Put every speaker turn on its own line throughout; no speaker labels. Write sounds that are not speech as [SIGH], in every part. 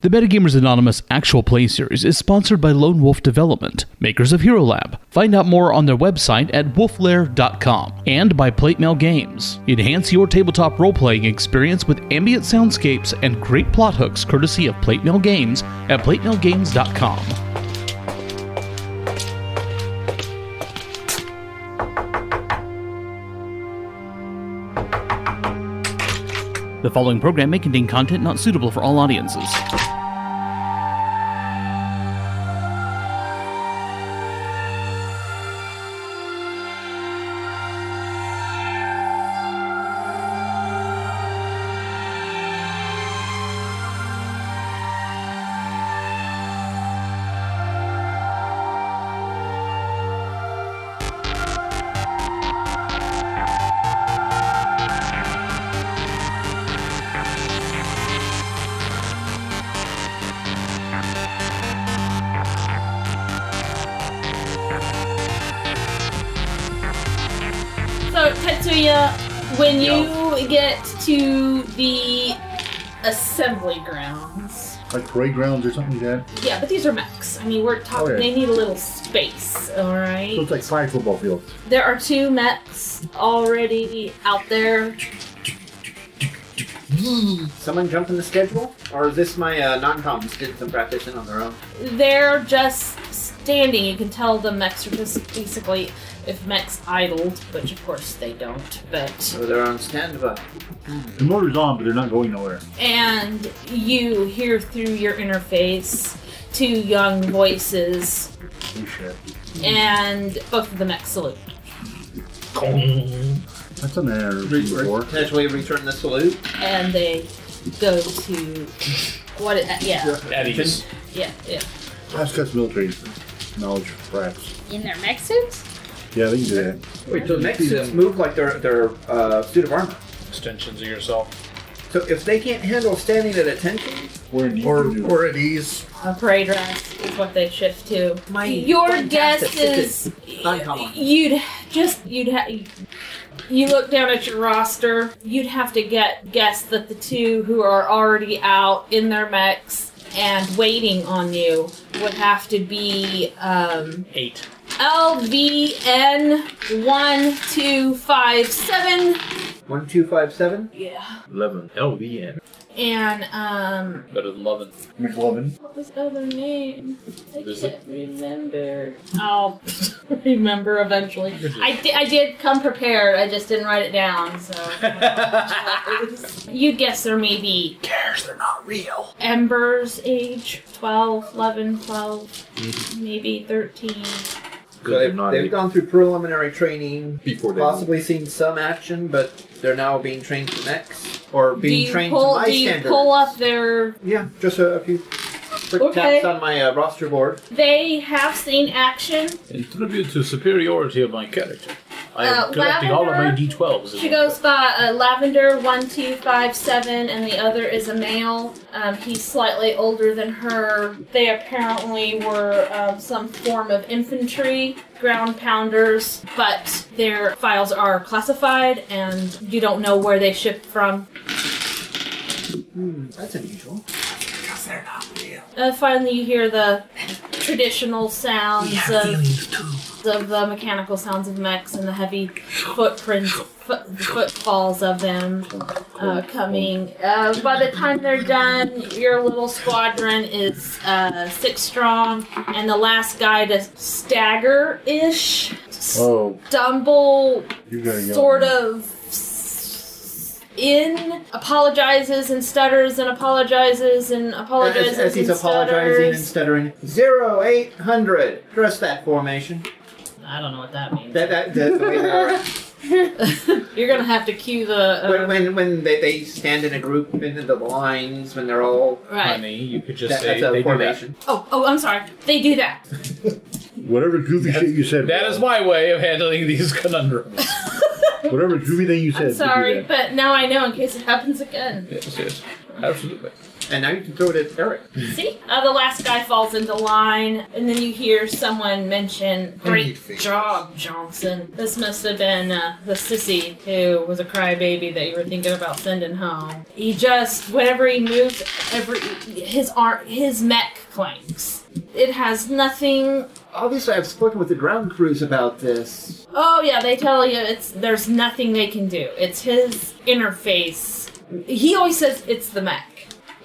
The Metagamers Anonymous actual play series is sponsored by Lone Wolf Development, makers of Hero Lab. Find out more on their website at wolflair.com and by Plate Mail Games. Enhance your tabletop role playing experience with ambient soundscapes and great plot hooks courtesy of Plate Mail Games at platemailgames.com. The following program may contain content not suitable for all audiences.
So Tetsuya, when you get to the assembly grounds,
like parade grounds or something like that.
yeah, but these are mechs. I mean, we're talking.
yeah.
They need a little space, all
So
right.
it's like five football fields.
There are two mechs already out there.
Someone jump in the schedule? Or is this my uh, non coms did some practicing on their own?
They're just standing. You can tell the mechs are just basically, if mechs idled, which of course they don't, but
So they're on standby.
The motor's on, but they're not going nowhere.
and you hear through your interface two young voices
Oh, shit.
and both of them excellent.
That's an error. before.
Potentially return the salute.
And they go to what? It, yeah,
At ease.
yeah, yeah.
Ask us military knowledge, perhaps.
In their mech suits?
Yeah, they can do that.
Wait, so next is move like their, their uh, suit of armor.
Extensions of yourself.
So if they can't handle standing at attention
We're in
or,
Eastern Europe.
or at ease,
A parade rest is what they shift to.
My
your guess
fantastic
is
Uncommon.
you'd just you'd ha- you look down at your roster. You'd have to get guess that the two who are already out in their mechs and waiting on you would have to be um,
Eight.
LVN one two five seven.
one, two, five, seven.
Yeah.
11. LVN.
And um,
Better than 11.
McLovin.
What was the other name? I
Is
can't remember. I'll [LAUGHS] remember eventually. I, di- I did come prepared. I just didn't write it down. So you guess there may be
Cares, they're not real.
Ember's age 12, 11, 12, maybe 13.
So they've, they've gone through preliminary training,
before they
possibly seen some action, but they're now being trained to next or
do
being
you
trained
pull,
to my
do you
standard.
pull up their?
Yeah, just a, a few quick
Okay.
taps on my uh, roster board.
They have seen action.
In tribute to superiority of my character, I am
Uh,
collecting all of my
Lavender?
D12s.
She goes by uh, Lavender one two five seven, and the other is a male. Um, he's slightly older than her. They apparently were um, some form of infantry ground pounders, but their files are classified, and you don't know where they shipped from.
Hmm, that's unusual.
Uh, finally, you hear the traditional sounds of, of the mechanical sounds of mechs and the heavy footprints, foot, footfalls of them uh, coming. Uh, by the time they're done, your little squadron is uh, six strong, and the last guy to stagger ish,
Oh,
stumble
you gotta go.
sort of in apologizes and stutters and apologizes and apologizes
As, as he's
and
apologizing and
stutters.
stuttering, zero eight hundred. Dress that formation.
I don't know what that means.
That that that's the way they are.
[LAUGHS] You're gonna have to cue the. Uh,
when when, when they, they stand in a group into the lines when they're all
right.
Honey, you could just
that, that's
say they
a
do that.
formation.
Oh, oh, I'm sorry. They do
[LAUGHS]
that.
Whatever goofy shit you said.
That is my way of handling these [LAUGHS] conundrums.
Whatever goofy thing you said.
I'm
you do
sorry,
that.
but now I know in case it happens again.
yes, yes. Absolutely.
And now you can throw it at Eric.
See? Uh, the last guy falls into line, and then you hear someone mention, Great
Anything.
job, Johnson. This must have been uh, the sissy who was a crybaby that you were thinking about sending home. He just, whenever he moves, every his arm, his mech clanks. It has nothing.
Obviously, I've spoken with the ground crews about this.
Oh yeah, they tell you it's there's nothing they can do. It's his interface. He always says it's the mech.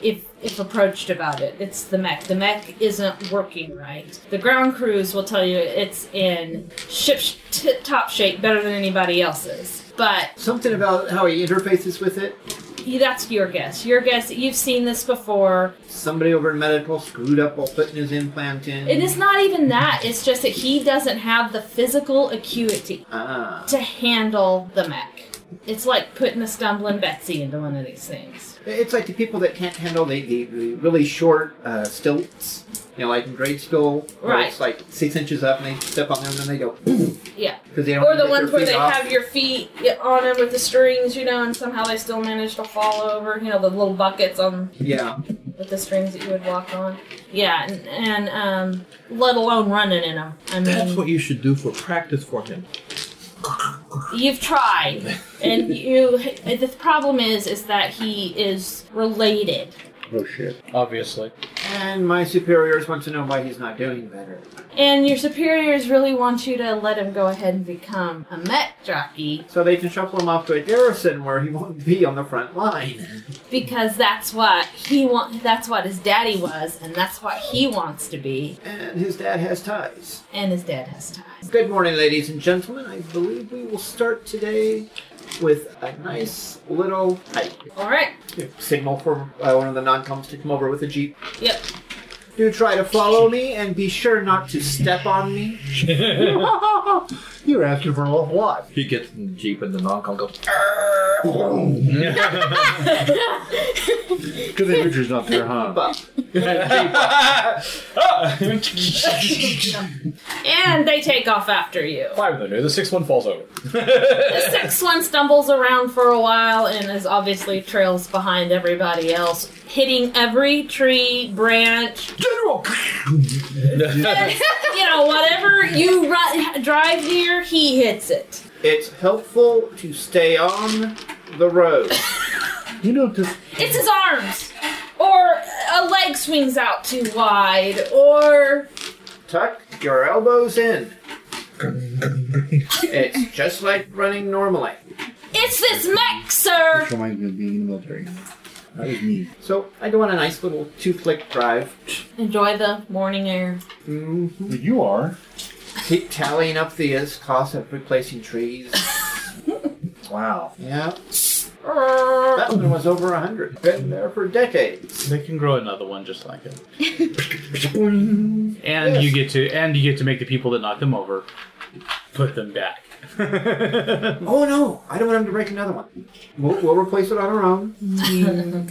If if approached about it, it's the mech. The mech isn't working right. The ground crews will tell you it's in ship tip top shape, better than anybody else's. But
Something about how he interfaces with it.
you- that's your guess. Your guess. You've seen this before.
Somebody over in medical screwed up while putting his implant in.
It is not even that. It's just that he doesn't have the physical acuity
Ah.
to handle the mech. It's like putting a stumbling Betsy into one of these things.
It's like the people that can't handle the, the, the really short uh, stilts, you know, like in grade school, where
Right.
It's like six inches up, and they step on them, and then they go
Yeah.
because they don't.
Or
wanna
the
get their
ones where
feet
they
off.
have your feet on them with the strings, you know, and somehow they still manage to fall over. You know, the little buckets on
Yeah,
with the strings that you would walk on. Yeah, and, and um, let alone running in them. I
That's
mean,
what you should do for practice for him.
you've tried,
[LAUGHS]
and you. The problem is, is that he is related.
Oh shit.
Obviously.
and my superiors want to know why he's not doing better.
And your superiors really want you to let him go ahead and become a met jockey
So they can shuffle him off to a garrison where he won't be on the front line.
because that's what he want. That's what his daddy was, and that's what he wants to be.
And his dad has ties.
And his dad has ties.
Good morning, ladies and gentlemen. I believe we will start today with a nice little hike.
All right.
Signal for uh, one of the non-coms to come over with a jeep.
Yep.
Do try to follow me and be sure not to step on me. [LAUGHS] You're asking for an awful lot.
He gets in the jeep and the non-com goes.
Good thing Richard's not there, huh?
But
Ah!
And they take off after you.
[LAUGHS] Five of them do. The sixth one falls over.
The sixth one stumbles around for a while and is obviously trails behind everybody else, hitting every tree, branch,
General.
[LAUGHS] you know, whatever you run, drive near, he hits it.
it's helpful to stay on the road.
[LAUGHS] You know, just
It's his arms, or a leg swings out too wide, or
Tuck your elbows in. It's just like running normally.
it's this mech, sir.
this reminds me of being in the military. That was me.
So I go on a nice little two-click drive.
Enjoy the morning air.
Mhm.
But you are.
Keep tallying up the uh, cost of replacing trees.
Wow.
Yeah, that one was over a hundred. Been there for decades.
They can grow another one just like it.
[LAUGHS]
Boing.
And
Yes.
you get to and you get to make the people that knocked them over put them
[LAUGHS]
back.
Oh no, I don't want him to break another one. We'll, we'll replace it on
[LAUGHS]
our own.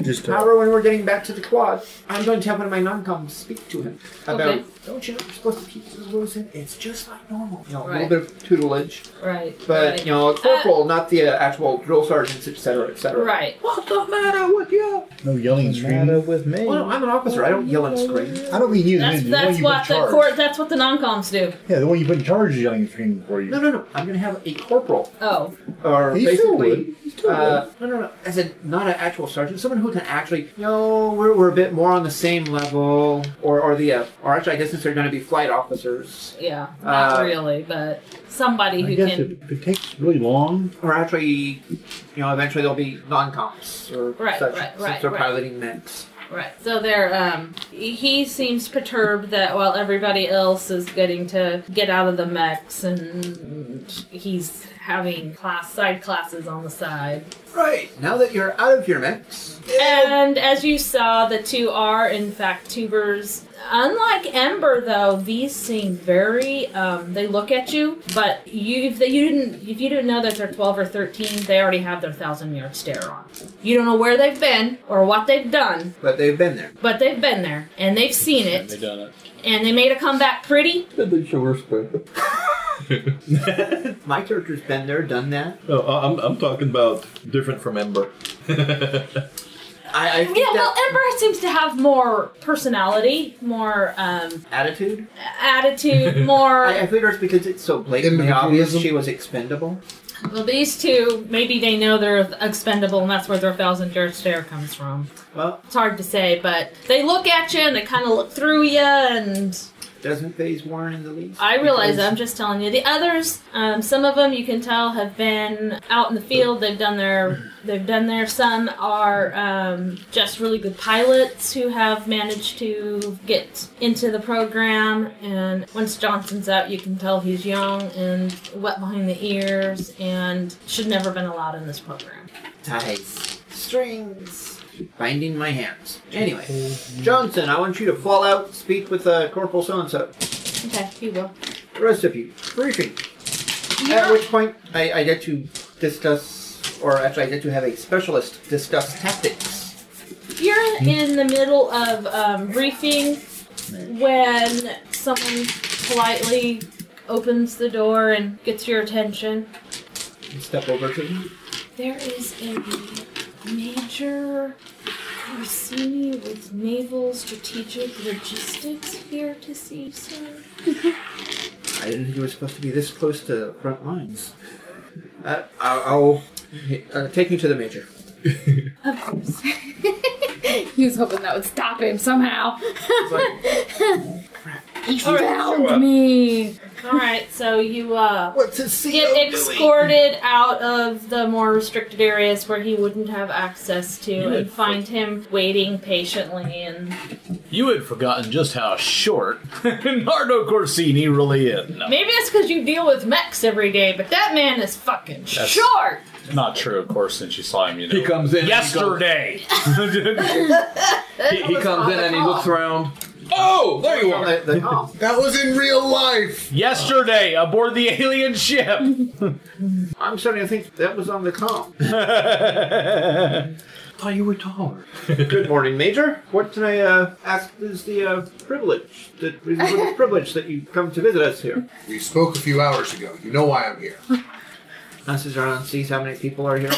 Just
uh,
However, when we're getting back to the quad, I'm going to have one of my non-coms speak to him about.
Okay.
Don't you know you're supposed to keep the rules in? It's just like normal. You know, a
Right.
little bit of tutelage,
Right.
but
right.
you know, a corporal, not the uh, actual drill sergeants, etc., etc.
Right.
What's the matter with you?
No yelling and screaming.
with me?
Well, no, I'm an officer. I don't yell and scream.
I don't mean you. I
That's
mean
that's
the one you
what
put in
the
charge.
court. That's what the non-coms do.
Yeah, the one you put in charge is yelling and screaming for you.
No, no, no. I'm going to have a corporal,
Oh,
or
He still
basically,
would. He still
uh, no, no, no. As in, not an actual sergeant, someone who can actually, you know, we're, we're a bit more on the same level, or or the, uh, or actually, I guess since they're going to be flight officers,
yeah. Not
Uh,
really, but somebody
I
who
guess
can.
if, if it takes really long,
or actually, you know, eventually they'll be non-coms or
Right,
such,
right,
since
right,
they're
right.
piloting mechs.
Right. So they're um he seems perturbed that while everybody else is getting to get out of the mechs and he's having class side classes on the side.
Right. Now that you're out of your mechs,
And as you saw, the two are in fact tubers. Unlike Ember, though, these seem very. Um, they look at you, but you if they, you didn't if you didn't know that they're twelve or thirteen, they already have their thousand yard stare on. You don't know where they've been or what they've done,
but they've been there.
but they've been there and they've seen
And they
it,
done it.
and they made a comeback pretty.
My character's
Oh,
been there, done that.
No, I- I'm, I'm talking about different from Ember.
I, I think
Yeah, well,
that
Ember seems to have more personality, more um,
attitude.
attitude, more.
I, I figure it's because it's so blatantly obvious she was expendable.
Well, these two, maybe they know they're expendable, and that's where their thousand yard stare comes from.
Well,
It's hard to say, but they look at you and they kind of look through you, and
doesn't phase Warren in the least.
I realize
Because-
I'm just telling you. The others, um, some of them you can tell have been out in the field. They've done their, they've done their. Some are um, just really good pilots who have managed to get into the program. And once Johnson's out, you can tell he's young and wet behind the ears, and should never have been allowed in this program.
ties, strings, binding my hands. Anyway, Johnson, I want you to fall out, speak with uh, Corporal So and So.
Okay, he will.
The rest of you, briefing. At
Yeah.
which point, I, I get to discuss, or actually, I get to have a specialist discuss tactics.
You're in the middle of um, briefing when someone politely opens the door and gets your attention.
Step over to them.
There is a Major Corsini with Naval Strategic Logistics here to see you, sir.
I didn't think you were supposed to be this close to front lines. Uh, I'll, I'll uh, take you to the major.
Of course. [LAUGHS] he was hoping that would stop him somehow. [LAUGHS] he found me.
All right, so you uh,
What's his CO
get
doing?
escorted out of the more restricted areas where he wouldn't have access to, and find him waiting patiently and.
[LAUGHS] You had forgotten just how short [LAUGHS] Nardo Corsini really is. No,
Maybe that's because you deal with mechs every day, but that man is fucking short.
not true, of course, since you saw him, you know.
He comes in.
yesterday.
And he, goes, he, he comes in and he looks around. Oh, there you are.
The- [LAUGHS] the- oh,
That was in real life.
yesterday, aboard the alien
[LAUGHS]
ship.
I'm starting to think that was on the [LAUGHS] com.
thought you were taller.
Good morning, Major. What can I uh, ask is the uh, privilege, the reason for the privilege that you come to visit us here?
We spoke a few hours ago. You know why I'm here.
Passes around, sees how many people are here.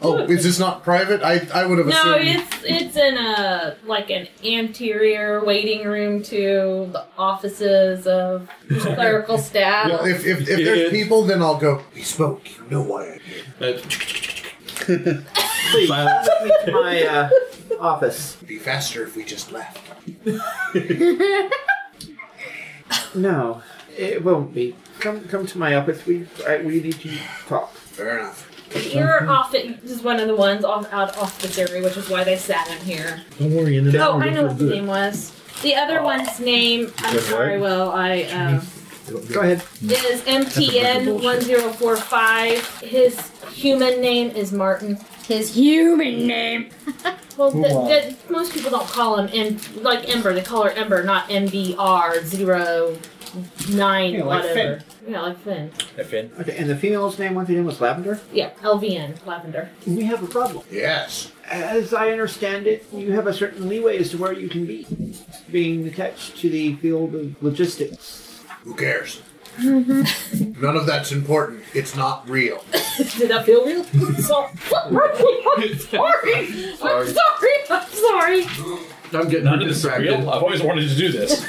Oh, is this not private? I, I would have
No,
assumed.
it's it's in a like an anterior waiting room to the offices of clerical staff.
Well, if, if, if
Yeah.
there's people, then I'll go. We spoke. You know why I'm here.
Uh,
Please, let me to my uh, office.
It'd be faster if we just left.
No, it won't be. Come, come to my office. We, I, we need to talk.
Fair enough.
Your office is one of the ones off out off the area, which is why they sat in here.
Don't worry, in an
Oh, I know what the name was. The other one's name, I'm sorry, well, I um,
Go ahead.
is MTN one zero four five. His human name is Martin.
His human name.
Well, th th most people don't call him em- like Ember. They call her Ember, not MBR zero nine
Yeah, like
whatever. Yeah, like Finn.
Okay, and the female's name once again was Lavender.
Yeah, LVN Lavender. [LAUGHS]
We have a problem.
Yes.
As I understand it, you have a certain leeway as to where you can be, being attached to the field of logistics.
Who cares?
Mm-hmm.
None of that's important. It's not real.
Did that feel real? sorry, [LAUGHS] I'm sorry. I'm sorry. I'm sorry.
I'm getting
None of this is
distracted.
real. I've always wanted to do [LAUGHS] this.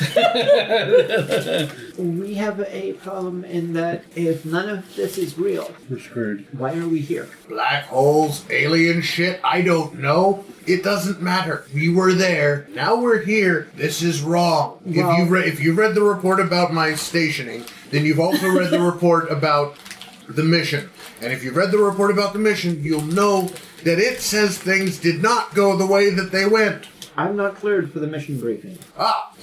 We have a problem in that if none of this is real,
We're screwed.
why are we here?
Black holes, alien shit, I don't know. It doesn't matter. We were there. Now we're here. This is wrong. if
Well-
you re- if you read the report about my stationing, then you've also read the report about the mission. And if you've read the report about the mission, you'll know that it says things did not go the way that they went.
I'm not cleared for the mission briefing.
Ah,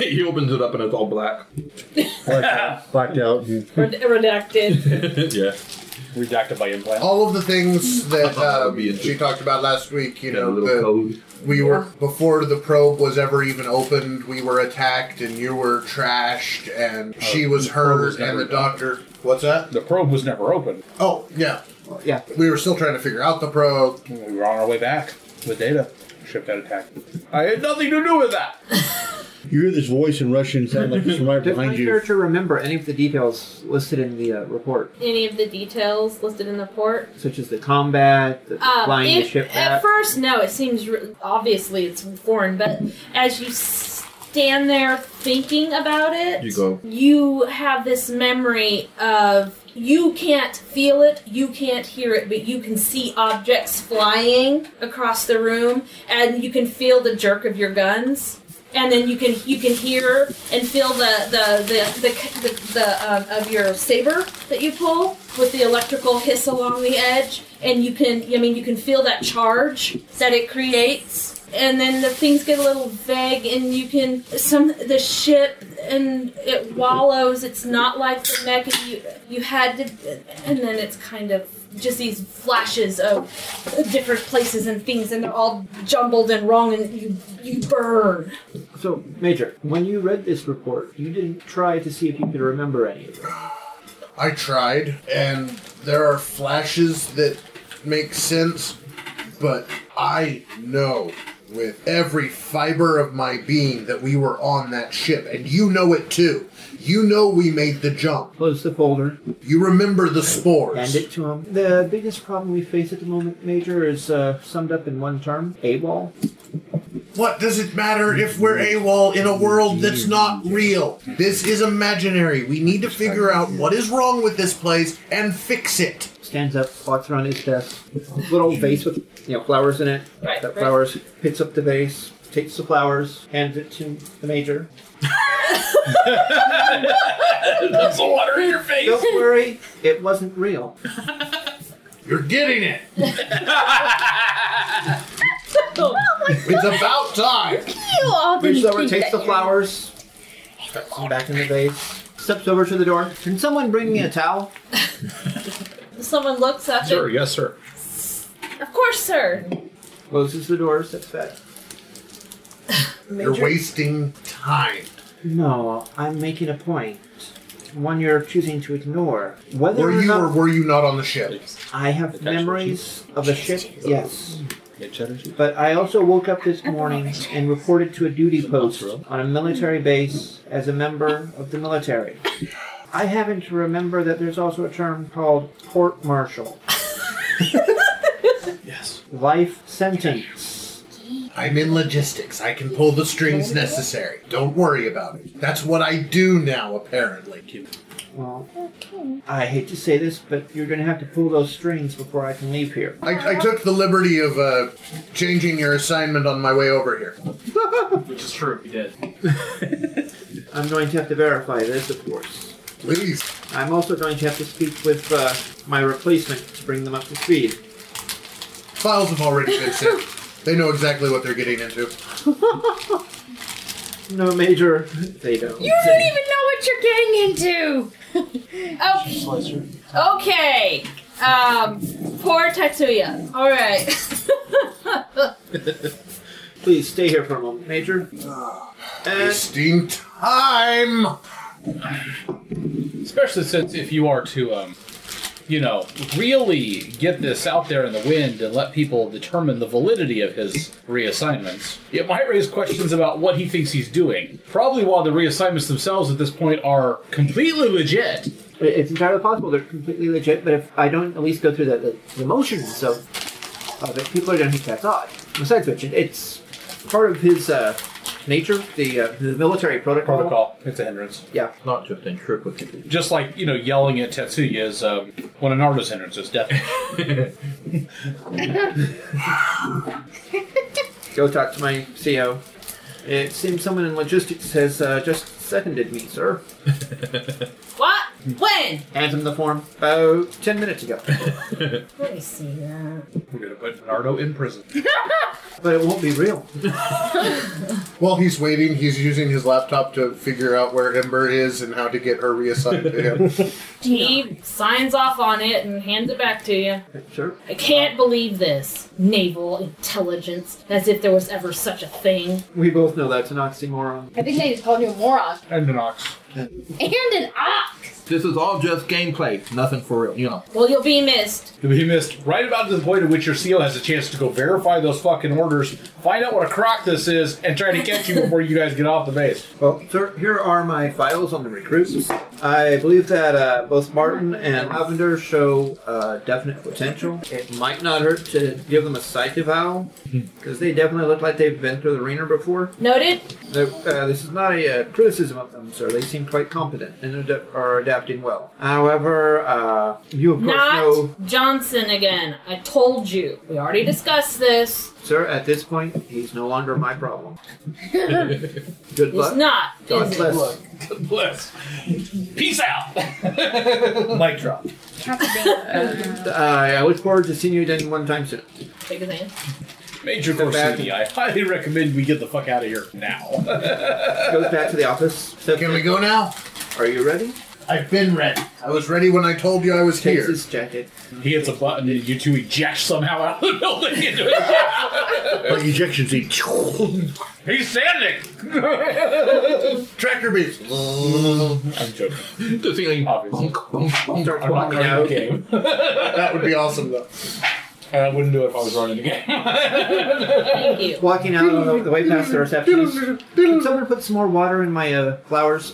he opens it up and it's all black.
Blacked out.
Red- Redacted.
yeah.
Redacted by implant.
all of the things that
[LAUGHS] That would
um,
be
she
interesting.
talked about last week, you
Got a
know,
little
the,
code.
We were before the probe was ever even opened. We were attacked, and you were trashed, and she was
Oh, probe
hers,
was
and
never
the doctor. What's that?
The probe was never open.
Oh yeah,
Well, yeah.
we were still trying to figure out the probe.
We [LAUGHS] were on our way back with data. Ship got attacked. I had nothing to do with that.
You hear this voice in Russian sound like it's from right
Does my
behind you.
character remember any of the details listed in the uh, report,
Any of the details listed in the port?
such as the combat, the
Um,
flying
it-
the ship
at
back?
first, no, it seems r- obviously it's foreign, but as you stand there thinking about it,
You go.
you have this memory of you can't feel it, you can't hear it, but you can see objects flying across the room, and you can feel the jerk of your guns. And then you can you can hear and feel the the the the, the, the um, of your saber that you pull with the electrical hiss along the edge, and you can I mean you can feel that charge that it creates and then the things get a little vague and you can some the ship and it wallows it's not like the mecha you you had to and then it's kind of just these flashes of different places and things and they're all jumbled and wrong and you you burn
So, Major, when you read this report, you didn't try to see if you could remember any of it.
I tried, and there are flashes that make sense, but I know with every fiber of my being that we were on that ship, and you know it too. You know we made the jump.
Close the folder,
You remember the spores.
hand it to him. The biggest problem we face at the moment, Major, is uh, summed up in one term: AWOL.
What does it matter if we're AWOL in a world that's not real? This is imaginary. We need to figure out what is wrong with this place and fix it.
stands up, walks around his desk, little
Mm-hmm.
vase with you know flowers in it.
Right,
That
right.
flowers picks up the vase, takes the flowers, hands it to the major.
[LAUGHS]
That's water in your face.
Don't worry, it wasn't real.
You're getting it.
[LAUGHS] oh,
It's about time.
You all
Reaches
didn't
over,
think
takes
that
the
you-
flowers, stuffs them back in the vase. Steps over to the door. Can someone bring me a towel?
someone looks up
Sir, yes, sir.
and, of course sir
Closes the door, steps back.
You're wasting time.
No, I'm making a point. One you're choosing to ignore. Whether
Were
or
you
not
or were you not on the ship?
I have
Attachment
memories of the ship, yes.
Yeah, cheddar cheese.
But I also woke up this morning and reported to a duty post on a military base as a member of the military. I happen to remember that there's also a term called court martial.
Yes.
Life sentence.
I'm in logistics. I can pull the strings necessary. Don't worry about it. That's what I do now, apparently.
Well, I hate to say this, but you're going to have to pull those strings before I can leave here.
I, I took the liberty of uh, changing your assignment on my way over here.
Which is true, he did.
I'm going to have to verify this, of course.
Please.
I'm also going to have to speak with uh, my replacement to bring them up to speed.
Files have already been sent. They know exactly what they're getting into.
No, Major, [LAUGHS] they don't.
You don't even know what you're getting into.
oh, okay um poor tatsuya all right [LAUGHS]
Please stay here for a moment, Major. And
Wasting time.
Especially since if you are to, um, you know, really get this out there in the wind and let people determine the validity of his reassignments, it might raise questions about what he thinks he's doing. Probably while the reassignments themselves at this point are completely legit.
it's entirely possible they're completely legit, but if I don't at least go through the, the, the motions of, of it, people are going to think that's odd. Besides which, it, it's part of his uh, nature, the, uh, the military protocol.
Protocol. It's a hindrance.
Yeah.
Not just interpreting.
Just like, you know, yelling at Tetsuya is um, one of Naruto's hindrances, definitely.
Go talk to my CO. It seems someone in logistics has uh, just seconded me, sir.
what when
Hands him the form about 10 minutes [LAUGHS] ago.
let me see that
We're going to put Naruto in prison.
but it won't be real.
While he's waiting, he's using his laptop to figure out where Ember is and how to get her reassigned to
[LAUGHS]
him.
He signs off on it and hands it back to you.
Sure.
I can't believe this. Naval intelligence, as if there was ever such a thing.
We both know that's an oxymoron.
I think they just called you a moron.
And the Nox.
And an ox.
This is all just gameplay, nothing for real, you know.
Well, you'll be missed.
He missed right about to the point at which your CO has a chance to go verify those fucking orders, find out what a crock this is, and try to catch you before you guys get off the base.
Well, sir, here are my files on the recruits. I believe that uh, both Martin and Lavender show uh, definite potential. It might not hurt to give them a sight eval, because they definitely look like they've been through the ringer before.
Noted.
They're- Uh, this is not a uh, criticism of them, sir. They seem quite competent and ad- are adapting well. However, uh, you of course know,
Not Johnson again. I told you. We already discussed this.
sir, at this point, he's no longer my
[LAUGHS]
problem. Good
It's
luck.
not.
God
Is it?
bless.
Bless. Peace out. [LAUGHS] Mic drop.
[LAUGHS]
Uh, I look forward to seeing you again one time soon.
Take his hand.
Major
Step back.
Corsini, I highly recommend we get the fuck out of here now.
Goes back to the office.
Can we go now?
Are you ready?
[LAUGHS] I've been ready. I was ready when I told you I was
Takes
here.
his jacket.
he hits a button and you two eject somehow out of the [LAUGHS] building into
Like ejection seat.
He's standing!
[LAUGHS]
Tractor beams.
I'm joking.
The feeling.
Obviously.
Starts
I'm not
walking
running the
out.
game.
That would be awesome though.
And I wouldn't do it if I was running the game.
Thank you.
Walking out on the way past the receptionist. Can someone put some more water in my uh, flowers?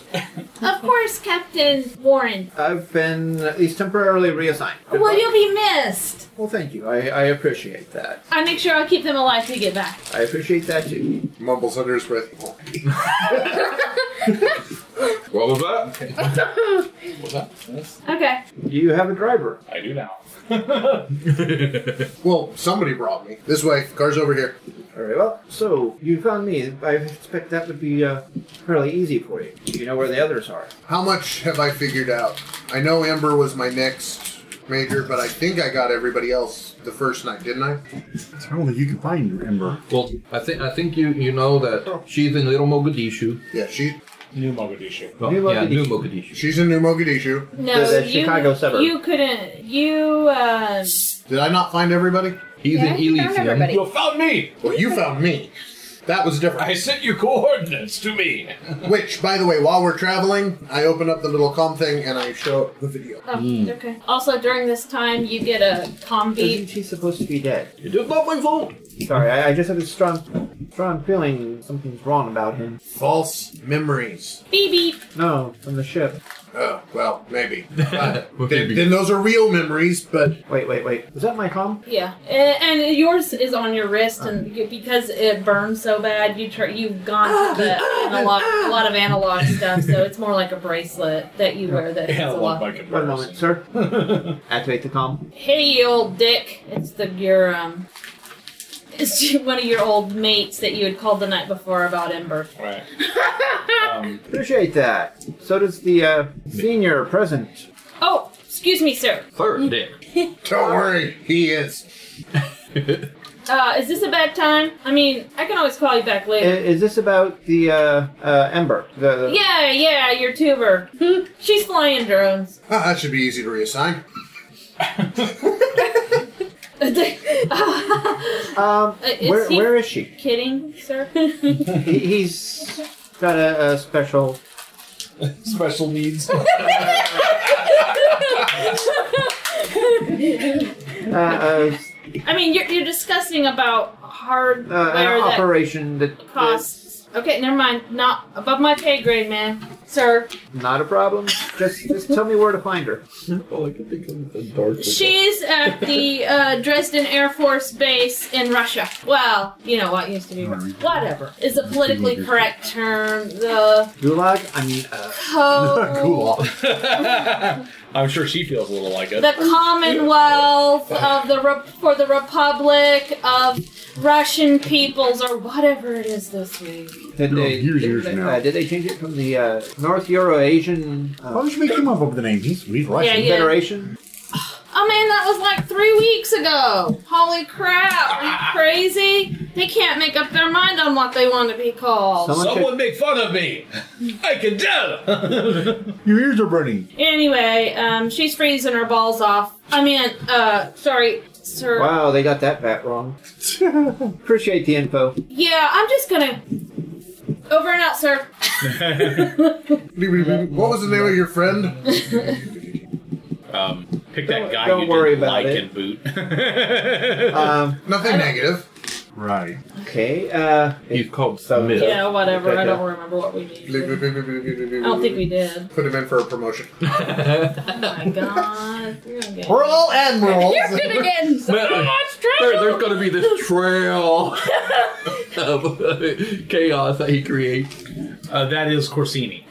Of course, Captain Warren.
I've been at least temporarily reassigned. Good
Well,
luck.
you'll be missed.
Well, thank you. I, I appreciate that.
I make sure I keep them alive till you get back.
I appreciate that too.
Mumbles under his breath.
What was that?
Okay.
You have a driver.
[LAUGHS] I do now.
Well, somebody brought me. This way. Car's over here.
All right. Well, so you found me. I expect that would be uh, fairly easy for you. You know where the others are.
How much have I figured out? I know Ember was my next major, but I think I got everybody else the first night, didn't I?
I don't think you can find Ember.
Well, I think I think you you know that she's in Little Mogadishu.
Yeah, she
New Mogadishu.
Well,
New
yeah,
Mogadishu.
New Mogadishu.
she's in New Mogadishu.
No,
The- the
you,
Chicago suburb.
you couldn't. You, uh,
Did I not find everybody?
He's
Yeah, you
in
found
Elysium.
everybody.
You found me!
Well, you found me. That was different.
I sent you coordinates to me.
Which, by the way, while we're traveling, I open up the little com thing and I show the video.
oh,
Hmm.
okay. Also, during this time, you get a comm
Isn't
beat.
she supposed to be dead?
It is not my fault.
Sorry, I, I just have a strong, strong feeling something's wrong about him.
False memories.
Beep beep.
No, from the ship.
Oh, well, maybe. Uh, then,
Maybe.
then those are real memories, but
Wait, wait, wait. Was that my com?
Yeah, and, and yours is on your wrist, and you, because it burns so bad, you tr- you've gone to the analog, a lot of analog stuff, so it's more like a bracelet that you wear that has a
Analog
lot.
by comparison.
One moment, sir. [LAUGHS] Activate the com.
Hey, you old dick! It's the your um, it's [LAUGHS] one of your old mates that you had called the night before about Ember.
Right.
[LAUGHS]
Um,
Appreciate that. So does the uh, senior present.
Oh, excuse me, sir.
Third dick.
don't worry, he is.
Uh, is this a bad time? I mean, I can always call you back
I-
later.
Is this about the uh, uh, Ember? The, the-
yeah, yeah, your tuber. Hmm, She's flying drones. [LAUGHS]
Ah, that should be easy to reassign.
Um,
Uh, is
where,
he-
where is she?
Kidding, sir? [LAUGHS]
He, he's got a, a special.
special needs.
Uh, uh,
I mean, you're, you're discussing about
uh, an
hardware that
operation that
costs. Okay, never mind. Not above my pay grade, man, sir.
Not a problem. Just, just tell me where to find her.
All I can think of is a dark.
She's at the uh, Dresden Air Force Base in Russia. Well, you know what used to be Russia. Whatever is a politically correct term. The
Gulag. I mean, uh,
code.
I'm sure she feels a little like it.
the Commonwealth of the Re- for the Republic of Russian Peoples or whatever it is this week.
did
You're
they,
years,
did,
years
they-
now.
uh, did they change it from the uh, North Euro-Asian
Why
uh,
don't you make him up with the name? He's, he's right.
Yeah, yeah.
Federation?
Oh man, that was like three weeks ago. Holy crap! Are you crazy? They can't make up their mind on what they want to be called.
Someone check-
Someone make fun of me! I
[LAUGHS]
can tell!
Your ears
[LAUGHS]
are burning.
Anyway, um, she's freezing her balls off. I mean, uh, sorry, sir.
Wow, they got that bat wrong. Appreciate the info.
Yeah, I'm just gonna Over and out, sir.
What was the name of your
[LAUGHS]
friend?
Um, pick that guy
don't
you
worry
didn't
about
like
it.
and boot.
Um,
Nothing negative.
Right.
okay. Uh,
He's called Smith.
Yeah, whatever. I
Okay,
don't
yeah.
remember what we did. I don't think
Put
we did.
him in for a promotion.
Oh my god. You're gonna get-
We're all admirals.
You're gonna get in so
Man,
much trouble.
There, there's going to be
[LAUGHS]
this trail of [LAUGHS] chaos that he creates.
[LAUGHS] uh, that is Corsini.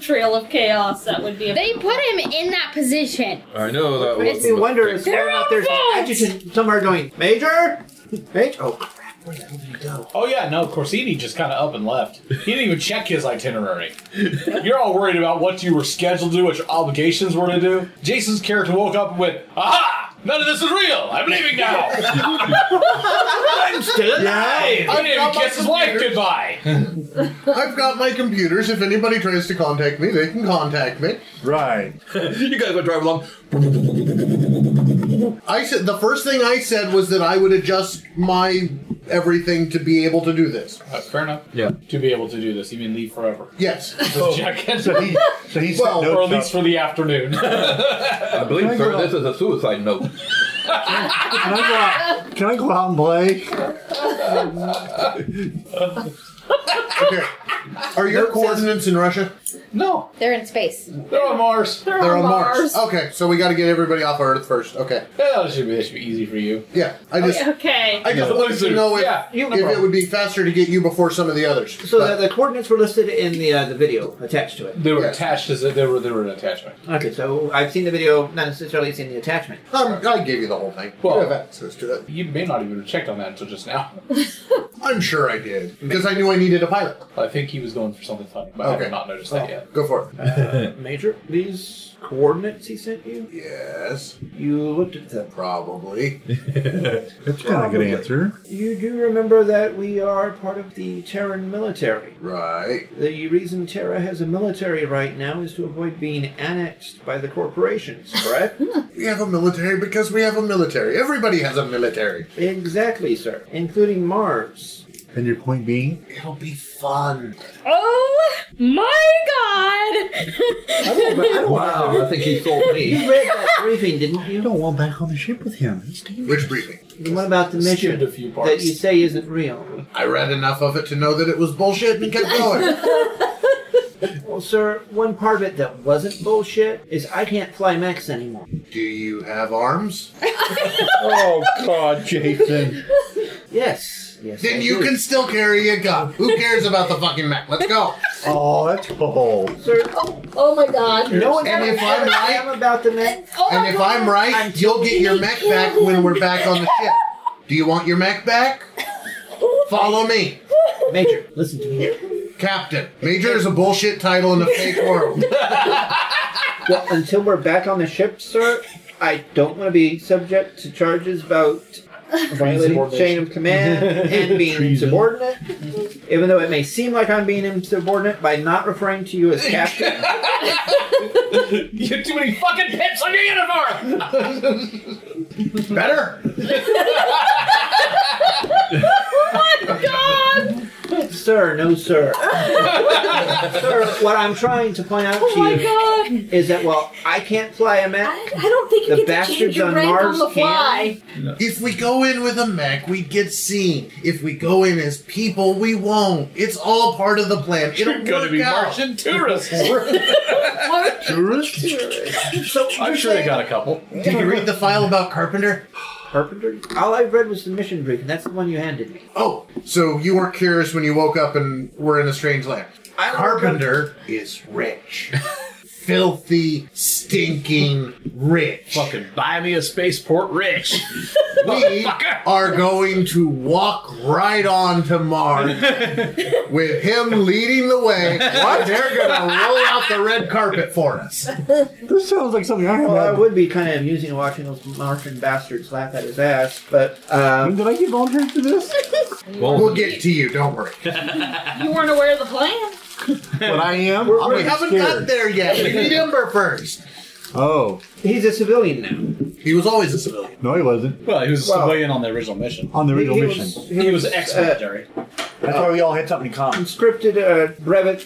Trail of chaos. That would be a.
They put him in that position.
I know that
makes me wonder is whether or not there's an
They're all
adjutant somewhere going, Major? Major? Oh, crap. Where the hell did he go?
Oh yeah, no, Corsini just kind of up and left. He didn't even check his itinerary. You're all worried about what you were scheduled to do, what your obligations were to do. Jason's character woke up and went, "Aha! None of this is real. I'm leaving
[LAUGHS]
now.
I'm still alive!
I didn't even kiss his wife goodbye."
I've got my computers. If anybody tries to contact me, they can contact me.
Right.
[LAUGHS] You guys would drive along.
I said the first thing I said was that I would adjust my everything to be able to do this.
Uh, fair enough.
Yeah.
To be able to do this, you mean leave
[LAUGHS]
forever?
Yes.
Check
Oh. So he, so he
Well,
well,
or at least for the afternoon.
[LAUGHS]
I believe, sir, this is a suicide note.
can, I go out, can I go out and play?
Okay. Are your coordinates in Russia?
no,
They're in space.
they're on Mars. Yeah,
They're on Mars. Oh, Okay, so we got to get everybody off Earth first. Okay.
that should be that should be easy for you.
Oh, Yeah. I just
Okay.
I just
Yeah.
wanted to know if,
Yeah, you-
if
no
it
problem.
would be faster to get you before some of the others.
So
But-
the, the coordinates were listed in the uh, the video attached to it.
They were
Yes.
attached as a, they were they were an attachment.
Okay, so I've seen the video, not necessarily seen the attachment.
um, I gave you the whole thing.
Well-
you have access to it.
You may not even have checked on that until just now.
I'm sure I did because I knew I needed a pilot.
I think he was going for something funny, but I
Okay.
have not noticed that yet.
Go for it.
Major, these coordinates he sent you,
Yes,
you looked at them.
probably.
That's not a good answer.
You do remember that we are part of the Terran military.
Right.
The reason Terra has a military right now is to avoid being annexed by the corporations, correct?
We have a military because we have a military. Everybody has a military.
exactly, sir. Including Mars.
And your point being?
It'll be fun.
Oh my god!
Wow, I think he sold me.
[LAUGHS]
You read that briefing, didn't
I
you?
don't want back on the ship with him. He's dangerous.
Which briefing?
The one about the mission
Skimmed a few parts.
that you say isn't real.
I read enough of it to know that it was bullshit and kept going. [LAUGHS]
Well, sir, one part of it that wasn't bullshit is I can't fly Max anymore.
Do you have arms?
Oh, God, Jason.
[LAUGHS]
Yes. Yes. I
Then you
do.
can still carry a gun. [LAUGHS] Who cares about the fucking Mac? Let's [LAUGHS] go.
Oh, that's cold.
Sir,
oh my god.
no one
And
ever
if I'm
said I
right-
am about the Max.
Oh my
And if I'm right, you'll get your Mac back when we're back on the ship. Do you want your Mac [LAUGHS] back? Follow me.
Major, listen to me.
Captain. Major is a bullshit title in a fake [LAUGHS] world.
Well, until we're back on the ship, sir, I don't want to be subject to charges about violating chain of command and
[LAUGHS]
being insubordinate. Even though it may seem like I'm being insubordinate by not referring to you as captain. [LAUGHS]
You have too many fucking pips on your uniform!
Better?
sir, no, sir. sir, what I'm trying to point out to you
Oh God.
is that, well, I can't fly a Mac.
I, I don't think
The
you get to
bastards
change your
on
rank
Mars
on the
can.
fly.
If we go in with a Mac, we get seen. If we go in as people, we won't. It's all part of the plan. It'll
You're gonna
work
be
out.
Martian tourists!
Tourist?
[LAUGHS] So
I'm
you're
sure they
saying-
got a couple.
Did you read the file about Carpenter?
Carpenter? All I read was the mission briefing. That's the one you handed me.
Oh, so you weren't curious when you woke up and were in a strange land. Carpenter is rich. Filthy, stinking rich.
Fucking buy me a spaceport rich! [LAUGHS]
we are going to walk right on to
[LAUGHS]
Mars with him leading the way. They're going to roll out the red carpet for us.
This sounds like something I
Well, it
haven't
would be kind of amusing watching those Martian bastards laugh at his ass, but uh,
had. Did I get volunteered for this?
We'll get to you, don't worry.
You weren't aware of the plan.
but I am.
We're-
I'm
We
really
haven't got
scared.
there yet. We need Ember first.
Oh,
he's a civilian now.
He was always a civilian.
no, he wasn't.
Well, he was a
Well-
civilian on the original mission.
On the
He-
original
he
mission.
was-
He was
was, uh,
ex-military.
That's why we all had something in common.
Scripted uh, Brevet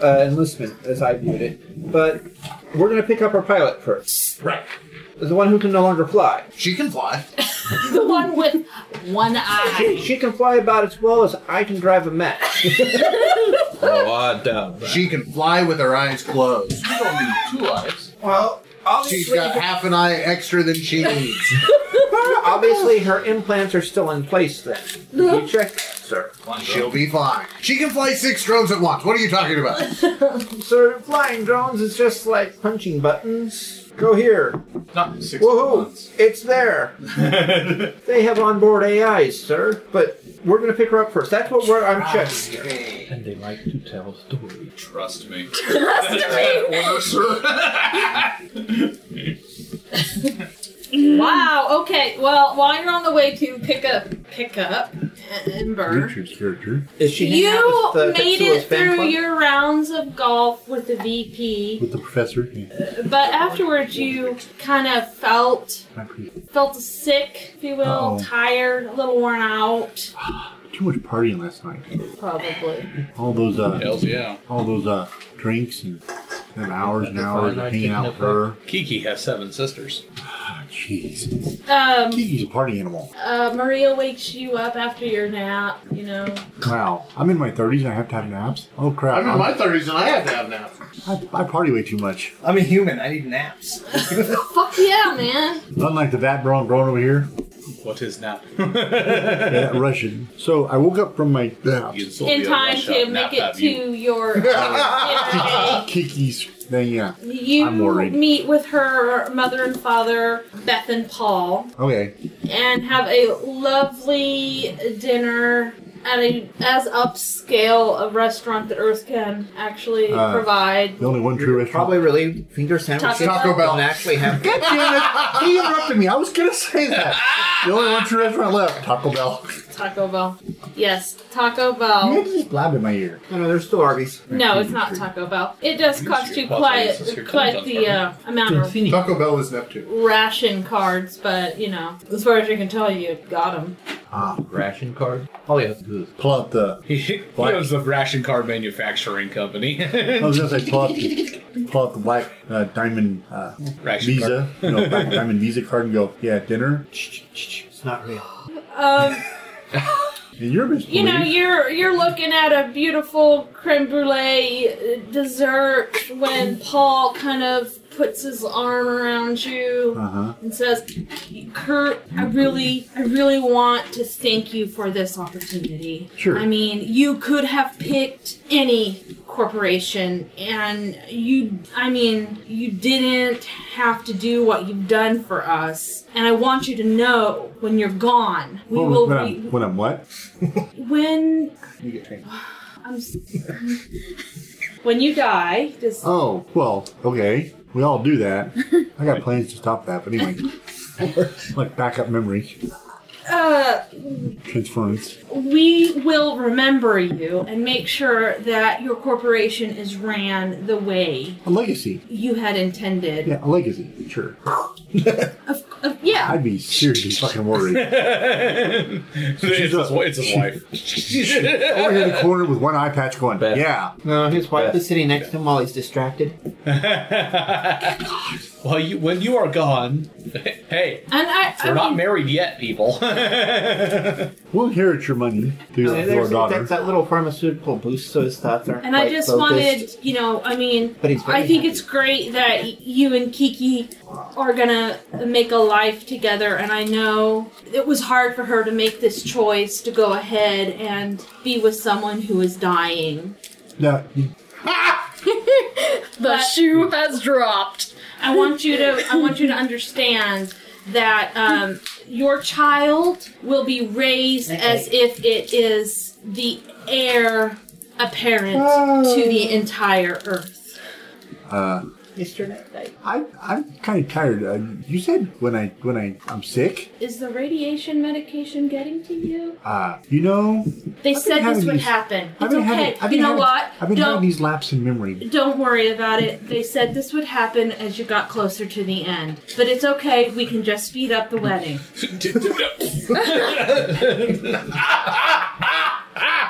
uh, enlistment, as I viewed it. But we're going to pick up our pilot first.
Right.
The one who can no longer fly.
She can fly.
the one with one
[LAUGHS]
eye.
She, she can fly about as well as I can drive a [LAUGHS] Met.
Oh, I doubt that.
She can fly with her eyes closed.
You don't need two eyes.
well, obviously,
She's got half an eye extra than she needs.
obviously her implants are still in place then. You check that, sir.
She'll be fine. She can fly six drones at once. What are you talking about?
Sir, flying drones is just like punching buttons. Go here.
Not six months.
Woohoo!
[LAUGHS]
It's there. they have onboard AIs, sir. But we're gonna pick her up first. That's what we're I'm checking. here.
And they like to tell stories.
Trust me.
[LAUGHS] Wow. Okay. Well, while you're on the way to pick up, pick up Ember,
Nature's character.
Is she hanging
you
out with the
made
Tetsuo's
it
fan
through
club?
your rounds of golf with the VP,
With the professor. Yeah.
but afterwards you kind of felt
I appreciate it.
felt sick, if you will,
Oh.
Uh-oh.
tired, a little worn out.
[LAUGHS] Too much partying last night.
Probably.
All those uh,
Hells yeah.
all those uh, drinks and, and hours and hours of hanging out with her.
Kiki has seven sisters.
Ah, Jeez,
Um,
he's a party animal.
uh, Maria wakes you up after your nap. You know.
Wow, I'm in my 30s. and I have to have naps. Oh crap!
I'm in my
I'm-
30s and I have to have naps.
I, I party way too much.
I'm a human. I need naps.
Fuck yeah, man.
Unlike the vat brown grown over here,
What is nap?
[LAUGHS]
yeah, Russian. So I woke up from my nap.
You still
In
be a
time
rush
to
up, nap
make it
have
to
you. [LAUGHS]
your uh, dinner date.
Kiki's thing, yeah.
You
I'm worried.
meet with her mother and father, Beth and Paul,
Okay.
and have a lovely dinner at a as upscale a restaurant that Earth can actually
Uh,
provide.
The only one true
You're
restaurant.
probably relieved finger
Taco
sandwiches
Taco
don't
Bell.
actually
[LAUGHS]
have
God damn it! He interrupted me. I was gonna say that. The only one true restaurant left, Taco Bell.
Taco Bell. Yes, Taco Bell.
You just blabbed in my ear.
No, no, there's still Arby's.
No, it's not Taco Bell. It does cost you
Well,
quite
it's your
quite
content
the uh, amount of
Taco Bell is Neptune.
ration cards, but you know, as far as you can tell, you got them.
Ah,
Ration card? Oh, yeah, that's good.
pull out the.
[LAUGHS]
He, he
What?
owns the ration card manufacturing company. [LAUGHS]
I was gonna say pull out the, pull out the black uh, diamond uh,
Ration
visa, you know, black diamond visa card, and go, yeah, dinner.
It's not real.
Um,
And you're Miss
you know,
Believe.
you're you're looking at a beautiful creme brulee uh, dessert when Paul kind of puts his arm around you
Uh-huh.
and says, "Kurt, I really, I really want to thank you for this opportunity.
Sure.
I mean, you could have picked any corporation, and you, I mean, you didn't have to do what you've done for us. And I want you to know when you're gone, we
What was-
will
when,
be
I'm, when I'm what?
when
You get trained.
I'm s- when you die, just
Oh well, okay. We all do that. I got plans to stop that, but [LAUGHS] anyway, like backup memory
uh,
transference.
we will remember you and make sure that your corporation is ran the way
A legacy.
you had intended.
Yeah, a legacy. Sure.
Of, of, yeah.
I'd be seriously fucking worried.
it's, his, wi- it's his wife.
Over here in the corner with one eye patch going.
Beth.
Yeah.
No, his wife is sitting next to him while he's distracted.
[LAUGHS] well, you, when you are gone, [LAUGHS] hey,
and I,
we're
I
not
mean,
married yet, people. [LAUGHS]
We'll inherit your money to your,
Yeah,
to our
there's-
daughter.
That's that little pharmaceutical boost to his thoughts aren't
and I
quite
just
focused.
wanted, you know, I mean,
But he's very
I think
happy.
it's great that y- you and Kiki are gonna make a life together, and I know it was hard for her to make this choice to go ahead and be with someone who is dying.
Now,
The shoe [LAUGHS] has dropped.
I want you to I want you to understand that um, your child will be raised as if it is the heir apparent to the
Oh.
entire earth.
uh,
Mr. Night Night.
I I'm kind of tired. Uh, you said when I when I I'm sick.
Is the radiation medication getting to you?
Uh, you know,
They
been
said this
having
would
these-
happen.
I've
It's okay.
been having I've been
you know
having,
what?
I've been having
Don't
these laps in memory.
don't worry about it. They said this would happen as you got closer to the end. But it's okay. We can just speed up the wedding.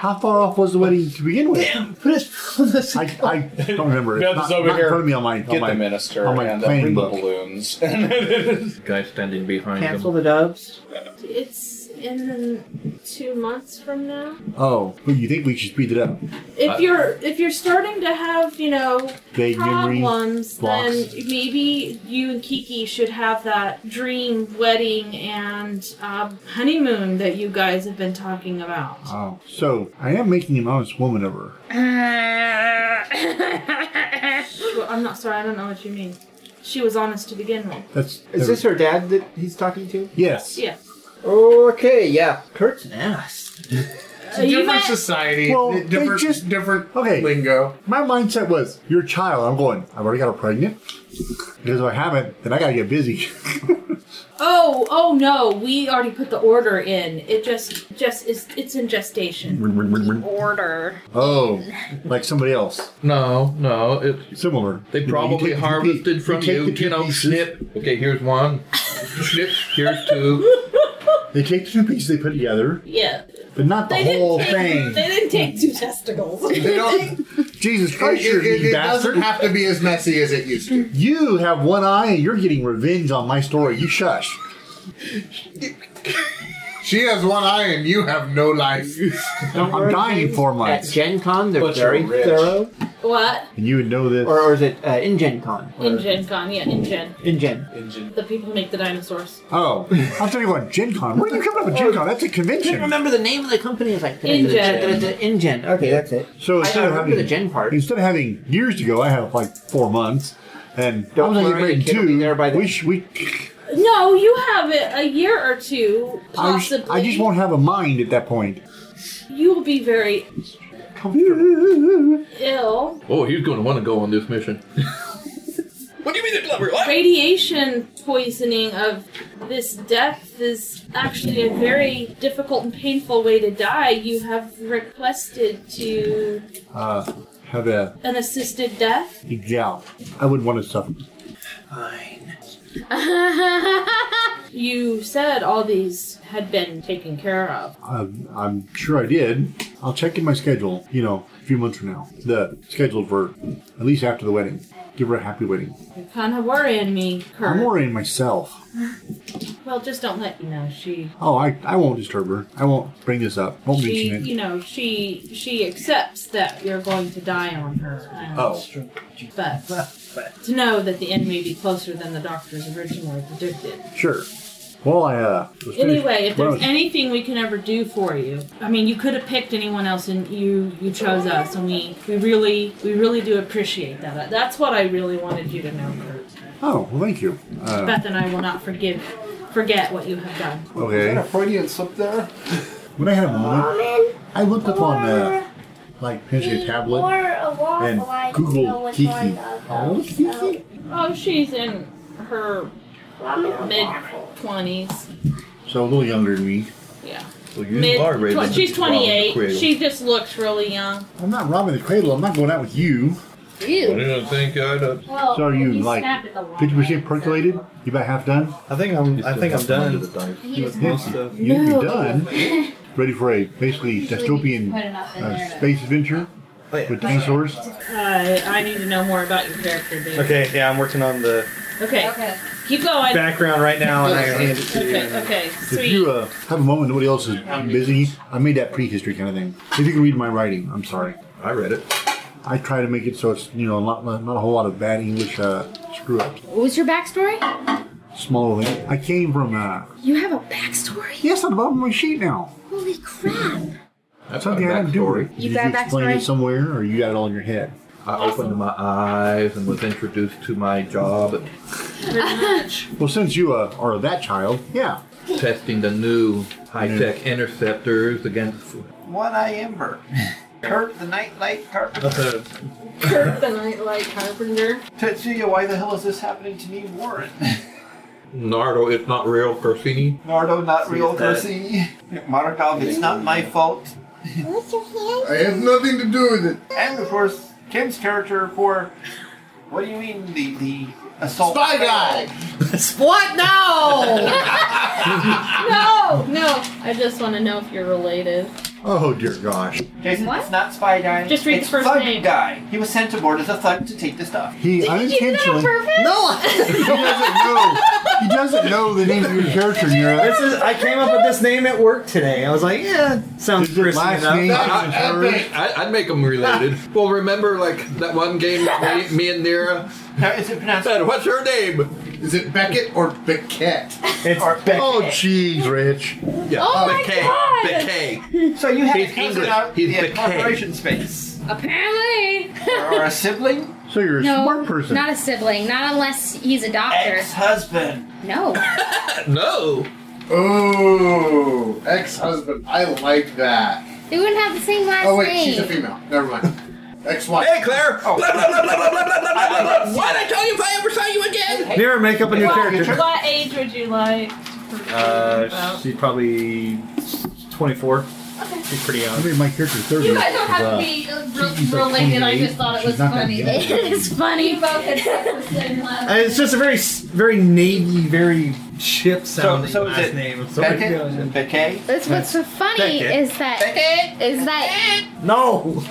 How far off was the wedding to
[LAUGHS]
begin with? I, I don't remember. It's
Beth
not,
is over
not
here.
in front of me on my, on
Get
my,
the minister
on my
and bring
planning
the
book.
balloons. [LAUGHS]
Guy standing behind
Cancel the doves.
It's in two months from now.
Oh, well, you think we should speed it up? Uh,
If you're if you're starting to have you know
Vague memory
problems, then
blocks.
maybe you and Kiki should have that dream wedding and uh, honeymoon that you guys have been talking about.
Oh, so I am making an honest woman of her.
Well, I'm not sorry. I don't know what you mean. She was honest to begin with.
That's
Is this her dad that he's talking to?
Yes.
Yeah.
Okay, yeah. Kurt's an ass.
So you
different
met-
society,
Well,
di-
they
different,
just
different
okay.
lingo.
My mindset was, "You're a child." I'm going. I've already got her pregnant. Because if I haven't, then I gotta get busy. [LAUGHS]
Oh, oh no! We already put the order in. It just, just is. It's in gestation. Order.
oh, like somebody else.
No, no, it's
similar.
They probably
take- you
harvested
take-
from
you take
you,
the
you,
two
know,
pieces.
snip. Okay, here's one. snip, here's two.
They take the two pieces they put together,
Yeah.
but not the whole thing.
They didn't take two testicles.
They don't.
Jesus Christ,
It,
you
it- it- it
bastard!
doesn't have to be as messy as it used to.
You have one eye, and you're getting revenge on my story. You shush.
She has one eye and you have no life.
I'm dying for
At
months,
Gen Con, they're
But you're
very
rich.
thorough.
[LAUGHS] What?
and you would know this.
Or, or is it uh, in Gen Con?
In Gen Con, yeah, in Gen.
In Gen.
The people who make the dinosaurs.
Oh, I'm talking about Gen Con. Where are you coming up with Gen Con? That's a
I can't
convention.
remember the name of the company. It's like
InGen.
InGen. Okay, that's it.
So
I,
instead
I
of
remember
having
the Gen part.
instead of having years to go, I have like four months, and
Don't
I was
worry,
like
the
getting
kid will be there by
two.
then.
We, sh- we
No, you have it a year or two,
I, was-
possibly.
I just won't have a mind at that point.
You will be very
Comfortable.
ill.
Oh, he's going to want to go on this mission.
What do you mean the blubber?
Radiation poisoning of this depth is actually a very difficult and painful way to die. You have requested to
Uh, have a
an assisted death.
yeah. I wouldn't want to suffer.
you said all these had been taken care of.
I'm, I'm sure I did. I'll check in my schedule. You know, a few months from now, the schedule for at least after the wedding. Give her a happy wedding.
You're kind of worrying me, Kurt.
I'm worrying myself.
well, just don't let you know she.
Oh, I, I won't disturb her. I won't bring this up. Won't
She,
mention it.
you know, she she accepts that you're going to die on her. and-
Oh.
but to know that the end may be closer than the doctors originally predicted.
Sure. Well, I uh. was finished-
Anyway, if
when I
there's
was-
anything we can ever do for you, I mean, you could have picked anyone else, and you you chose us, and we we really we really do appreciate that. That's what I really wanted you to know, Kurt.
Oh, well, thank you. Uh,
Beth and I will not forgive forget what you have done.
okay.
a Freudian slip there?
When I had a moment, I looked up on uh, like potentially a tablet and Google Kiki. Oh, Kiki?
Oh, she's in her mid twenties.
So a little younger than me.
Yeah,
Well, you
mid.
are ready
Tw-
to
she's
rob the
twenty eight.
cradle.
She just looks really young.
I'm not robbing the cradle. I'm not going out with you.
I don't think I'd. Uh,
Well,
so are you,
he
like
snapped it the wrong
Fifty
way.
percent percolated. You about half done?
I think I'm. I think I'm done.
He was
Yes, you,
No.
are done.
[LAUGHS]
Ready for a basically dystopian
put enough in there
uh,
to-
space adventure with dinosaurs.
Uh, I need to know more about your character, dude.
Okay, yeah, I'm working on the
Okay.
uh,
Keep going.
background right now, and I hand it to you.
Okay. Okay.
If
Sweet.
you uh, have a moment, nobody else is busy. I made that prehistory kind of thing. If you can read my writing, I'm sorry.
I read it.
I try to make it so it's you know not not a whole lot of bad English uh, screw ups.
What was your backstory?
Small thing. I came from uh,
You have a backstory?
yes, on the bottom of my sheet now.
Holy crap.
That's
Something I didn't do.
backstory.
You
Did
got
you
a
explain
backstory?
it somewhere, or you got it all in your head?
I opened my eyes and was introduced to my job
Well, since you uh, are that child, yeah.
testing the new high-tech interceptors against
One eye ember. Kurt the nightlight carpenter.
uh,
Kurt the Nightlight Carpenter.
Tetsuya, why the hell is this happening to me, Warren?
Nardo. It's not real, Corsini.
Nardo, not
See
real
that.
Corsini. Markov, it's not my fault.
What's your hand?
I have nothing to do with it.
And of course, Kim's character for what do you mean the the
Oh.
assault?
Spy guy.
What? Oh, No. no. No. I just want to know if you're related.
Oh dear gosh.
Jason, it's not Spy Guy.
Just read the
it's
first
thug
name.
Guy. He was sent aboard as a thug to take the stuff.
He unintentionally. No, [LAUGHS] he doesn't know. He doesn't know the name of your character. and You're
This is. I came up with this name at work today. I was like, yeah, sounds Christian
last
enough.
name
I, would make them related. [LAUGHS] well, remember like that one game me, me and Nira said, "What's her name?"
Is it Beckett or Beckett?
It's
Oh jeez, Rich.
Yeah,
Oh my
Beckett.
God!
Beckett.
So you have
He's
to cousin
English.
out
He's
the
Beckett.
corporation space.
Apparently.
Or a sibling?
So you're a
no,
smart person.
not a sibling. Not unless he's a doctor.
Ex-husband.
No.
No.
Oh, ex-husband. I like that.
They wouldn't have the same last
Oh wait,
name.
she's a female. Never mind. Ex-wife.
Hey, Claire. [LAUGHS]
Oh.
Blah, blah, blah, blah, blah, blah, blah, blah, blah, blah, blah. Why'd I tell you if I ever saw you again?
Nira, make up a new
what,
character.
What age would you like?
Uh, she's probably 24. She's pretty
I
young.
made my character thirty.
You guys don't have to
Uh,
be uh,
she's like
re- related. I just
28.
thought it was
She's not that
funny.
young.
[LAUGHS]
It is
funny.
You both had the same last
Uh, It's just a very, s- very navy, very ship
So,
sounding
so is
last
it
name. I'm sorry.
Beckett? Beckett?
That's what's so funny
Beckett.
is that
Beckett.
is that
No.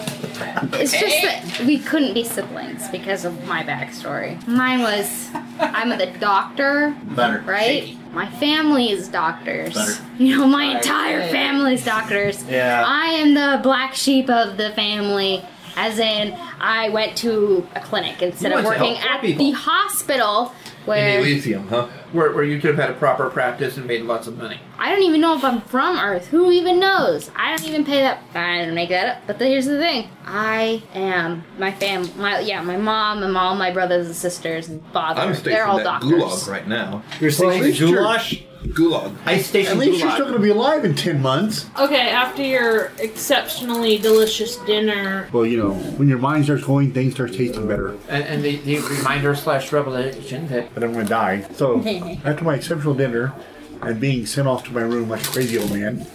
it's just that we couldn't be siblings because of my backstory. Mine was I'm the doctor,
Better.
right? My family is doctors.
Better.
[LAUGHS] You know, my entire
Right.
family is doctors.
Yeah.
I am the black sheep of the family. As in, I went to a clinic instead
You
of
went to
working
help
at
people.
the hospital where
Elysium, huh?
Where, where you could have had a proper practice and made lots of money.
I don't even know if I'm from Earth. Who even knows? I don't even pay that. I don't make that up. But here's the thing: I am my fam. My yeah, my mom and all my brothers and sisters and father.
I'm
They're all
stationed at
doctors.
Gulag right now.
You're
at
saying
least you're-
goulash?
Gulag.
I
At
stationed
least you're
Gulag.
still going to be alive in ten months.
Okay, after your exceptionally delicious dinner,
Well, you know, when your mind starts going, things start tasting better.
and, and the, the reminder slash revelation that
But I'm going to die. So after my exceptional dinner and being sent off to my room like a crazy old man,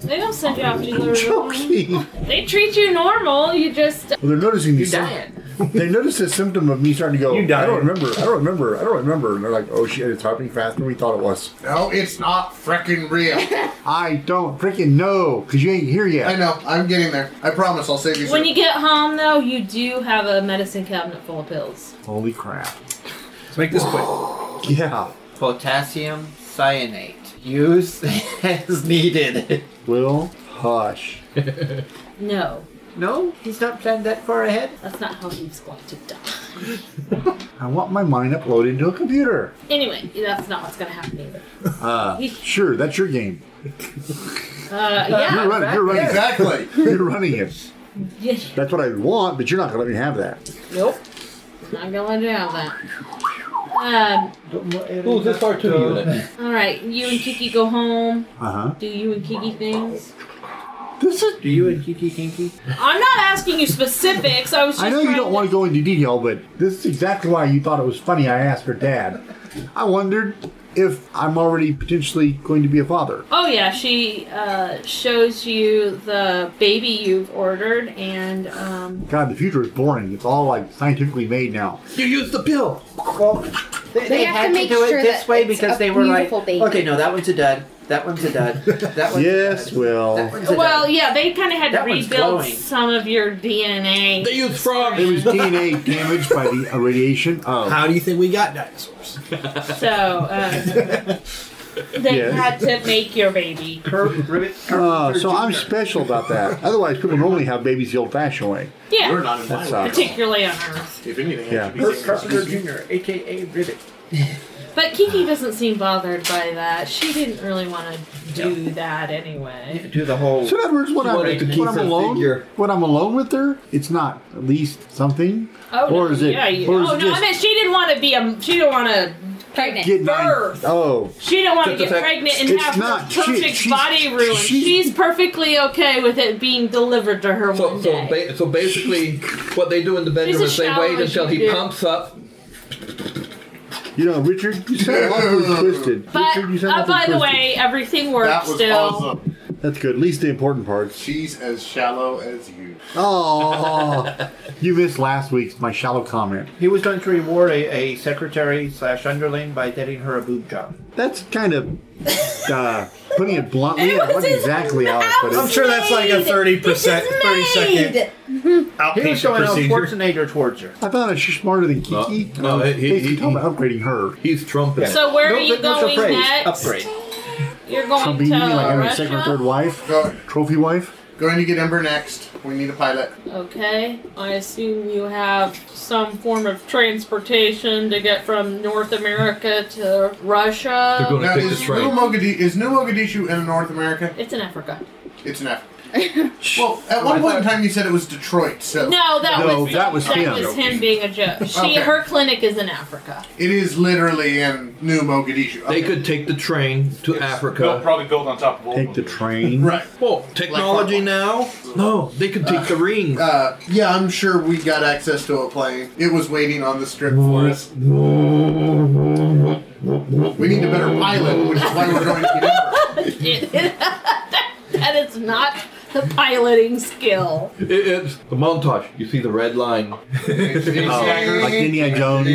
they don't send you after
[LAUGHS] I'm
the room.
joking. Well,
They treat you normal. You just
they're noticing
you
these.
diet.
[LAUGHS] They noticed the symptom of me starting to go.
You died.
I don't remember. I don't remember. I don't remember. And they're like, "Oh shit, it's happening faster than we thought it was."
No, it's not freaking
[LAUGHS]
real.
I don't freaking know because you ain't here yet.
I know. I'm getting there. I promise. I'll save you.
when
soon.
you get home though, you do have a medicine cabinet full of pills.
Holy crap!
Let's make this quick.
Yeah.
Potassium cyanate. Use [LAUGHS] as needed.
Will hush.
No,
No, he's not planned that far ahead.
that's not how he's going to die.
I want my mind uploaded into a computer.
Anyway, that's not what's gonna happen either.
Uh, sure, that's your game.
Uh, yeah.
You're running. You're
[LAUGHS]
running.
Exactly.
You're running it.
Yeah.
That's what I want, but you're not gonna let me have that.
Nope. I'm not gonna let you have that.
Who's this R2 unit?
Um. All right, you and Kiki go home.
Uh huh.
Do you and Kiki things?
This is.
Do you and Kiki Kinky?
I'm not asking you specifics. I was. Just
I know you
trying
don't want to go into detail, but this is exactly why you thought it was funny. I asked her dad. I wondered if I'm already potentially going to be a father.
Oh yeah, she uh, shows you the baby you've ordered, and um,
God, the future is boring. It's all like scientifically made now.
You used the pill.
Well, they, they,
have
had
to
to,
make
do it
sure
this
that
way
it's
because
a
they were like,
beautiful baby.
okay, no, that one's a dud. That one's a
[LAUGHS]
dud. That one's
Yes,
a dud.
Will.
That one's a
well,
well,
yeah, they kind of had to
That one's
rebuild
glowing.
some of your DNA.
They used frog.
It
[LAUGHS]
was DNA damaged by the radiation of.
How do you think we got dinosaurs?
So uh,
[LAUGHS]
they
Yes.
had to make your baby.
Curve, rivet, curve,
Uh, so I'm
curve.
special about that. Otherwise, people normally have babies the old-fashioned way.
Yeah,
not in
That sucks.
particularly on Earth.
If anything,
Yeah. should be
Herb Carpenter Jr., aka Rivet.
But Kiki doesn't seem bothered by that. She didn't really want to do that anyway.
Do the whole.
So in other words, when, I'm,
wanted to keep
when I'm
her
alone,
figure.
when I'm alone with her, it's not at least something.
Oh,
Or
no,
is it-
Yeah, you,
or is
oh
it
no, I
just-
meant she didn't want to be a. She didn't want to.
Pregnant.
Get nine-
Birth.
Oh,
She didn't want to
Just
get
the fact-
pregnant and
It's
have
not-
her perfect
she- she's-
body ruined. She's,
she's-
perfectly okay with it being delivered to her
So,
one
so,
day.
ba- so basically, what they do in the bedroom
She's
is
a
they wait
shallow
until he
shooter.
pumps up.
you
[LAUGHS]
know, Richard, you sound awfully twisted.
but
Richard, you sound
uh,
awfully
by the
twisted.
way, everything works
That was
still.
awesome.
That's good. At least the important parts.
She's as shallow as you.
Oh, you missed last week's my shallow comment.
He was going to reward a, a secretary slash underling by getting her a boob job.
That's kind of uh, putting it bluntly. That's not exactly how I put it.
I'm sure that's like a 30%, 30 second
He was
outpatient
going
procedure.
unfortunator towards her.
I thought she's smarter than Kiki.
No,
And I was
he- he-
basically
he-
talking about upgrading her.
He's trumping.
So where are you going next? You're
So
going
be
to
like I'm a second or
Russia.
third wife, trophy wife.
Going to get Ember next. We need a pilot.
Okay. I assume you have some form of transportation to get from North America to Russia.
now, is New Mogadishu, is New Mogadishu in North America?
It's in Africa. [LAUGHS]
It's in Africa. well, at one point in time you said it was Detroit, so.
No, that
No,
was
that was him.
was him being a joke. She
Okay.
her clinic is in Africa.
It is literally in New Mogadishu. They could
take the train to Africa.
built-
probably built on top of all
Take the train.
Right.
Well, technology now. No, they could take the rings.
Uh, yeah, I'm sure we got access to a plane. It was waiting on the strip for us. We need a better pilot, which is why we're going to get
[LAUGHS] that is not the piloting skill.
It, it's the montage. You see the red line.
[LAUGHS]
Oh, like Indiana Jones.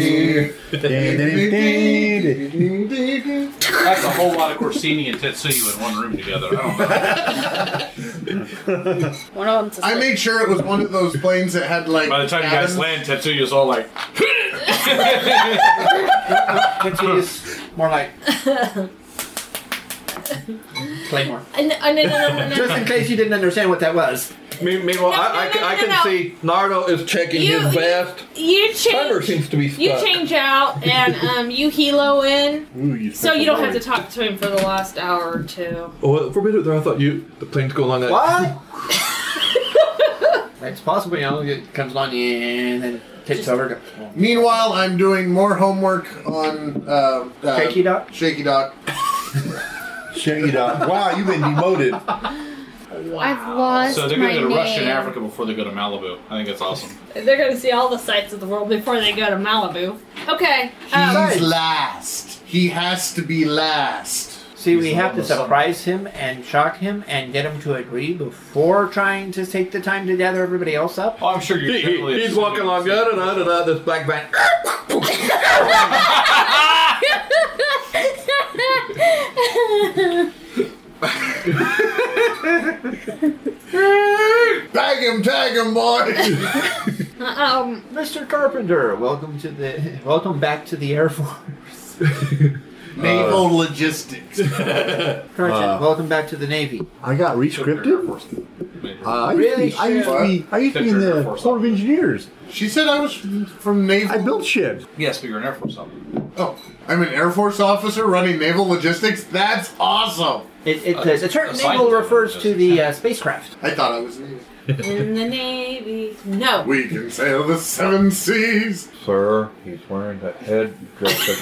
That's a whole lot of Corsini and Tetsuyu in one room together. I don't know. [LAUGHS]
One of
I made sure it was one of those planes that had like.
By the time you guys
cabins.
land, Tetsuya's all like,
Continues more like Claymore.
And, uh, no, no, no, no, no,
Just in
no.
case you didn't understand what that was.
Me- Meanwhile, I, I, can- I
no,
can
no.
see Nardo is checking
You-
his
you-
vest.
You
Timer
change.
seems to be stuck.
You change out, and um, you helo in,
Ooh, you
so you don't have to talk to him for the last hour or two.
Oh, for a minute there, I thought you the plane's going along. That. What?
[LAUGHS] It's possible, you know, it comes along and then takes over. to-
Meanwhile, I'm doing more homework on uh, uh,
Shaky Doc?
Shaky Doc.
Shaky Doc. Wow, you've been demoted.
I've lost
so they're
my
going to go to Russia and
name.
Africa before they go to Malibu. I think that's awesome.
They're gonna see all the sights of the world before they go to Malibu. Okay. um,
He's last. He has to be last.
See, we have to surprise him and shock him and get him to agree before trying to take the time to gather everybody else up.
[LAUGHS] Oh, I'm sure
He, he, he's walking along. Da, da, da, da, da, this black man.
[LAUGHS]
Bag him, tag him,
[LAUGHS]
boy.
um, Mr. Carpenter, welcome to the [LAUGHS] welcome back to the Air Force.
Naval logistics.
Carson,
Uh,
welcome back to the Navy.
I got rescripted. Uh, I,
Really?
used to be, I used to be. I used to be in the Corps of Engineers.
She said I was from Naval.
I built shit.
Yes, but you're an Air Force officer.
Oh, I'm an Air Force officer running naval logistics. That's awesome.
It, it, the, the term naval refers to the uh, spacecraft.
I thought I was naval.
In the Navy. No.
We can sail the seven seas.
Sir, he's wearing the head dress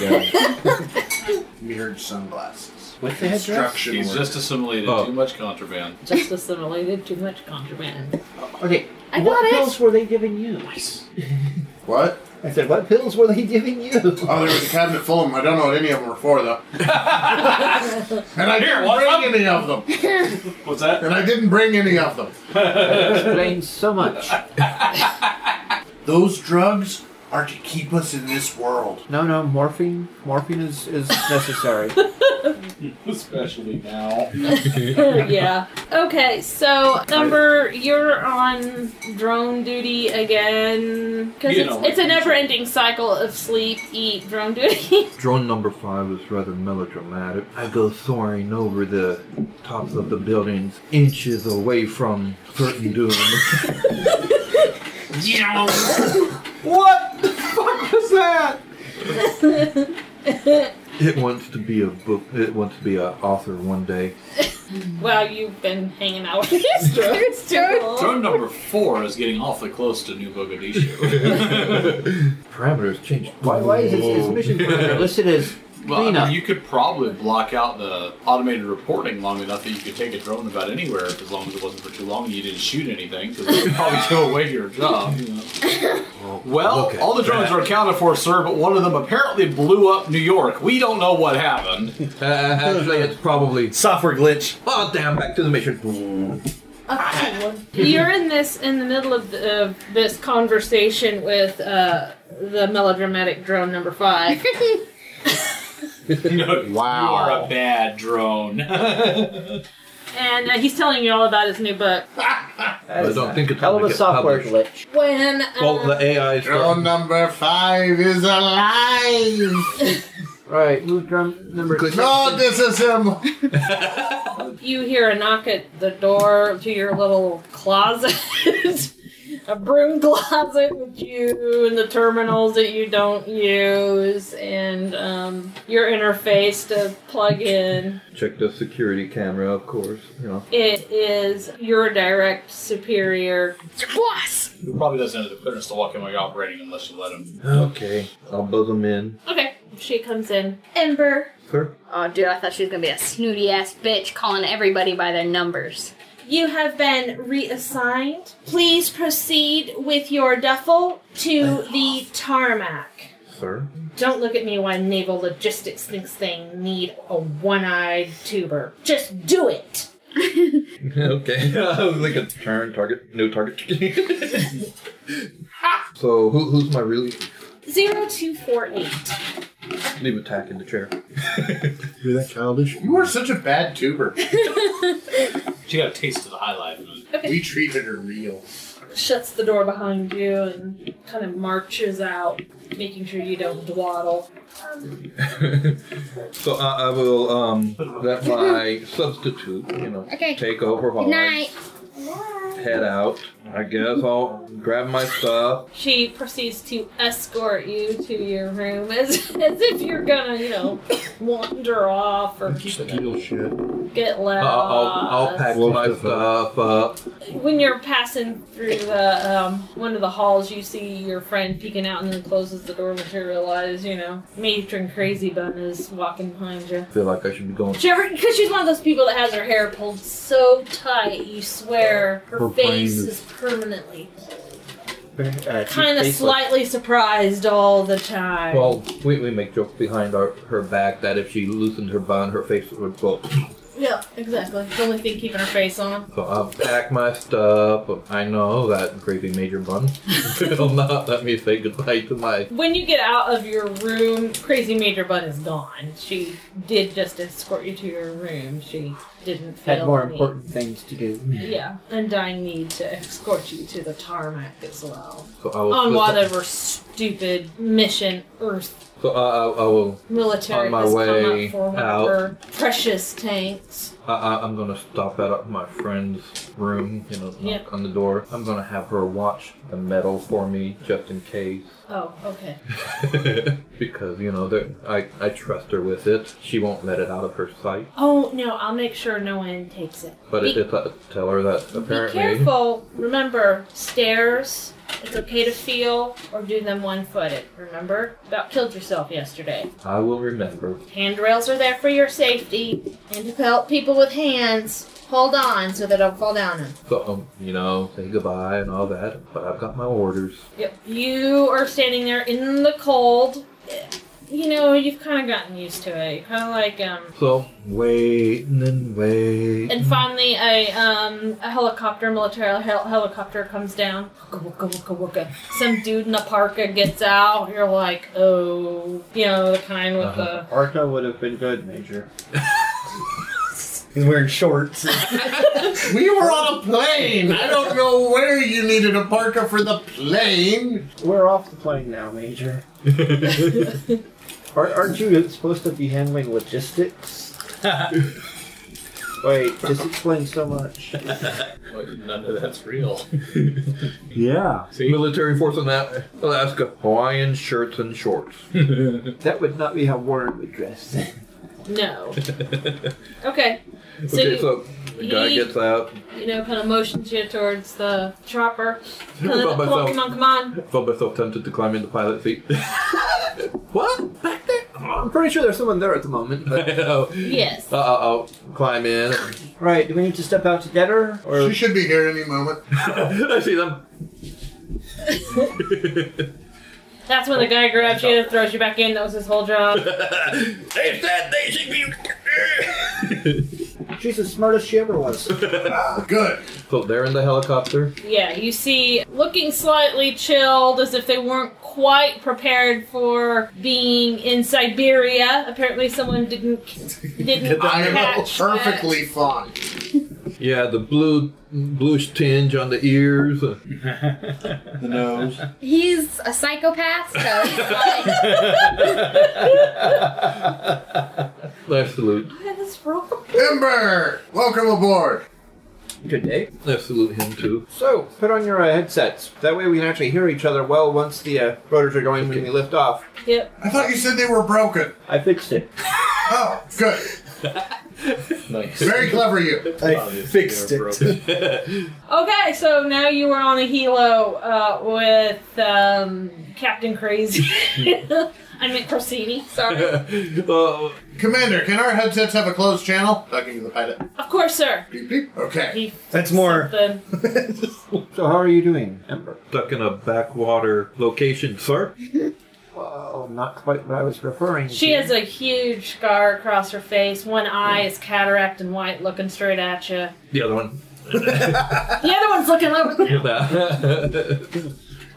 [LAUGHS]
again.
Mirrored sunglasses.
With
the headdress?
He's just assimilated
Oh.
too much contraband.
Just assimilated too much
[LAUGHS]
contraband.
Okay.
I
what
got it.
pills were they giving you?
What?
I said, what pills were they giving you? Oh, [LAUGHS]
there was a cabinet full of them. I don't know what any of them were for, though. and I
Here,
didn't
want
bring any of them.
What's that?
And I didn't bring any of them.
That explains so much.
Those drugs are to keep us in this world.
No, no, morphine. Morphine is, is [LAUGHS] necessary.
Especially
[LAUGHS]
now.
yeah. Okay, so number you're on drone duty again because
You
it's,
know,
it's a never-ending cycle of sleep, eat, drone duty. [LAUGHS]
Drone number five is rather melodramatic. I go soaring over the tops of the buildings, inches away from certain [LAUGHS] doom.
what the fuck was that?
it wants to be a book. It wants to be an author one day.
well, you've been hanging out with these drones too
Drone
long.
number four is getting awfully close to New
[LAUGHS]
Mogadishu.
Parameters change.
Why, why is his, his mission parameter listed as
Well, I
Cleanup.
mean, you could probably block out the automated reporting long enough that you could take a drone about anywhere as long as it wasn't for too long and you didn't shoot anything because it would probably [LAUGHS] go away your [LAUGHS] job. you know. Well, all the drones were accounted for, sir, but one of them apparently blew up New York. We don't know what happened.
Uh, actually, it's probably
software glitch.
Oh damn! Back to the mission.
[LAUGHS] You're in this in the middle of, the, of this conversation with uh, the melodramatic drone number five.
wow. You are a bad drone.
And uh, he's telling you all about his new book.
I don't think it's hell of a software
glitch.
When uh,
Well, the AI is
Drone number five is alive.
right, move drum number.
No, this is him.
you hear a knock at the door to your little closet, [LAUGHS] a broom closet with you and the terminals that you don't use, and um, your interface to plug in.
Check the security camera, of course. You know.
It is your direct superior. Boss!
Who probably doesn't have the clearance to walk in while you're operating unless you let him.
Okay, I'll buzz them in.
Okay, she comes in. Ember.
Sir,
Oh, dude, I thought she was gonna be a snooty ass bitch calling everybody by their numbers.
You have been reassigned. Please proceed with your duffel to the tarmac.
sir.
Don't look at me while Naval Logistics thinks they need a one eyed tuber. Just do it!
[LAUGHS] okay, [LAUGHS] like a turn target, no [LAUGHS] target. so who, who's my really
0248.
leave attack in the [LAUGHS] chair?
You're that childish.
You are such a bad tuber.
She got a taste of the highlight.
Okay.
We treated her real.
Shuts the door behind you and kind of marches out, making sure you don't dawdle.
So I, I will um, let my substitute, you know,
Okay.
take over while
Good night.
I head out. I guess I'll grab my stuff.
She proceeds to escort you to your room as, as if you're gonna, you know, wander off or
Steal shit.
get
I'll,
lost.
I'll, I'll pack my stuff up.
When you're passing through the um, one of the halls, you see your friend peeking out and then closes the door when she realizes, you know, matron crazy bun is walking behind you.
Feel like I should be going.
Because she's one of those people that has her hair pulled so tight, you swear her,
Her brain
face
is-
is permanently
Uh,
kind of slightly surprised all the time.
Well, we, we make jokes behind our, her back that if she loosened her bun, her face would go.
yeah, exactly. It's the only thing keeping her face on.
So I'll pack my stuff. I know that gravy major bun [LAUGHS] will not let me say goodbye to my.
When you get out of your room, Crazy Major Bun is gone. She did just escort you to your room. She didn't feel
Had more
the need-
important things to do.
Yeah, and I need to escort you to the tarmac as well.
So I will.
On
flip-
whatever stupid mission Earth
So I, I, I will.
military
On my
has come
way
up for one
out.
of her precious tanks.
I, I, I'm gonna stop at uh, my friend's room, you know, knock
Yeah.
on the door. I'm gonna have her watch the medal for me just in case. [LAUGHS]
Oh, okay.
because, you know, there- I, I trust her with it. She won't let it out of her sight.
Oh no, I'll make sure no one takes it.
But
Be-
it, it's uh, tell her that
Be
apparently.
careful. Remember, stairs. It's okay to feel or do them one footed. Remember? About killed yourself yesterday.
I will remember.
Handrails are there for your safety and to help people with hands. Hold on so they don't fall down them.
So, um, you know, say goodbye and all that. But I've got my orders.
Yep. You are standing there in the cold. You know, you've kind of gotten used to it. Kind of like um,
So, wait and then wait.
And finally, a um, a helicopter, military hel- helicopter, comes down. Wooka, wooka, wooka, wooka. Some dude in a parka gets out. You're like, oh, you know, the kind with
Uh-huh.
the.
Arca would have been good,
[LAUGHS]
Major. He's wearing shorts.
We were on a plane. I don't know where you needed a parka for the plane.
We're off the plane now, Major. Aren't, aren't you supposed to be handling
[LAUGHS]
logistics? Wait, just explain so much.
Like, none of that's real. [LAUGHS]
Yeah. Military force in that Alaska. Hawaiian shirts and shorts.
that would not be how Warren would dress.
[LAUGHS]
No. Okay. So,
okay,
you,
[LAUGHS] so the guy
he-
gets out.
you know, kind of motions you towards the
[LAUGHS]
chopper. Come on, come
About
on,
myself.
come on, come on.
[LAUGHS] Felt myself tempted to climb in the pilot seat. what? Back there?
I'm pretty sure there's someone there at the moment.
[LAUGHS]
But...
Yes.
Uh oh. Climb in.
Right, do we need to step out to get her? Or
She should be here any moment.
I see them.
That's when the guy grabs you, throws you back in. That was his whole job.
They said they should be.
she's the smartest she ever was.
Good.
So they're in the helicopter.
Yeah, you see, looking slightly chilled as if they weren't quite prepared for being in Siberia. Apparently, someone didn't didn't
I am
catch that.
perfectly fine.
Yeah, the blue bluish tinge on the ears, the nose.
He's a psychopath, so
[LAUGHS]
he's fine.
Absolute.
What is wrong?
Ember, welcome aboard.
Good day.
Absolute him too. [LAUGHS]
So, put on your uh, headsets. That way we can actually hear each other well once the uh, rotors are going when we lift off.
Yep.
I thought you said they were broken.
I fixed it.
Oh, good.
Nice.
Very clever you.
I fixed it.
Okay, so now you are on a helo uh, with um, Captain Crazy. [LAUGHS] I meant Corsini. Sorry.
[LAUGHS] Uh,
Commander, can our headsets have a closed channel? Talking to the pilot.
Of course, sir.
Beep, beep. Okay.
He
That's more.
then
So, how are you doing, Ember?
Stuck in a backwater location, sir.
Well, not quite what I was referring
She has a huge scar across her face. One eye is cataract and white, looking straight at you.
The other one.
The other one's looking over.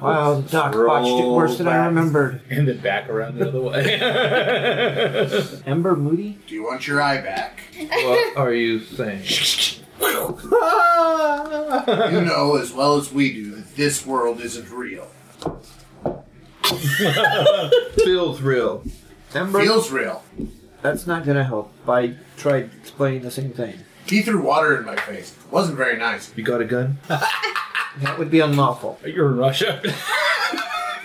Wow, Doc botched it worse than I remembered.
And then back around the other [LAUGHS] way.
Ember Moody?
Do you want your eye back?
What are you saying?
[LAUGHS] You know as well as we do that this world isn't real.
Feels real.
Ember?
Feels real.
That's not gonna help. I tried explaining the same
[LAUGHS]
thing.
He threw water in my face. Wasn't very nice.
You got a gun?
That would be unlawful.
You're in Russia.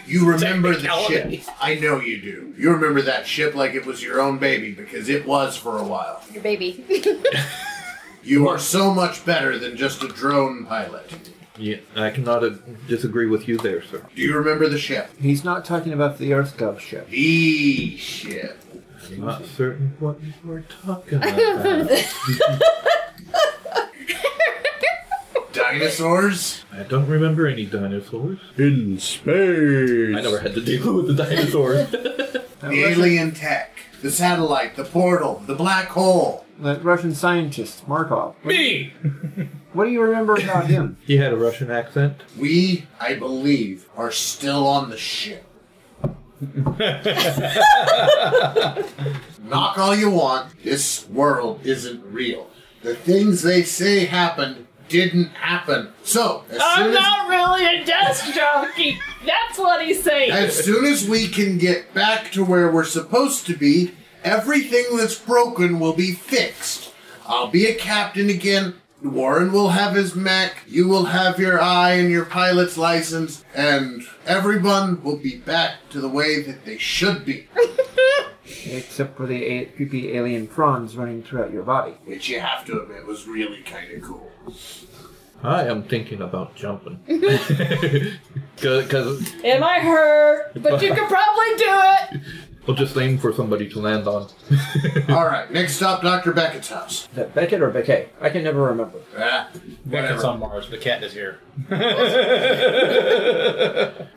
You remember the ship. I know you do. You remember that ship like it was your own baby because it was for a while.
Your baby. [LAUGHS]
You are so much better than just a drone pilot.
[LAUGHS] Yeah, I cannot uh, disagree with you there, sir.
Do you remember the ship?
He's not talking about the EarthGov ship.
The ship.
I'm not certain what you were talking about.
Dinosaurs?
I don't remember any dinosaurs.
In space.
I never had to deal with the dinosaurs.
The alien tech. The satellite. The portal. The black hole.
That Russian scientist, Markov.
Me!
What do you remember about him?
he had a Russian accent.
We, I believe, are still on the ship. Knock all you want. This world isn't real. The things they say happened didn't happen. So, as
I'm
soon as,
not really a desk jockey. That's what he's saying.
as soon as we can get back to where we're supposed to be, everything that's broken will be fixed. I'll be a captain again. Warren will have his mech. You will have your eye and your pilot's license, and everyone will be back to the way that they should be,
Except for the a- creepy alien prawns running throughout your body.
which you have to admit was really kind of cool.
I am thinking about jumping. [LAUGHS] Because
It might hurt, but you could probably do it.
we'll just aim for somebody to land on.
All right, next stop, Dr. Beckett's house.
Is that Beckett or Beckett? I can never remember.
Ah,
Beckett's
whatever.
on Mars, but Cat is here.
I'm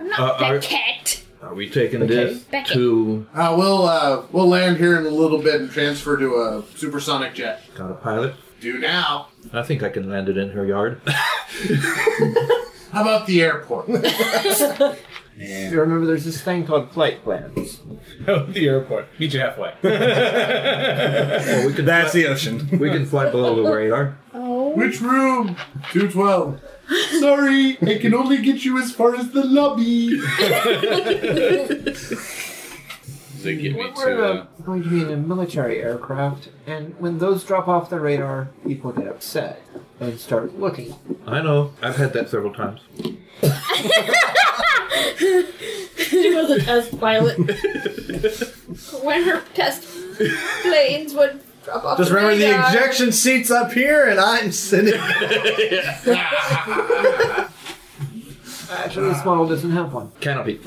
not
Uh,
that
are-
cat.
Are we taking this
Beckett.
to.
Uh, we'll uh, we'll land here in a little bit and transfer to a supersonic jet.
Got a pilot?
Do now.
I think I can land it in her yard.
How about the airport?
You remember there's this thing called flight plans.
the airport. Meet you halfway.
Well, we can
That's
fly,
the ocean.
We can fly below the radar.
Which room? 212. Sorry, I can only get you as far as the lobby.
They get me
We're
to.
uh, going to be in a military aircraft, and when those drop off the radar, people get upset and start looking.
I know. I've had that several times.
She was a
[LAUGHS]
test pilot.
When her test planes would drop off.
Just remember the
radar.
ejection seat's up here, and I'm
[LAUGHS]
sitting.
Actually, this model doesn't have one.
Canopy.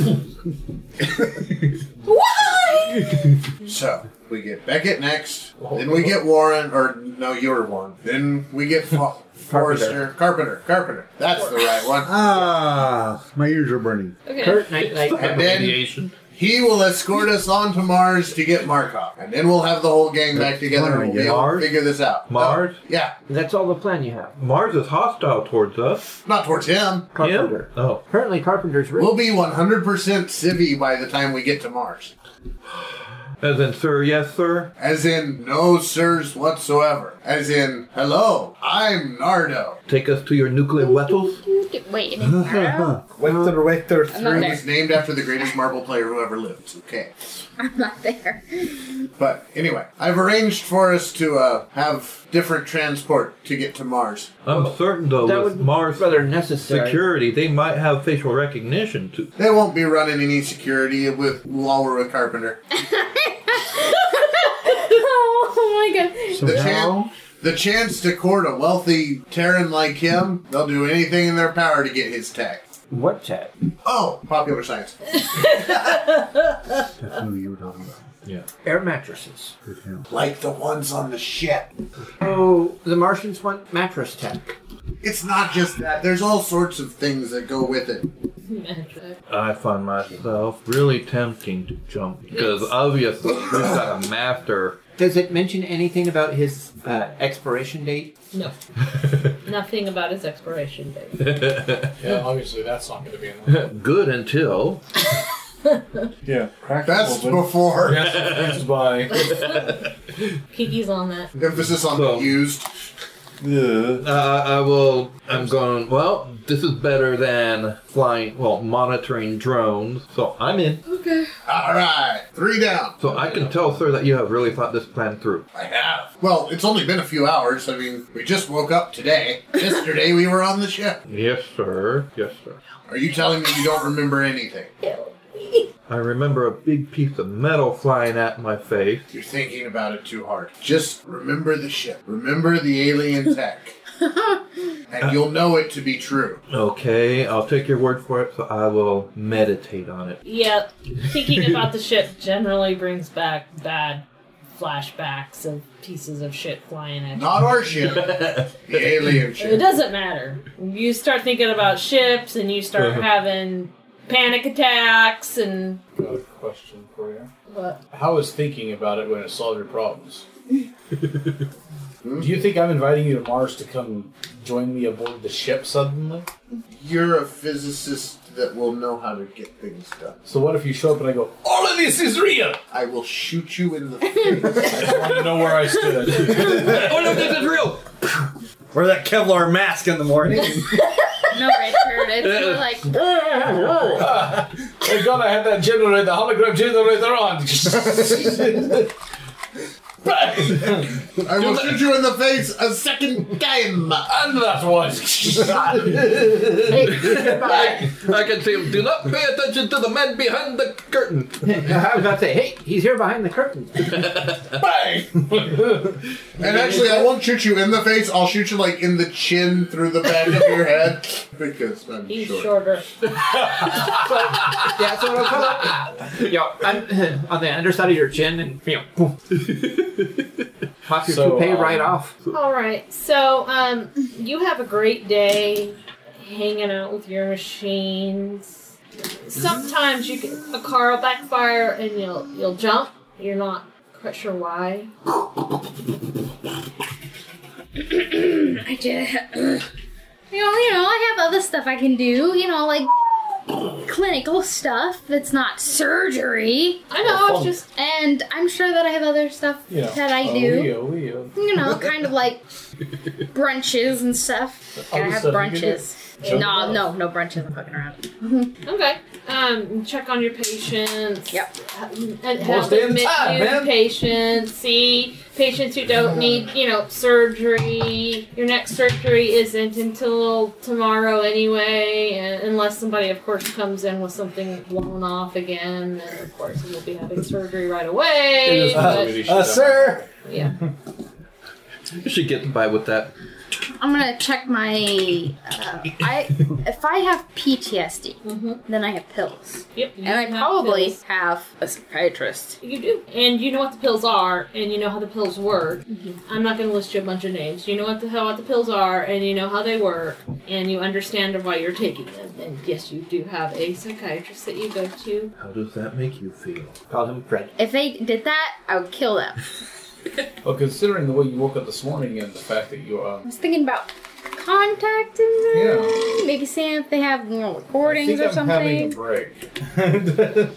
Why?
so we get Beckett next, then we get Warren, or no, you were Warren. Then we get
[LAUGHS]
Fa- Forrester, Carpenter, Carpenter. That's the right one.
[LAUGHS]
Ah, my ears are burning.
Okay.
Kurt Knight, Knight, Knight.
and then he will escort us on to Mars to get Markov, and then we'll have the whole gang back together and we'll be able to figure this out.
Mars?
Yeah.
That's all the plan you have.
Mars is hostile towards us.
Not towards him.
Carpenter.
Oh.
Apparently, Carpenter's rich.
We'll be 100% civvy by the time we get to Mars.
As in, sir, yes, sir?
As in, no sirs whatsoever. As in, hello, I'm Nardo.
Take us to your nuclear weapons?
Wait,
[LAUGHS] Wether, Wether
I'm not there.
He's named after the greatest marble player who ever lived. Okay.
I'm not there. [LAUGHS]
But anyway, I've arranged for us to uh, have different transport to get to Mars.
I'm certain, though,
That
with Mars
necessary.
security, they might have facial recognition too.
They won't be running any security with while we're with Carpenter.
oh my god.
the, chan- the chance to court a wealthy Terran like him, they'll do anything in their power to get his tag.
What tag?
Oh, popular science.
I knew you were talking about.
Yeah.
Air mattresses.
Like the ones on the ship.
Oh, the Martians want mattress tech.
It's not just that, there's all sorts of things that go with it.
uh,
I find myself really tempting to jump because obviously we've got a master.
Does it mention anything about his uh, expiration date?
No. Nothing about his expiration date.
Yeah, obviously that's not going to be enough. [LAUGHS]
Good until.
yeah.
That's before.
Yes, by.
Kiki's on that.
Emphasis on the used.
Uh, I I will. I'm going. Well, this is better than flying. Well, monitoring drones. So I'm in.
Okay.
All right, three down.
So I can tell, sir, that you have really thought this plan through.
I have. Well, it's only been a few hours. I mean, we just woke up today. Yesterday we were on the ship.
Yes, sir. Yes, sir.
Are you telling me you don't remember anything?
I remember a big piece of metal flying at my face.
You're thinking about it too hard. Just remember the ship. Remember the alien tech. and you'll know it to be true.
Okay, I'll take your word for it. So I will meditate on it.
Yeah, thinking about the ship generally brings back bad flashbacks of pieces of shit flying at you.
Not our ship. the
[LAUGHS]
alien
It
ship.
doesn't matter. You start thinking about ships and you start
Uh-huh.
having panic attacks and.
Got a question for you.
What?
How is thinking about it when it solves your problems? [LAUGHS] Do you think I'm inviting you to Mars to come join me aboard the ship suddenly?
You're a physicist that will know how to get things done.
So what if you show up and I go, all of this is real?
I will shoot you in the face.
[LAUGHS] I want to know where I [LAUGHS] stood.
oh no, this is real. Wear that Kevlar mask in the morning.
No, Richard. It's more like.
[LAUGHS]
Thank God I had that generator, the hologram generator [LAUGHS] on.
I will shoot you in the face a second time.
And that [LAUGHS]
I, I can see him. Do not pay attention to the man behind the curtain.
I was about to say, hey, he's here behind the curtain.
Bang! and actually, I won't shoot you in the face. I'll shoot you like in the chin through the back of your head because I'm
He's
short.
shorter.
yeah, so it'll come up, you know, on, on the underside of your chin and you know, boom. pop your
So,
toupee right
um,
off.
All right. So, um, you have a great day hanging out with your machines. Sometimes you can, a car will backfire and you'll you'll jump. You're not quite sure why.
I did. You know, you know, I have other stuff I can do. You know, like clinical stuff that's not surgery.
I know. I was just
And I'm sure that I have other stuff that
Oh,
Oh,
I do.
uh,
[LAUGHS]
You know, kind of like brunches and stuff.
Other
Gotta have
stuff you can
brunches.
do.
No, no, no brunches. I'm fucking around.
Okay. Um, check on your patients. Yep. And
More
help
stay
admit
inside,
new
man.
patients. See patients who don't need, you know, surgery. Your next surgery isn't until tomorrow anyway, and unless somebody, of course, comes in with something blown off again. Then of course, we'll be having surgery right away.
It is probably
but-
the
uh, sir.
yeah.
You should get by with that.
I'm gonna check my. Uh, I if I have PTSD, then I have pills.
Yep. Mm-hmm. you
And I
have
probably
pills.
have a psychiatrist.
You do. And you know what the pills are, and you know how the pills work.
Mm-hmm.
I'm not going to list you a bunch of names. You know what the hell what the pills are, and you know how they work, and you understand why you're taking them. And yes, you do have a psychiatrist that you go to.
How does that make you feel?
Call him Fred.
If they did that, I would kill them.
Well, considering the way you woke up this morning and the fact that you
I
um,
was thinking about contacting them. Maybe seeing if they have you know, recordings or something.
break.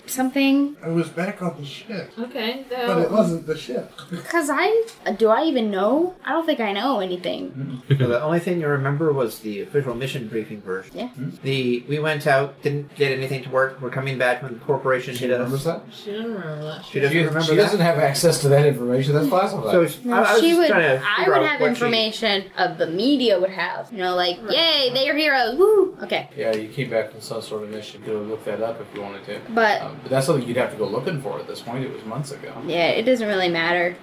Something.
I was back on the ship.
Okay.
But it wasn't the ship.
Because I. Do I even know? I don't think I know anything.
So the only thing you remember was the official mission briefing version.
Yeah.
The we went out, didn't get anything to work. We're coming back when the corporation hit us.
She doesn't remember that.
She doesn't remember
She
that.
doesn't have access to that information. That's classified.
[LAUGHS] So it's-
No, she would. I would have information of the media would have. You know, like, yay, they're heroes. Woo. Okay.
yeah, you came back from some sort of mission. You could have looked that up if you wanted to.
But-
um, but that's something you'd have to go looking for at this point. It was months ago.
Yeah, it doesn't really matter.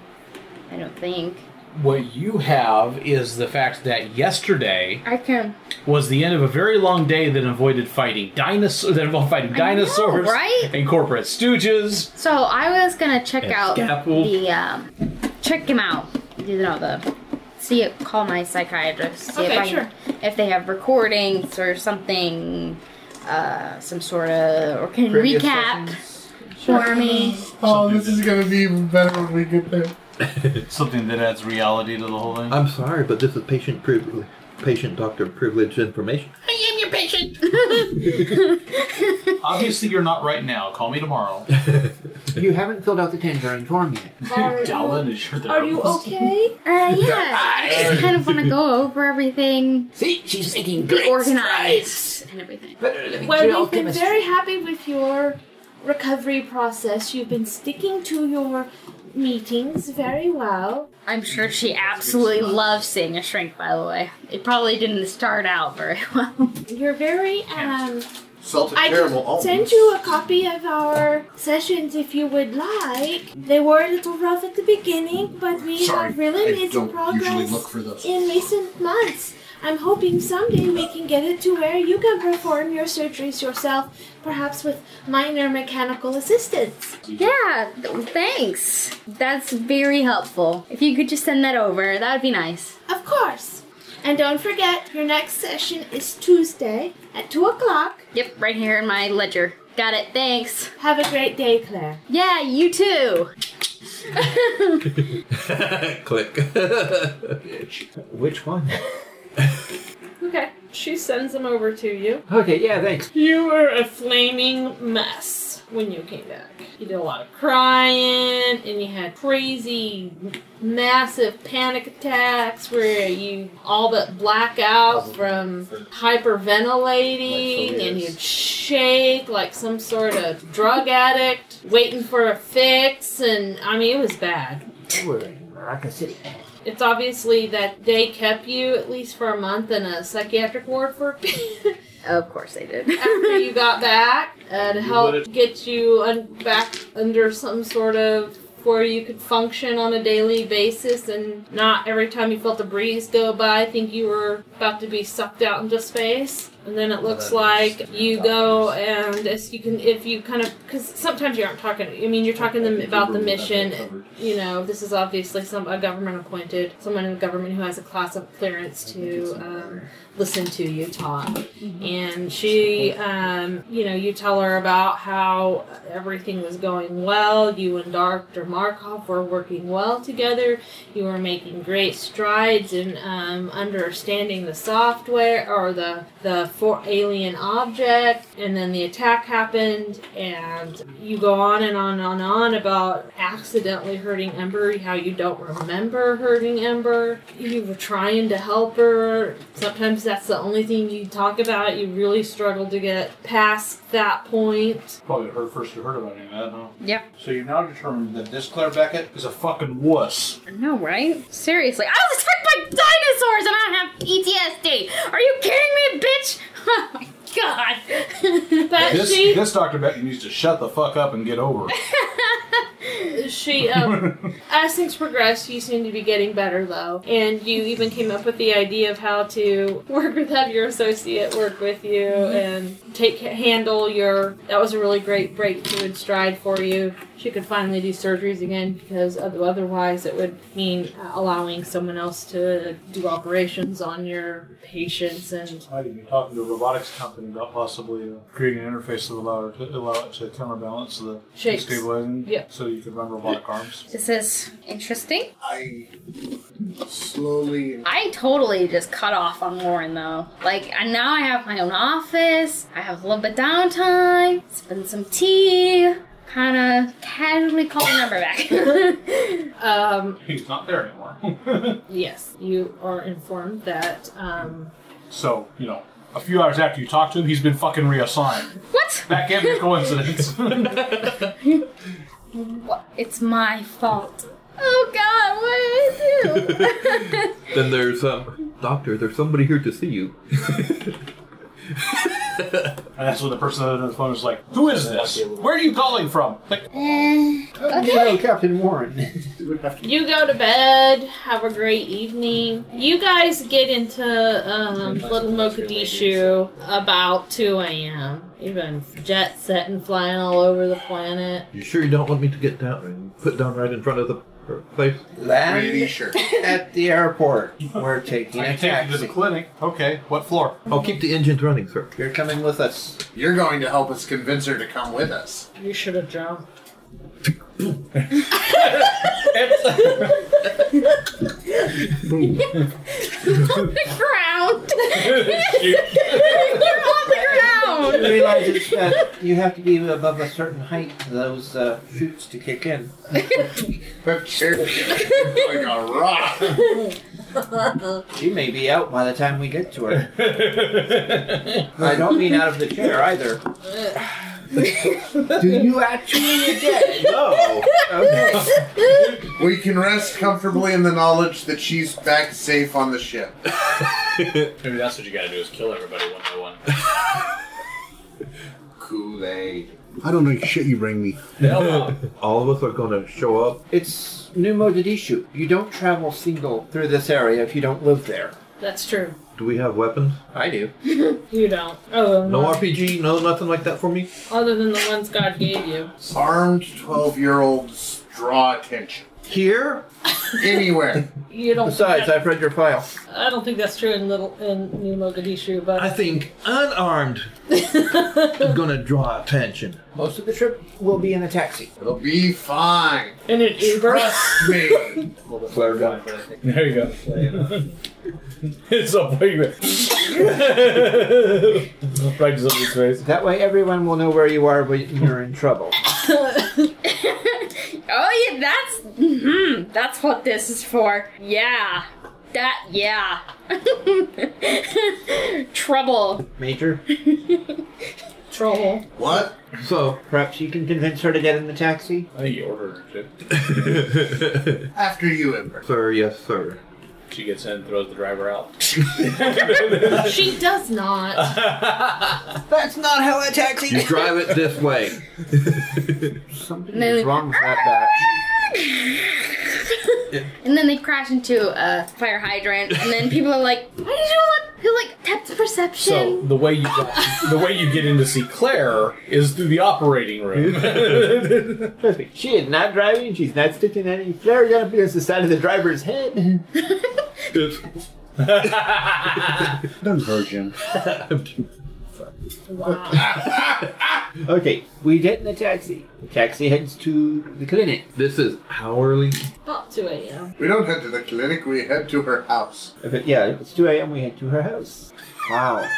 I don't think.
What you have is the fact that yesterday
I can.
was the end of a very long day that avoided fighting dinosaurs. That involved fighting dinosaurs,
right?
And corporate stooges.
So I was gonna check
And
out
scalpel.
the um, check him out. You know the see it. Call my psychiatrist. See
Okay,
if I
sure.
can, if they have recordings or something, uh, some sort of or can
Previous
recap for me.
Oh, this is gonna be even better when we get there.
Something that adds reality to the whole thing.
I'm sorry, but this is patient privilege, patient doctor privilege information.
I am your patient.
Obviously, you're not right now. Call me tomorrow.
You haven't filled out the Tangerine form yet.
Are
[LAUGHS] Dallin is your
Are you
therapist.
okay? [LAUGHS]
Uh, yeah, I just kind of want to go over everything.
See, she's making
be
great
organized and everything.
Well, we've been very happy with your recovery process. You've been sticking to your meetings very well.
I'm sure she absolutely loves seeing a shrink. By the way, it probably didn't start out very [LAUGHS] well.
You're very um.
Salted
I
caramel
can
almonds.
send you a copy of our sessions if you would like. They were a little rough at the beginning, but we
Sorry,
have really
I
made some
don't usually
progress
look for those.
in recent months. I'm hoping someday we can get it to where you can perform your surgeries yourself, perhaps with minor mechanical assistance.
Yeah, th- thanks. That's very helpful. If you could just send that over, that would be nice.
Of course. And don't forget, your next session is Tuesday at 2 o'clock.
Yep, right here in my ledger. Got it, thanks.
Have a great day, Claire.
Yeah, you too. [LAUGHS]
Click.
Which one?
Okay. She sends them over to you.
Okay, yeah, thanks.
You were a flaming mess when you came back. You did a lot of crying, and you had crazy, massive panic attacks where you all but black out from hyperventilating, and you'd shake like some sort of drug addict waiting for a fix. And I mean, it was bad.
You were in Morocco City.
It's obviously that they kept you at least for a month in a [LAUGHS] psychiatric ward for
Of course they did.
after
[LAUGHS]
you got back uh, to help get you un- back under some sort of where you could function on a daily basis and not every time you felt a breeze go by think you were about to be sucked out into space and then it looks like you go and as you can if you kind of because sometimes you aren't talking i mean you're talking to them about the mission you know this is obviously some a government appointed someone in the government who has a class of clearance to um, listen to you talk and she um, you know you tell her about how everything was going well you and dr markov were working well together you were making great strides in um, understanding the software or the the for alien object and then the attack happened and you go on and on and on, and on about accidentally hurting ember how you don't remember hurting ember you were trying to help her sometimes that's the only thing you talk about you really struggle to get past that point
Probably heard first you heard about any of that, huh?
Yeah.
So you've now determined that this Claire Beckett is a fucking wuss.
No, right? Seriously. I was attacked by dinosaurs and I don't have PTSD. Are you kidding me, bitch? [LAUGHS] Oh my god.
but
this,
she
[LAUGHS]
this Dr. Beckett needs to shut the fuck up and get over it.
she, um, as things progressed, you seem to be getting better though, and you even came up with the idea of how to work with have your associate work with you and take handle your. That was a really great breakthrough and stride for you. She could finally do surgeries again because oth- otherwise it would mean uh, allowing someone else to do operations on your patients and
I could be talking to a robotics company about possibly uh, creating an interface that would allow, it to, allow it to counterbalance the
Shakes.
stabilizing,
Yeah.
so you could run robotic arms.
[LAUGHS] This is interesting.
I slowly.
I totally just cut off on Lauren though. Like, and now I have my own office. I have a little bit downtime. It's been some tea. Kind of casually call the number back. [LAUGHS]
um,
He's not there anymore.
yes, you are informed that. Um,
So, you know, a few hours after you talk to him, he's been fucking reassigned.
What?
That can't be a coincidence. [LAUGHS]
What? It's my fault. Oh God, what did I do?
Then there's um, doctor. There's somebody here to see you.
and that's when the person on the phone is like, Who is this? Where are you calling from? Like,
Hello, Captain Warren.
You go to bed. Have a great evening. You guys get into um, Little Mogadishu about 2 a.m. You've been jet setting, flying all over the planet.
You sure you don't want me to get down and put down right in front of the her place?
Land at the airport. We're taking
I
a
can take you to
taxi.
the clinic. Okay, what floor?
I'll keep the engines running, sir.
You're coming with us.
You're going to help us convince her to come
[LAUGHS]
with us.
You should have
[LAUGHS]
jumped.
on the [LAUGHS] ground. You're on the
You
ground.
realize it's, uh, you have to be above a certain height for those uh, shoots to kick in.
like a rock.
She may be out by the time we get to her. I don't mean out of the chair [LAUGHS] either.
Do you actually get
[LAUGHS]
No.
We can rest comfortably in the knowledge that she's back safe on the ship.
[LAUGHS] Maybe that's what you gotta do is kill everybody one by one.
Kool Aid.
[LAUGHS] I don't know shit you bring me.
All of us are going to show up.
It's New Mogadishu. You don't travel single through this area if you don't live there.
That's true.
Do we have weapons?
I do.
You don't. Oh,
No RPG, no nothing like that for me.
Other than the ones God gave you.
Armed 12 year olds draw attention.
Here?
Anywhere.
You don't.
Besides, I've read your file.
I don't think that's true in Little in New Mogadishu, but
I think
[LAUGHS]
unarmed is going to draw attention.
Most of the trip will be in a taxi.
It'll be fine.
in
[LAUGHS]
an Uber.
Me.
Flare gun.
There you go. it's a
right up his face.
That way everyone will know where you are when you're in trouble.
[LAUGHS] Oh yeah, that's mhm, that's what this is for. Yeah, that yeah. [LAUGHS] Trouble.
Major?
Trouble.
What?
So,
perhaps you can convince her to get in the taxi?
I think you ordered her
shit.
After you, Ember.
Sir, yes, sir.
She gets in, throws the driver out.
she does
[LAUGHS]
not.
That's not how a taxi.
You drive it this way.
Something
And then-
is wrong with that batch.
And then they crash into a fire hydrant, and then people are like, "Why did you look?" You like tapped
So
perception.
the way you the way you get in to see Claire is through the operating room.
Trust me, she is not driving. She's not sticking any flare gun up against the side of the driver's head. [LAUGHS]
Done virgin.
okay, we get in the taxi. The taxi heads to the clinic.
This is hourly.
About 2 a.m.
We don't head to the clinic, we head to her house.
If it, yeah, if it's 2 a.m., we head to her house. Wow.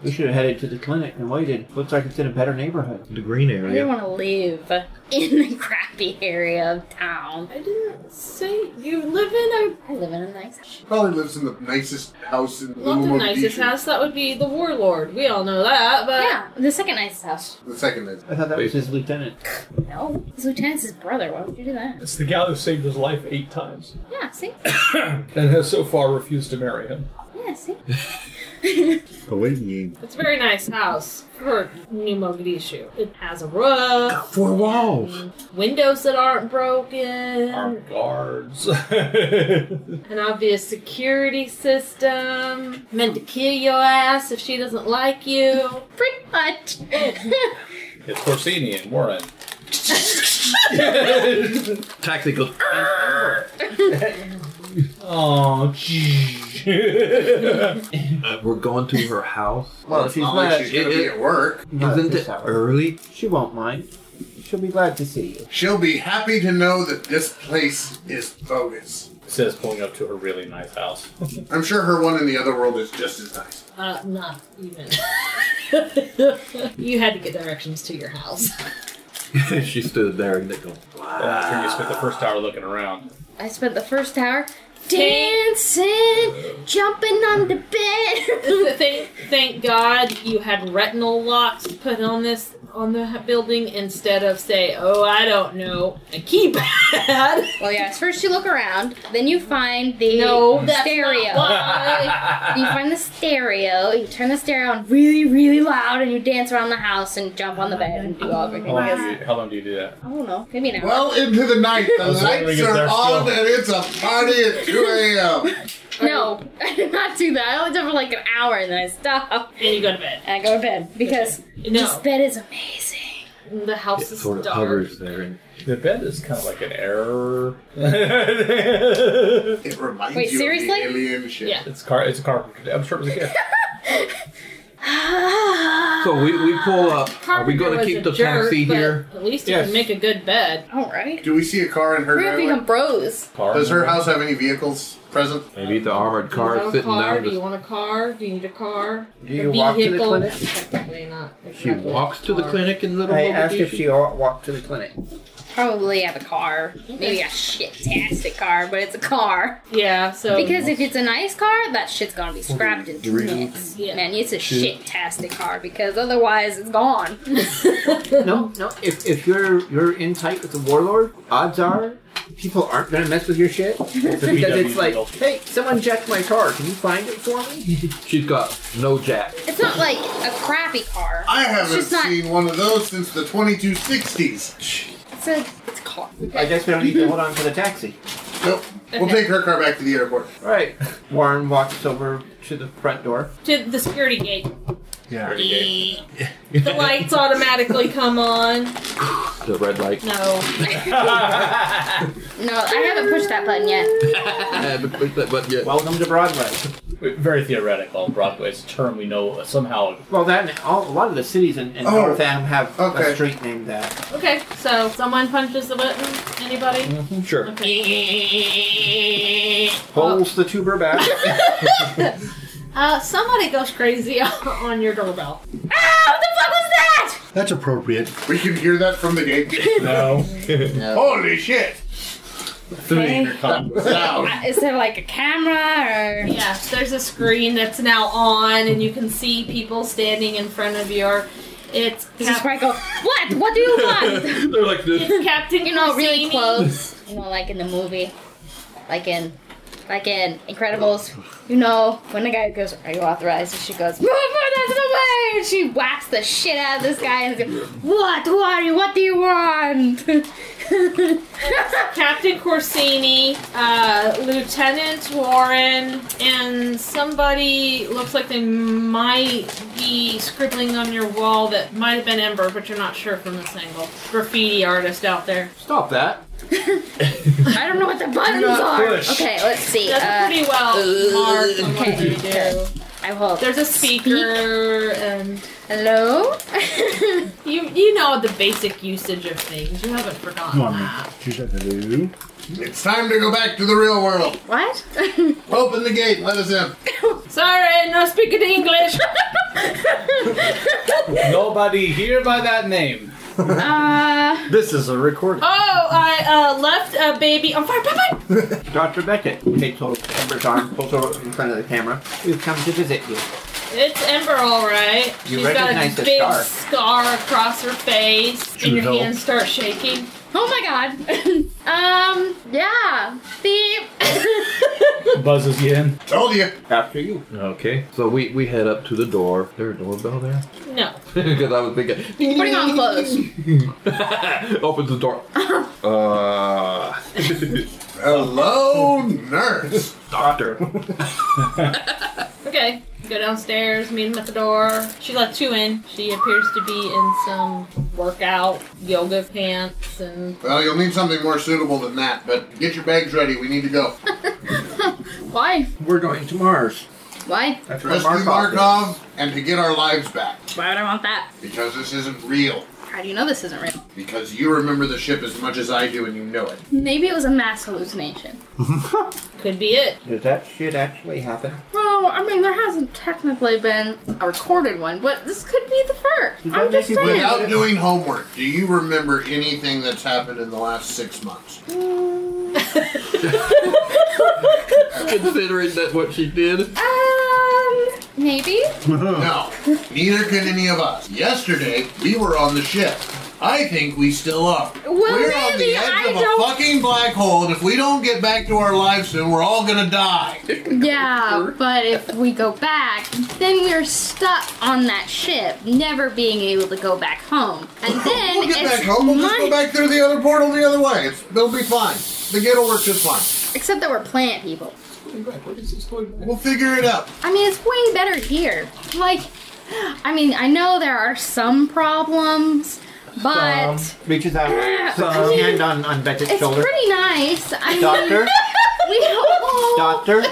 We should have headed to the clinic and waited. Looks like it's in a better neighborhood.
The green
I didn't want to live in the crappy area of town.
I didn't say you live in
I live in a nice. house.
Probably lives in the nicest house in
a not the
Little
nicest
Mogadishu.
house. That would be the warlord. We all know that, but
Yeah, the second nicest house.
The second nicest.
I thought that was his lieutenant.
No, his lieutenant's his brother. Why would you do that?
[LAUGHS] it's the guy who saved his life eight times
Yeah, see.
and has so far refused to marry him.
Yeah, see.
Believe me.
It's a very nice house for New Mogadishu. It has a roof,
Four walls.
windows that aren't broken,
[LAUGHS] guards.
an obvious security system, meant to kill your ass if she doesn't like you.
Pretty much.
It's Corsini and [LAUGHS] Warren. [LAUGHS]
Tactical.
Oh, gee.
Uh, we're going to her house. [LAUGHS]
Well, she's not.
it- it- Isn't it early?
She won't mind. She'll be glad to see you.
She'll be happy to know that this place is bogus.
Says pulling up to her really nice house.
I'm sure her one in the other world is just as nice.
Uh, not even. [LAUGHS] you had to get directions to your house.
she stood there and they go,
That's where you spent the first hour looking around.
I spent the first hour dancing, jumping on the bed. [LAUGHS]
thank, thank God you had retinal locks put on this on the building instead of say, oh, I don't know, a keypad.
[LAUGHS] well, yes. First you look around, then you find the
No, [LAUGHS] that's
stereo.
not
you find the stereo. You turn the stereo on really, really loud, and you dance around the house and jump on the bed and do all
How
everything.
long,
I
do
guess.
you, how long do you do that?
I don't know. Maybe an hour.
Well into the night,
I
the
was wondering
lights
if
are
they're
on
still-
and it's a party at 2 a.m.
No, [LAUGHS] I did not do that. I only did it for like an hour and then I stopped.
And you go to bed.
And I go to bed because this bed is amazing.
The house is
sort of hovers there. And
The bed is kind of like an [LAUGHS] error.
[LAUGHS] it reminds
Wait,
you
seriously?
of the alien shit.
Yeah.
It's car. It's a car. I'm sure it was a gift.
so we, we pull up. Are we
Carpenter
going to
was
keep
a
the
jerk,
taxi
but
here?
At least you
Yes.
can make a good bed.
All right.
Do we see a car in her
We're gonna
driveway?
become bros.
Does her house have any vehicles present?
Maybe the armored
Do you want a car? Do you want a car? Do you need a car?
Do you
a
walk to the
vehicle?
clinic?
Technically not.
She walks to the clinic in Little
I asked if
Mogadishu?
she wa- walked to the
[LAUGHS]
clinic.
Probably have a car. Maybe a shit-tastic car, but it's a car.
Yeah, so.
Because if it's a nice car, that shit's gonna be scrapped into
Really?
minutes. Man, it's a
Shit.
shit-tastic car because otherwise it's gone.
no, no. If, if you're you're in tight with the warlord, odds are people aren't gonna mess with your shit
[LAUGHS]
because it's like, hey, someone jacked my car. Can you find it for me?
She's got no jack.
It's not like a crappy car.
I
It's
haven't
just not.
seen one of those since the 2260s.
It's a, it's a car.
I
[LAUGHS]
guess we don't need to hold on for the taxi.
Nope. We'll take her car back to the airport.
Right. Warren walks over to the front door.
To the security gate.
Yeah.
[LAUGHS] The lights automatically come on.
The red light.
No.
[LAUGHS] No, I haven't pushed that button yet.
Welcome to Broadway.
Very theoretical. Broadway is a term we know somehow.
Well, that and all, a lot of the cities in, in
Oh.
Northam have
Okay.
a street named that.
Okay, so someone punches the button. Anybody?
Sure.
Okay.
Pulls the tuber back. [LAUGHS]
Uh, somebody goes crazy [LAUGHS] on your doorbell.
Ah, what the fuck was that?
That's appropriate.
We can hear that from the gate.
no.
Holy shit!
Uh, Is there like a camera or?
Yeah, there's a screen that's now on, and you can see people standing in front of your. It's. This is
where I go. What? What do you want?
They're like this.
Captain,
[LAUGHS] you know,
Cassini.
really close. [LAUGHS] You know, like in the movie, like in, like in Incredibles. You know, when the guy goes, "Are you authorized?" and she goes, "Move it out of the way!" and she whacks the shit out of this guy and he's like, "What? What do you? What do you want?" [LAUGHS]
Captain Corsini, uh, Lieutenant Warren, and somebody looks like they might be scribbling on your wall that might have been Ember, but you're not sure from this angle. Graffiti artist out there.
Stop that.
I don't know what the buttons
not
are.
push.
Okay, let's see.
That's
Uh,
pretty well marked on what you do.
I will.
There's a speaker and
hello. [LAUGHS]
you you know the basic usage of things. You haven't forgotten.
No, I mean, she said hello.
It's time to go back to the real world.
What? [LAUGHS]
Open the gate, let us in.
Sorry, no speaking
[LAUGHS]
English.
Nobody here by that name.
Uh,
This is a recording.
oh, I uh, left a baby on fire. Bye bye.
Dr. Beckett takes hold of Ember's arm, pulls over in front of the camera. We've come to visit you.
It's Ember, all right.
You
She's got
recognize
a
the
big
scar.
scar across her face,
Should
and your
help.
hands start shaking.
[LAUGHS] Oh my god. um, yeah. The
Buzzes you in.
Told you.
After you. Okay. So we, we head up to the door. There a doorbell there? [LAUGHS]
No.
Because I was thinking, [LAUGHS]
Putting on clothes.
[LAUGHS]
open the
[LAUGHS]
door. uh.
[LAUGHS]
Hello, nurse.
Doctor.
Okay. Go downstairs, meet him at the door. She let two in. She appears to be in some workout yoga pants and
Well, you'll need something more suitable than that, but get your bags ready. We need to go.
[LAUGHS] Why?
We're going to Mars.
Why?
That's
where
Markov,
Markov
and to get our lives back.
Why would I want that?
Because this isn't real.
How do you know this isn't real?
Because you remember the ship as much as I do, and you know it.
Maybe it was a mass hallucination. Could be it.
Did that shit actually happen?
Well, I mean, there hasn't technically been a recorded one, but this could be the first.
Does that
I'm
make
just
you believe
saying.
Without doing homework, do you remember anything that's happened in the last six months?
Mm. [LAUGHS]
Considering that what she did.
Um, maybe.
no, neither can any of us. Yesterday, we were on the ship. I think we still are.
Well,
we're on the
maybe,
edge
I
of
don't-
a fucking black hole, and if we don't get back to our lives soon, we're all gonna die.
Yeah, but if we go back, then we're stuck on that ship, never being able to go back home. And
[LAUGHS]
then
we'll get
it's
back home. We'll just
my-
go back through the other portal the other way. It's, it'll be fine. The gate will work just fine.
Except that we're plant people.
We'll figure it out.
I mean, it's way better here. Like, [GASPS] I mean, I know there are some problems, but
Some reaches out,
Ah,
puts
I
his
mean,
hand on on Ben's
it's
shoulder.
pretty nice. I
Doctor?
mean, [LAUGHS] we all
Doctor,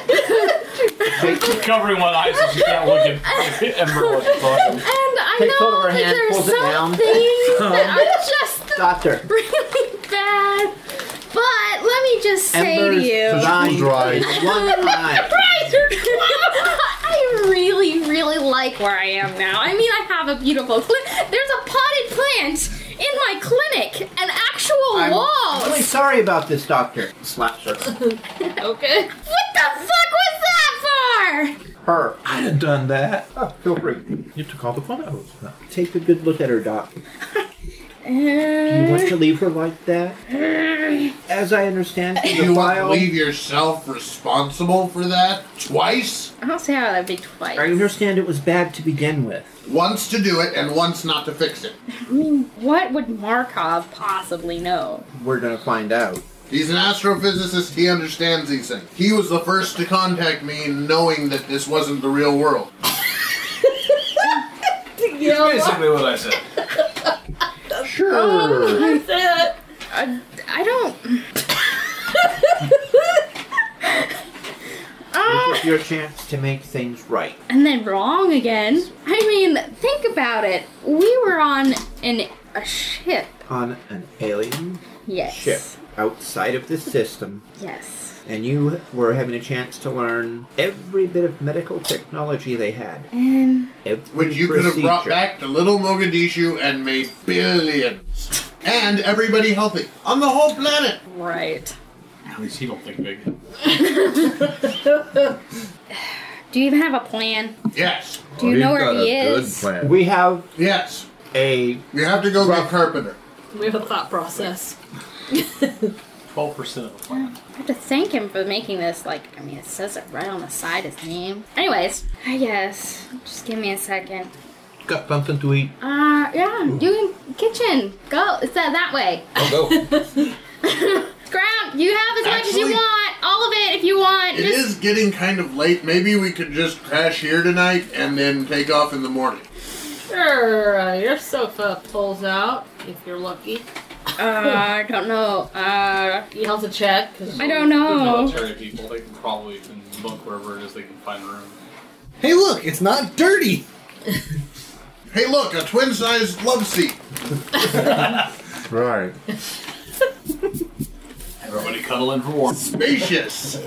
She's covering one eye so she can't look at
[LAUGHS]
Ember what's
and I
Takes
know
hold of her
that
hand,
there's
pulls it
some
down. [LAUGHS]
things that are just
doctor.
really bad. But let me just say to
Ember's
you, [LAUGHS]
blind. One eye.
Right. [LAUGHS] I really, really like where I am now. I mean, I have a beautiful clinic. There's a potted plant in my clinic, an actual
I'm really
walls.
sorry about this, doctor. Slaps her.
okay. [LAUGHS] What the fuck was that for?
Her.
I'd have done that.
Oh, feel free.
You took all the fun out of it.
Take a good look at her, doc. Do you want to leave her like that?
[LAUGHS]
As I understand,
Do
from
you
the
want to
file.
leave yourself responsible for that twice?
I don't see how that'd be twice.
I understand it was bad to begin with.
Once to do it and once not to fix it.
I mean, what would Markov possibly know?
We're gonna find out.
He's an astrophysicist. He understands these things. He was the first to contact me knowing that this wasn't the real world.
You know what?
what I said.
Sure.
Say that.
I, I don't.
This
um,
is your chance to make things right.
and then wrong again. I mean, think about it. We were on an a ship.
On an alien
Yes.
ship outside of this system,
Yes.
and you were having a chance to learn every bit of medical technology they had.
And
Every
Which you could have brought
procedure.
back to little Mogadishu and made billions. And everybody healthy on the whole planet.
right.
At least he don't think big.
Do you even have a plan?
Yes.
Do you know where he is?
We have
Yes.
a
You have to go get Carpenter.
We have a thought process.
Twelve percent of the plan.
I have to thank him for making this. Like, I mean, it says it right on the side, his name. Anyways, I guess. Just give me a second.
Got something to eat.
Uh, yeah, you can kitchen. Go. It's that that way.
I'll
Oh,
go.
[LAUGHS] Ground. You have as much as you
Actually-
want. All of it if you want.
It
Just-
is getting kind of late. Maybe we could just crash here tonight and then take off in the morning.
Sure, uh, your sofa pulls out if you're lucky.
Uh, I don't know. Uh,
you have to check. 'cause-
I don't know.
Military people, they can probably can bunk wherever it is they can find a room.
Hey, look, it's not dirty.
Hey, look, a twin sized love seat.
right.
Everybody cuddle in for warmth.
Spacious.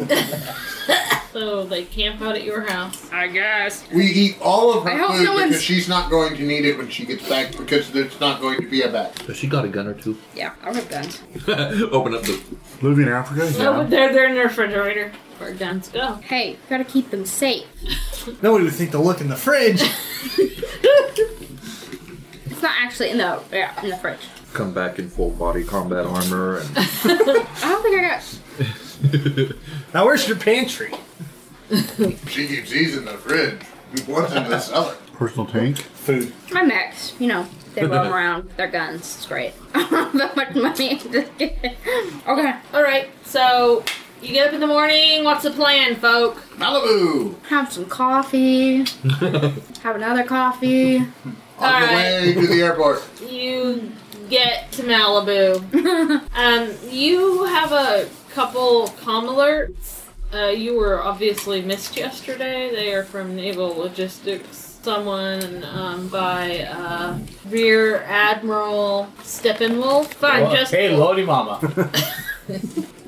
So they camp out at your house.
I guess.
We eat all of
I
her
hope
food
no one's-
because she's not going to need it when she gets back because there's not going to be a back.
So she got a gun or two.
Yeah, I would have done.
Open up the.
Living in Africa?
No, but Oh, they're, they're in the refrigerator. We're done to go.
Hey, gotta keep them safe.
Nobody would think to look in the fridge.
[LAUGHS] It's not actually in the yeah, in the fridge. [LAUGHS]
Come back in full body combat armor and.
I don't think I got.
Now, where's your pantry?
She keeps these in the fridge. What's in
[LAUGHS]
the cellar?
Personal tank. Food.
My mechs, you know, they roam around. They're guns. It's great. [LAUGHS] I don't have that much money. [LAUGHS] okay.
All right. So you get up in the morning. What's the plan, folk?
Malibu.
Have
[LAUGHS]
some coffee. Have another coffee. [LAUGHS]
On the way
to the airport.
You get to Malibu. um, you have a couple com alerts. Uh, you were obviously missed yesterday. They are from Naval Logistics. Someone um, by uh, Rear Admiral Steppenwolf. Fine,
Well,
just
Oh, hey, Lodi Mama.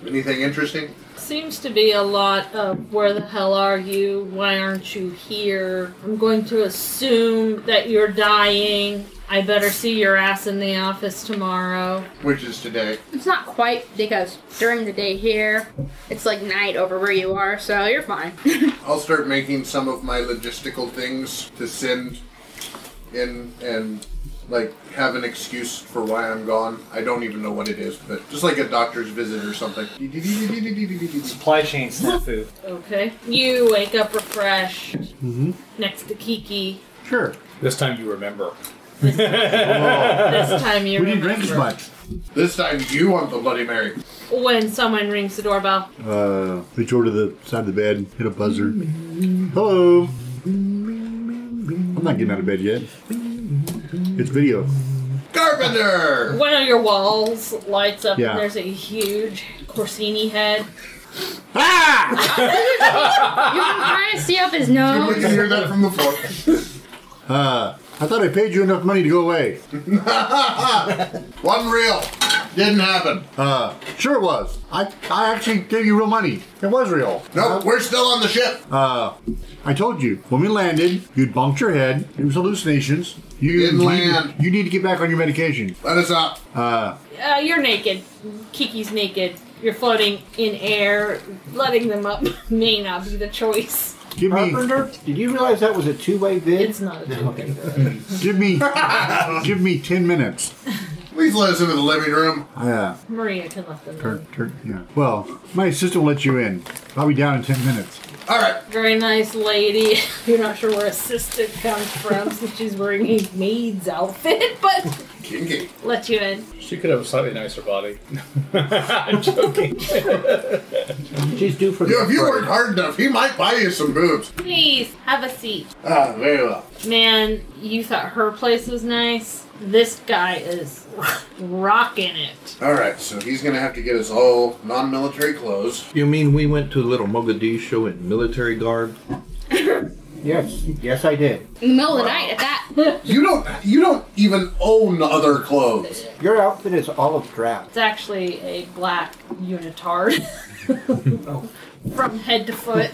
Anything interesting?
Seems to be a lot of where the hell are you? Why aren't you here? I'm going to assume that you're dying. I better see your ass in the office tomorrow.
Which is today.
It's not quite because during the day here, it's like night over where you are, so you're fine. [LAUGHS]
I'll start making some of my logistical things to send in and like have an excuse for why I'm gone. I don't even know what it is, but just like a doctor's visit or [LAUGHS] something.
Supply chain snafu.
Okay. You wake up refreshed
Mm-hmm.
next to Kiki.
Sure.
This time you remember.
This time you We didn't drink as remember.
much.
This time you want the Bloody Mary.
When someone rings the doorbell,
Uh, reach over to the side of the bed, hit a buzzer. Hello. I'm not getting out of bed yet. It's video.
Carpenter!
one of your walls lights up
Yeah.
and there's a huge Corsini head.
Ah!
You've been trying to see up his nose.
You can hear that from the floor.
Uh, I thought I paid you enough money to go away.
One real. Didn't happen.
Uh, sure it was. I, I actually gave you real money. It was real.
No, we're still on the ship.
Uh, I told you when we landed, you'd bumped your head. It was hallucinations. You
Didn't
you-
land.
You need to get back on your medication.
Let us up.
Uh,
Uh, you're naked. Kiki's naked. You're floating in air. Letting them up [LAUGHS] may not be the choice.
Give me.
Carpenter, did you realize that was a two-way vid? It's
not a
two-way vid.
give me,
[LAUGHS]
give me ten minutes.
Please let us into the living room.
Yeah.
Maria can let them in.
Turn, turn, yeah. Well, my assistant will let you in. I'll be down in ten minutes.
Very nice lady. [LAUGHS] You're not sure where assistant comes from since she's wearing a maid's outfit, [LAUGHS] but
Kinky.
let you in.
She could have a slightly nicer body. [LAUGHS] I'm joking.
She's due for
Yeah, if you work hard enough, he might buy you some boobs.
Please have a seat.
Ah, very well.
Man, you thought her place was nice. This guy is [LAUGHS] rocking it.
All right, so he's gonna have to get us all non-military clothes.
You mean we went to Little Mogadishu in military garb?
yes, yes, I did.
In the middle of the night at that.
You don't. You don't even own other clothes.
Your outfit is olive drab.
It's actually a black unitard [LAUGHS] from head to foot.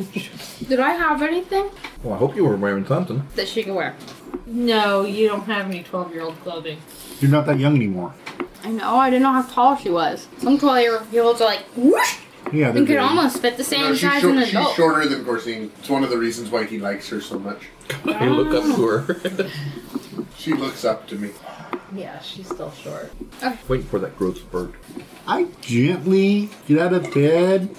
Did I have anything?
Well, I hope you were wearing something.
That she can wear.
No, you don't have any 12 year old clothing.
You're not that young anymore.
I know, I didn't know how tall she was. Some 12 year olds are like, whoosh!
Yeah,
and could
they're
almost fit the same
No, she's,
size
short,
as an
she's
adult.
shorter than Corsine. It's one of the reasons why he likes her so much.
I look up to her. [LAUGHS]
She looks up to me.
Yeah, she's still short.
Waiting for that growth spurt.
I gently get out of bed.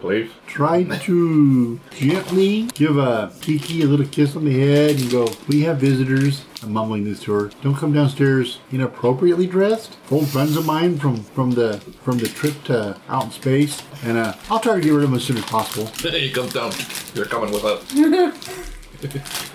Please.
Try to gently give a Kiki a little kiss on the head and go, We have visitors. I'm mumbling this to her. Don't come downstairs inappropriately dressed. Old friends of mine from, from the from the trip to out in space. And uh, I'll try to get rid of them as soon as possible.
Hey, come down. You're coming with us.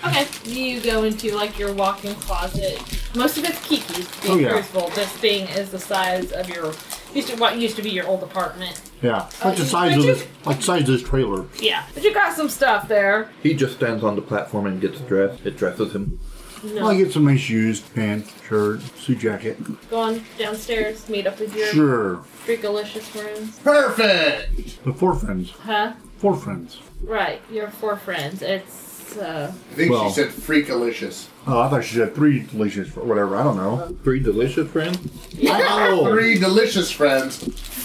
Okay, you go into like your walk-in closet. Most of it's Kiki's. Being
Oh, yeah.
truthful, this thing is the size of your used to what used to be your old apartment.
Yeah. Like the
Uh,
size of
would you-
this like the size of this trailer.
Yeah, but you got some stuff there.
He just stands on the platform and gets dressed. It dresses him.
No,
I'll get some nice shoes, pants, shirt, suit jacket.
go on downstairs, meet up with your
Sure.
three delicious friends.
Perfect.
The four friends.
Huh?
Four friends.
Right, your four friends. It's uh,
I think
Well.
she said freakalicious.
Oh, I thought she said three delicious or whatever. I don't
Uh,
know.
Three delicious friends?
Oh.
Three delicious friends,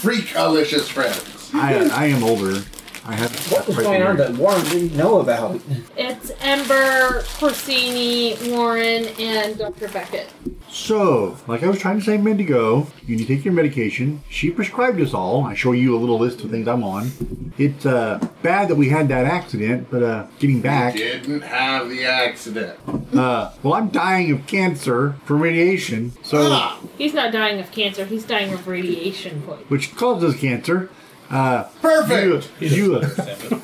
freakalicious friends.
I, I am older. I have. What
was going on that Warren didn't know about?
it's Ember, Corsini, Warren, and Dr. Beckett.
So, like I was trying to say a minute ago, you need to take your medication. She prescribed us all. I show you a little list of things I'm on. It's uh, bad that we had that accident, but uh, getting back.
You didn't have the accident.
Uh, well, I'm dying of cancer from radiation, so
Ah!
Ah,
He's not dying of cancer. He's dying of radiation poisoning.
which causes cancer. Uh, Perfect. You, you, uh,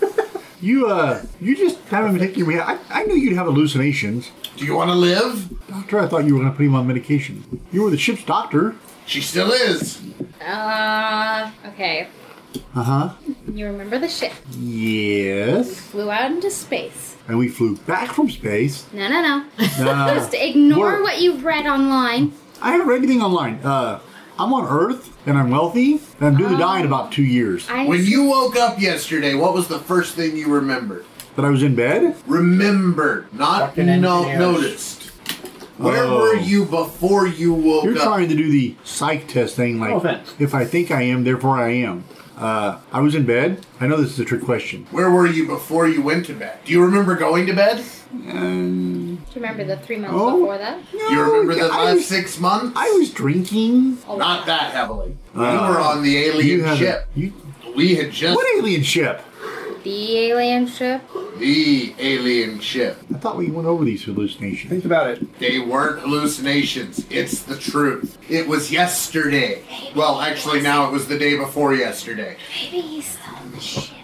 you, uh, you just haven't been taking your. med- I, I knew you'd have hallucinations. Do you want to live, doctor? I thought you were going to put him on medication. You were the ship's doctor.
She still is.
Uh, okay.
Uh huh.
You remember the ship?
Yes.
Flew out into space.
And we flew back from space.
No, no, no.
[LAUGHS] Uh,
Nah.
Just ignore
We're-
what you've read online.
I haven't read anything online. Uh, I'm on Earth and I'm wealthy and I'm due
Oh.
to die in about two years.
I-
When you woke up yesterday, what was the first thing you remembered?
That I was in bed?
Remembered, not
Fucking
no-
engineers.
noticed. Where
Oh.
were you before you woke
You're
up?
trying to do the psych test thing, like
No offense.
if I think I am, therefore I am. Uh, I was in bed. I know this is a trick question.
Where were you before you went to bed? Do you remember going to bed?
Um,
Do you remember the three months
Oh.
before that?
Do you remember the
I
last
was-
six months?
I was drinking.
Not that heavily.
Uh,
you were on the
you
alien
haven't-
ship. we had just.
What alien ship?
The alien ship?
The alien ship.
I thought we went over these hallucinations. Think
about it. They weren't hallucinations. It's the truth. It was yesterday. Well, actually, now it was the day before yesterday.
Maybe he's still on the ship.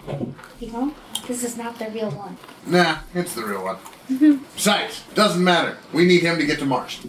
You know? This is not the real one.
Nah, it's the real one.
Mm-hmm.
Besides, doesn't matter. We need him to get to Mars.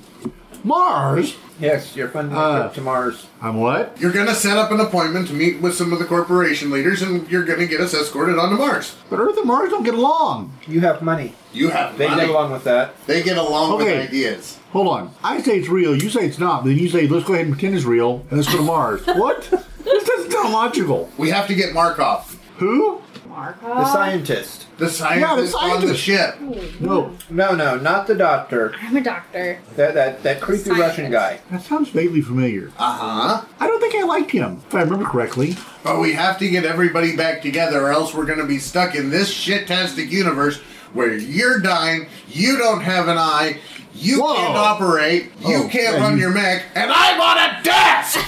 Mars?
Yes, you're funding
a
Uh,
trip
to Mars.
I'm what?
You're gonna set up an appointment to meet with some of the corporation leaders, and you're gonna get us escorted onto Mars.
But Earth and Mars don't get along.
You have money.
You have
They
money.
get along with that.
They get along
Okay.
with ideas.
Hold on. I say it's real. You say it's not. But then you say let's go ahead and pretend it's real and let's go to [LAUGHS] Mars. what? This doesn't sound logical.
We have to get Markov.
Who?
Uh,
The scientist.
The scientist, on the ship.
No.
No, no, not the doctor.
I'm a doctor.
That that, that creepy Russian guy.
That sounds vaguely familiar.
Uh huh.
I don't think I liked him, if I remember correctly.
But we have to get everybody back together, or else we're gonna be stuck in this shit-tastic universe where you're dying, you don't have an eye, you can't operate, you
Oh,
can't
yeah,
run
you-
your mech, and I'm on a desk.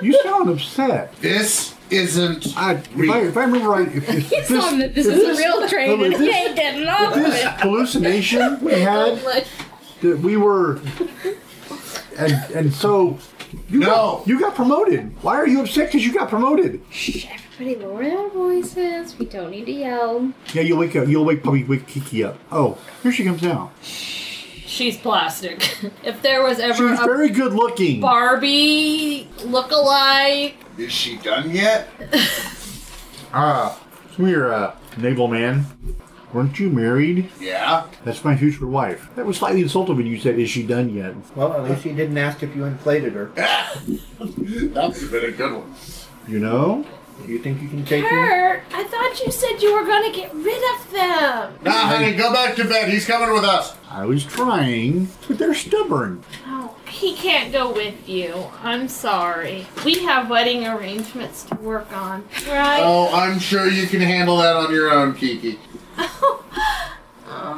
You sound upset.
This isn't.
I, if, I, if I remember right, if, if
He
this-
told him that this
if
is a
[LAUGHS]
real
no,
train
but
and
if
he
this-
ain't getting
if
off of
this
it.
hallucination
[LAUGHS]
we had that we were, and and so you got, you got promoted. Why are you upset? Because you got promoted.
Shh, everybody lower their voices. We don't need to yell.
Yeah, you'll wake up. You'll wake probably wake Kiki up. Oh, here she comes now.
She's plastic. [LAUGHS] if there was ever
She's
a
very good looking.
Barbie look-alike,
Is she done yet?
Ah, come here, uh, naval man. Weren't you married?
Yeah.
That's my future wife. That was slightly insulting when you said, "Is she done yet?"
Well, at least he didn't ask if you inflated her.
that would have been a good one.
You know?
Do you think you can take
Mm-hmm.
her?
Kurt, I thought you said you were gonna get rid of them.
Nah, honey, go back to bed. He's coming with us.
I was trying, but they're stubborn.
Oh, he can't go with you. I'm sorry. We have wedding arrangements to work on, right?
Oh, I'm sure you can handle that on your own, Kiki.
[LAUGHS]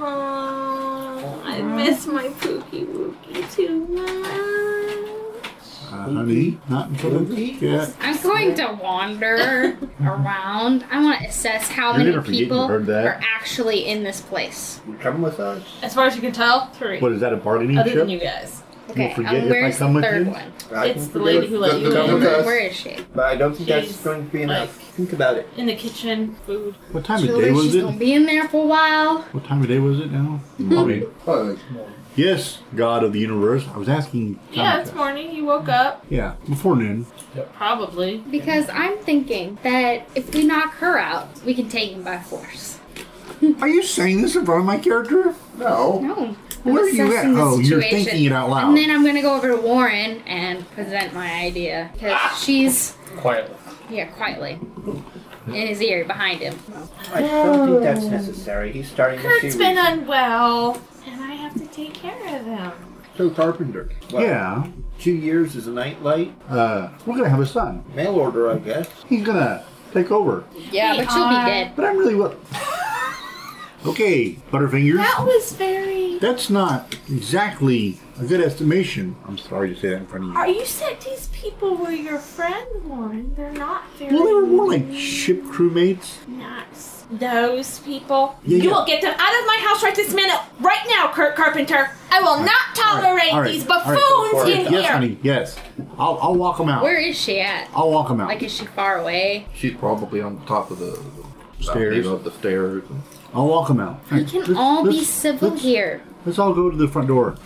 Oh, I
Mm-hmm.
miss my Pookie Wookie too much.
Uh, honey, not until the yeah.
I'm going to
[LAUGHS]
wander around. I want to assess how
You're
many
gonna forget you
people
heard that.
are actually in this place.
You come with us.
As far as you can tell, three.
What is that a bargaining
Other
chip?
than you guys.
Okay,
forget
um,
if I
where's
come
the
with
third
you?
one?
I can
It's the
forget
lady
it.
who let
Come
you
with
in.
us.
Where is she?
But I don't think that's
She's,
going to be enough.
like-
Think about it.
In the kitchen, food.
What time of day
Children,
was
she's
it?
gonna be in there for a while.
What time of day was it now? Probably. yes, God of the universe. I was asking.
Yeah, it's morning. You woke up.
Yeah, before noon.
Probably.
Because I'm thinking that if we knock her out, we can take him by force.
Are you saying this in front of my character? No.
No. I'm
Where are you at?
assessing the
Oh, you're
situation.
thinking it out loud.
And then I'm gonna go over to Warren and present my idea because she's
Quietly.
yeah quietly in his ear behind him.
I don't think that's necessary. He's starting to
Kurt's
see.
been
reason.
unwell, and I have to take care of him.
So Carpenter. What,
Yeah.
Two years is a night light.
Uh, we're gonna have a son.
Mail order, I guess.
He's gonna take over.
uh, Yeah, but she'll be dead.
But I'm really what. [LAUGHS] Okay, Butterfingers.
That was very.
That's not exactly a good estimation. I'm sorry to say that in front of you.
Are you said these people were your friend, Lauren? They're not very.
Well, they were more like ship crewmates.
nice. Those people.
Yeah,
yeah.
You will get them out of my house right this minute, right now, Kurt Carpenter. I will not tolerate
All right,
these
all
buffoons
right, go for it.
in
Yes,
here.
honey. Yes, I'll, I'll walk them out.
Where is she at?
I'll walk them out.
Like, is she far away?
She's probably on the top of the the
Stairs.
balcony, up the stairs.
I'll walk them out.
We can all be civil here.
Let's all go to the front door.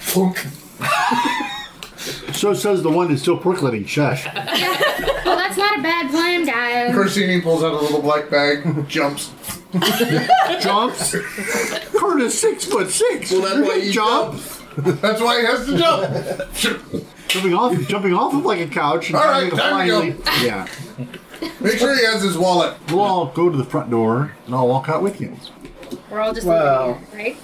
so says the one that's still percolating. Shush.
well, that's not a bad plan, guys.
Corsini pulls out a little black
[LAUGHS]
bag, jumps.
jumps? Kurt is six foot six.
Well, that's why he
jumps.
That's why he has to jump.
Jumping off, jumping off of like a couch. and
All right,
trying to
time to
finally-
go.
Yeah.
Make sure he has his wallet.
We'll all go to the front door, and I'll walk out with you.
We're all just
Wow.
living here, right?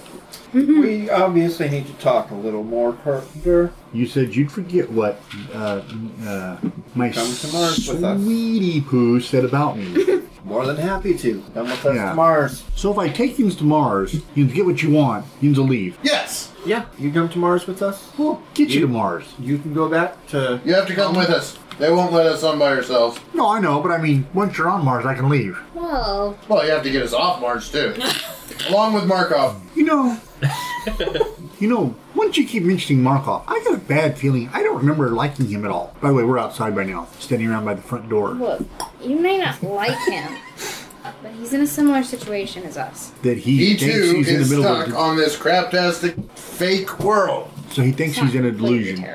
we obviously need to talk a little more, Carpenter.
You said you'd forget what uh, uh, my
Come to Mars with us.
sweetie poo said about me.
More than happy to. Come with us
Yeah.
to Mars.
So if I take things to Mars, you can get what you want. You can leave.
Yes.
Yeah. You come to Mars with us?
We'll get you, to Mars.
You can go back to.
You have to come with us. They won't let us on by ourselves.
No, I know, but I mean, once you're on Mars, I can leave.
Whoa.
Well, you have to get us off March
[LAUGHS]
too, along with Markov.
You
[LAUGHS]
know, you know. Once you keep mentioning Markov, I got a bad feeling. I don't remember liking him at all. By the way, we're outside by now, standing around by the front door.
Look, you may not like him, but he's in a similar situation as us.
That he,
He
thinks
too
he's in
is
the middle
stuck
of.
on this craptastic fake world.
A, so he thinks he's in a delusion.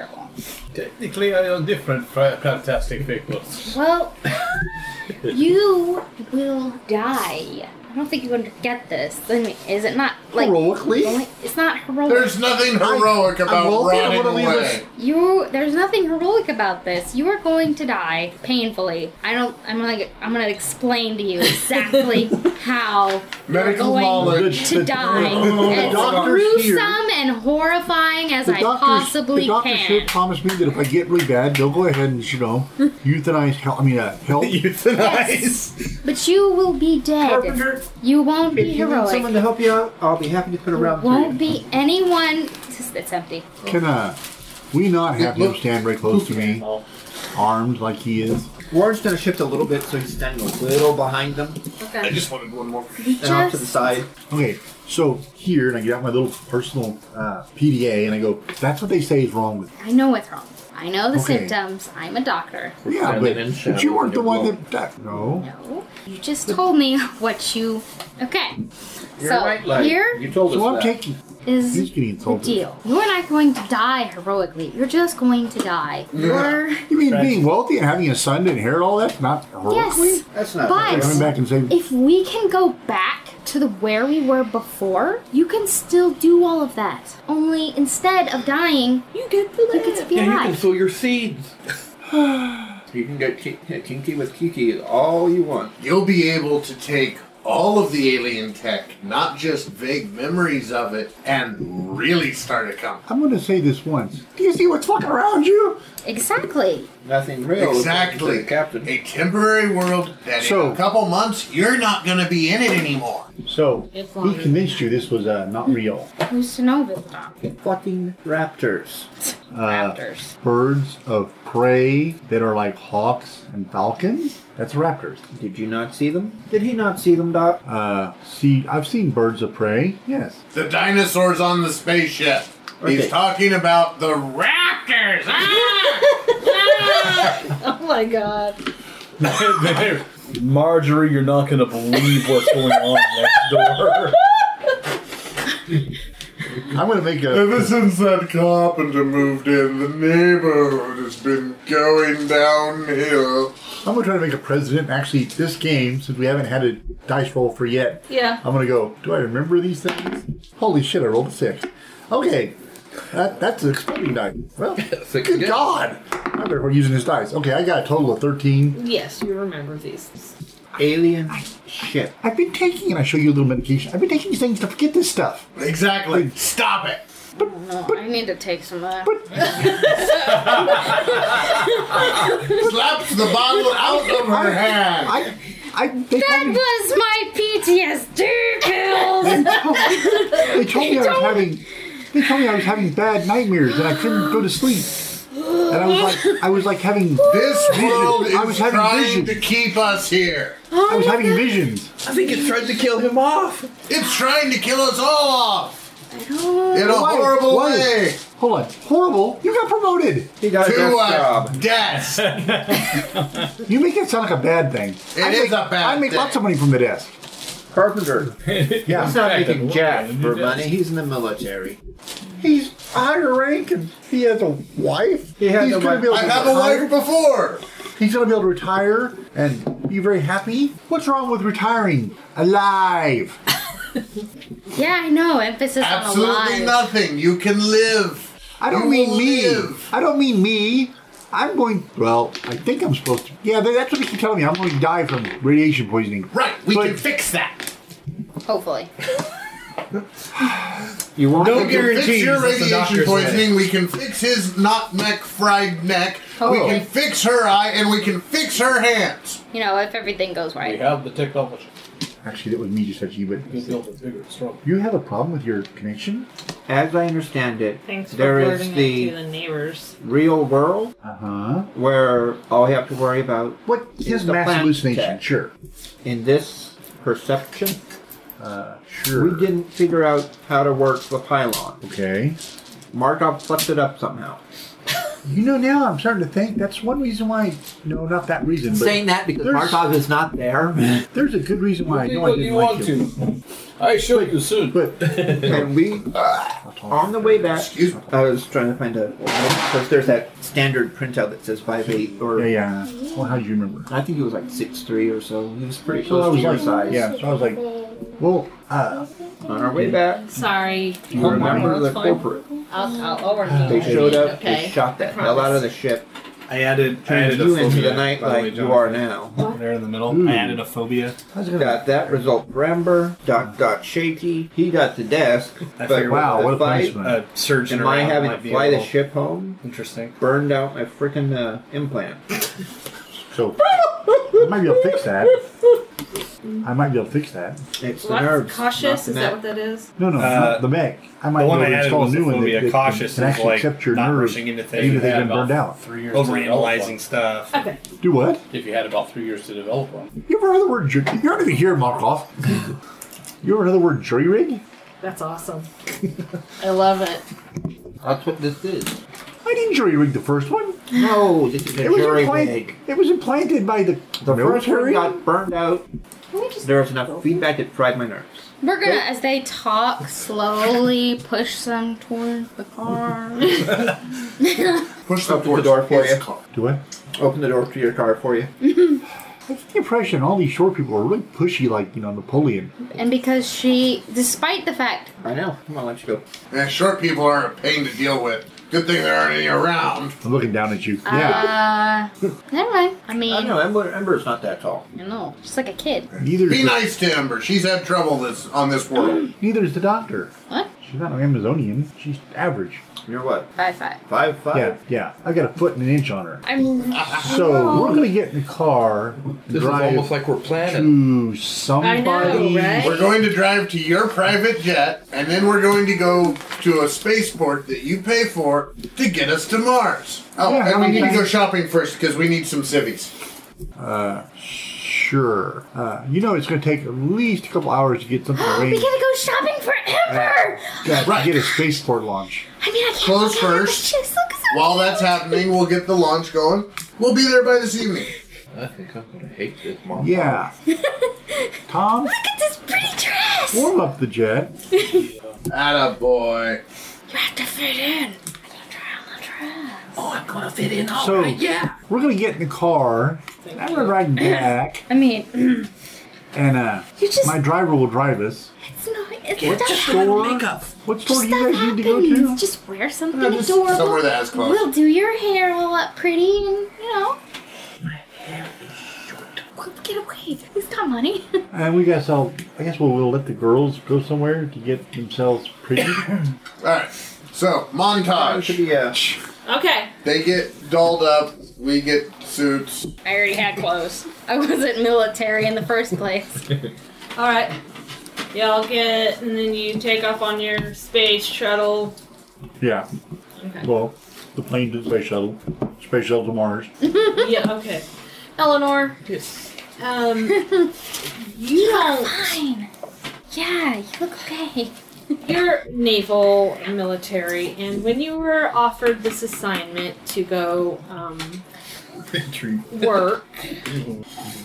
Technically, I am different from fantastic people.
Well, [LAUGHS] you will die. I don't think you underget this. I mean, is it not like
Heroically?
only- It's not heroic.
There's nothing heroic about
wealthy, I
running
wanna leave
away.
You there's nothing heroic about this. You are going to die painfully. I don't I'm gonna I'm gonna explain to you exactly how
Medical
you're going
knowledge.
to
The-
die
the
as
doctors here-
gruesome and horrifying as
the
I
doctors,
possibly
the doctors
can.
here promised me that if I get really bad, they'll go ahead and you
[LAUGHS]
know euthanize. Help, I mean, uh,
[LAUGHS]
help. euthanize.
But you will be dead.
Carpenter,
you won't be
If you need
heroic.
someone to help you out, I'll be happy to put
There
around for you.
won't be anyone it's empty.
Can uh, we not have him stand very close to me, armed like he is?
Warren's gonna shift a little bit so he's standing a little behind them.
Okay.
I just wanted one more.
He
And off to the
just-
side.
Okay, so here, and I get out my little personal uh, PDA, and I go, "That's what they say is wrong with."
I know what's wrong. I know the
Okay.
symptoms. I'm a doctor.
You. Yeah,
Standing
but,
in shadow
but you weren't
and
the
you're
one
wrong.
that, that. No.
You just told me what you. Okay. so here is
so I'm taking. He's getting
the
insulted.
deal. You're not going to die heroically. You're just going to die. You're
You mean being wealthy and having a son to inherit all that's not heroic?
yes.
Okay, Coming
But
back and saying,
if we can go back to the where we were before, you can still do all of that. Only instead of dying, you get to You get to be
And you can
alive.
sow your
[SIGHS]
seeds. you can get ki- kinky with Kiki all you want.
You'll be able to take all of the alien tech, not just vague memories of it, and really start a company.
I'm going to say this once. Do you see what's fucking around you?
Exactly.
Nothing real.
Exactly.
Captain.
A temporary world that in
So-
a couple months you're not going to be in it anymore.
So,
It's
he
longer.
convinced you this was uh, not real.
Who's to know this about?
Fucking raptors.
Uh, birds of prey that are like hawks and falcons. That's raptors.
Did you not see them? Did he not see them, Doc?
Uh, see, I've seen birds of prey. Yes.
The dinosaurs on the spaceship. He's
Okay.
talking about the raptors. Ah!
Oh my god.
Marjorie, you're not going to believe what's going on next door.
I'm going to make a.
Ever since that carpenter moved in, the neighborhood has been going downhill.
I'm going to try to make a president. Actually, this game, since we haven't had a dice roll for yet,
Yeah.
I'm going to go. Do I remember these things? Holy shit! I rolled a six. Okay. That, that's an exploding die. Well, good God! I better quit using this dice. Okay, I got a total of 13.
Yes, you remember these.
Alien shit. I've been taking, and I show you a little medication. I've been taking these things to forget this stuff.
Exactly. Stop it.
Uh,
No, Oh, I need to take some uh, of that.
Slaps the bottle out of her hand.
I, I, they
That
told me,
was my PTSD kills.
they told me I was having they told me I was having bad nightmares and I couldn't go to sleep. And I was like I was like having
This
vision-
world
I was
is
having
trying
visions.
to keep us here.
I was having visions.
I think it's trying to kill him off. It's trying to kill us all off. In a
Why?
horrible
Why?
way.
Hold on. Horrible? You got promoted. He
got a To desk a job. [LAUGHS] desk.
you make it sound like a bad thing.
It
I
is
make,
a bad
I make
thing.
lots of money from the desk.
Carpenter.
Yeah.
He's not
Fact
making
of-
jack
Yeah,
for
he
money.
does.
He's in the military.
He's higher rank and he has a wife. He
has
He's
a
gonna
wife.
be able
I
to
have a
retire.
wife
before.
He's going to be able to retire and be very happy. What's wrong with retiring? Alive.
yeah, I know. Emphasis on
Absolutely
alive.
nothing. You can live.
I don't
You
mean
will
me.
live.
I don't mean me. I'm going. Well, I think I'm supposed to. Yeah, they- that's what they keep telling me. I'm going to die from radiation poisoning.
Right. We
But-
can fix that.
Hopefully.
You won't.
No guarantees. Your radiation poisoning. We can fix his not neck fried neck. We
Totally.
can fix her eye, and we can fix her hands.
You know, if everything goes right.
have the technology.
Actually, that was me just said you, but
It's built bigger and stronger.
you have a problem with your connection.
As I understand it,
Thanks for
there is
blurting it
the
to the neighbors.
real world
uh-huh.
where all we have to worry about
what
is mass
hallucination, sure
in this perception
uh, sure
we didn't figure out how to work the pylon
okay
markov fucked it up somehow
You know, now I'm starting to think that's one reason why. No, not that reason. But
Saying that because Markov is not there.
There's a good reason why I know I
What do
didn't
you
like
want to?
him.
I show you soon.
But
[LAUGHS] and we on the way back i was trying to find a because there's that standard printout that says 5'8 or
yeah yeah well how do you remember
i think he was like 6'3 or so he was pretty
So I
close
was
to your
like-
size
yeah, so I was like, well uh,
on our way back
Sorry.
you remember the
That's fine.
corporate
I'll, I'll, I'll work on
They
it.
showed up,
Okay.
they shot that
I
hell out of
promise.
the ship.
I added, I
Turned
added a
you into
phobia,
the night
by the way,
like you
Jonathan.
are now.
There in the middle,
Hmm.
Ooh.
I added a phobia.
Got that result. Ramber, Doc got shaky. He got the desk.
I
but
figured wow,
the
what a
fight,
punishment.
uh,
A surgeon
Am I
around
having
might
to
be
fly
a
the
little-
ship home?
Interesting.
Burned out my freaking uh, implant.
so I might be able to fix that I might be able to fix that
it's
What's cautious? Is that what that is?
no no
Uh,
not the mech I might
the one
be
I
able to
added
install a
was
new
the
one
phobia
that, that
cautious
can, can
is
actually
like
accept your
not
nerves
rushing into things.
even if
You
they've
had
been burned
about
out
Three years to develop
Overanalyzing
one.
stuff.
Okay.
do what
If you had about three years to develop one.
you ever heard the word jury you don't even hear Markov you ever heard the word jury rig
That's awesome. I love it.
That's what this is.
I didn't jury rig the first one
No, this is a
it was
jury
implant-
rig.
it was implanted by the
The first one
military?
got burned out. There was enough feedback that fried my nerves.
We're gonna, as they talk, slowly push them towards the car. [LAUGHS]
Push the Open the door for you.
Do I?
Open the door to your car for you.
I get the impression all these short people are really pushy, like you know Napoleon.
and because she, despite the fact,
I know. Come on, let's go.
Yeah, short people are a pain to deal with. Good thing there aren't any around.
I'm looking down at you.
uh, [LAUGHS] never mind. I mean,
I know, Ember, Ember's not that tall.
I know, she's like a kid.
Neither.
Be nice to Ember. She's had trouble this on this world.
Neither is the doctor.
What?
She's not an Amazonian. She's average.
You're what?
Five five.
Five five.
Yeah, yeah. I've got a foot and an inch on her.
I'm
So we're gonna get in the car. and
This is
drive
almost like we're
planning to somebody.
We're going to drive to your private jet, and then we're going to go to a spaceport that you pay for to get us to Mars. Oh,
Yeah, how
and we
many
need to go
times-
shopping first because we need some civvies.
Uh, sure. Uh, you know it's gonna take at least a couple hours to get
[GASPS]
something
[GASPS] we
arranged.
gotta go shopping for Ember.
Yeah, to Get a spaceport launch.
I mean, I can't.
Close first. While that's happening, we'll get the launch going. We'll be there by this evening.
I think I'm gonna hate this mom.
[LAUGHS]
Yeah. Tom,
Look at this pretty dress.
warm up the jet.
Atta boy.
You have to fit in.
Oh, I'm gonna
fit in, all
so
right, yeah.
we're gonna get in the car. and I'm gonna ride back,
I mean, [CLEARS THROAT]
and uh,
just-
my driver will drive us.
it's not. It's
What
not
store? What store do you guys need to go to?
Just wear something
Yeah, just
adorable.
somewhere that has clothes.
We'll do your hair all up pretty, and you know. We'll Get away! He's got money. [LAUGHS]
And we
[COUGHS]
guys all. I guess we'll, we'll let the girls go somewhere to get themselves pretty.
All right. So,
uh,
montage.
Okay.
They get dolled up, we get suits.
I already had clothes. I wasn't military in the first place.
All right. Y'all get, and then you take off on your space shuttle.
Yeah.
Okay.
Well, the plane to the space shuttle, space shuttle to Mars.
yeah. Okay. Eleanor.
Yes.
Um. you
[LAUGHS] You are
don't.
fine. Yeah, you look okay.
You're naval military, and when you were offered this assignment to go um, work,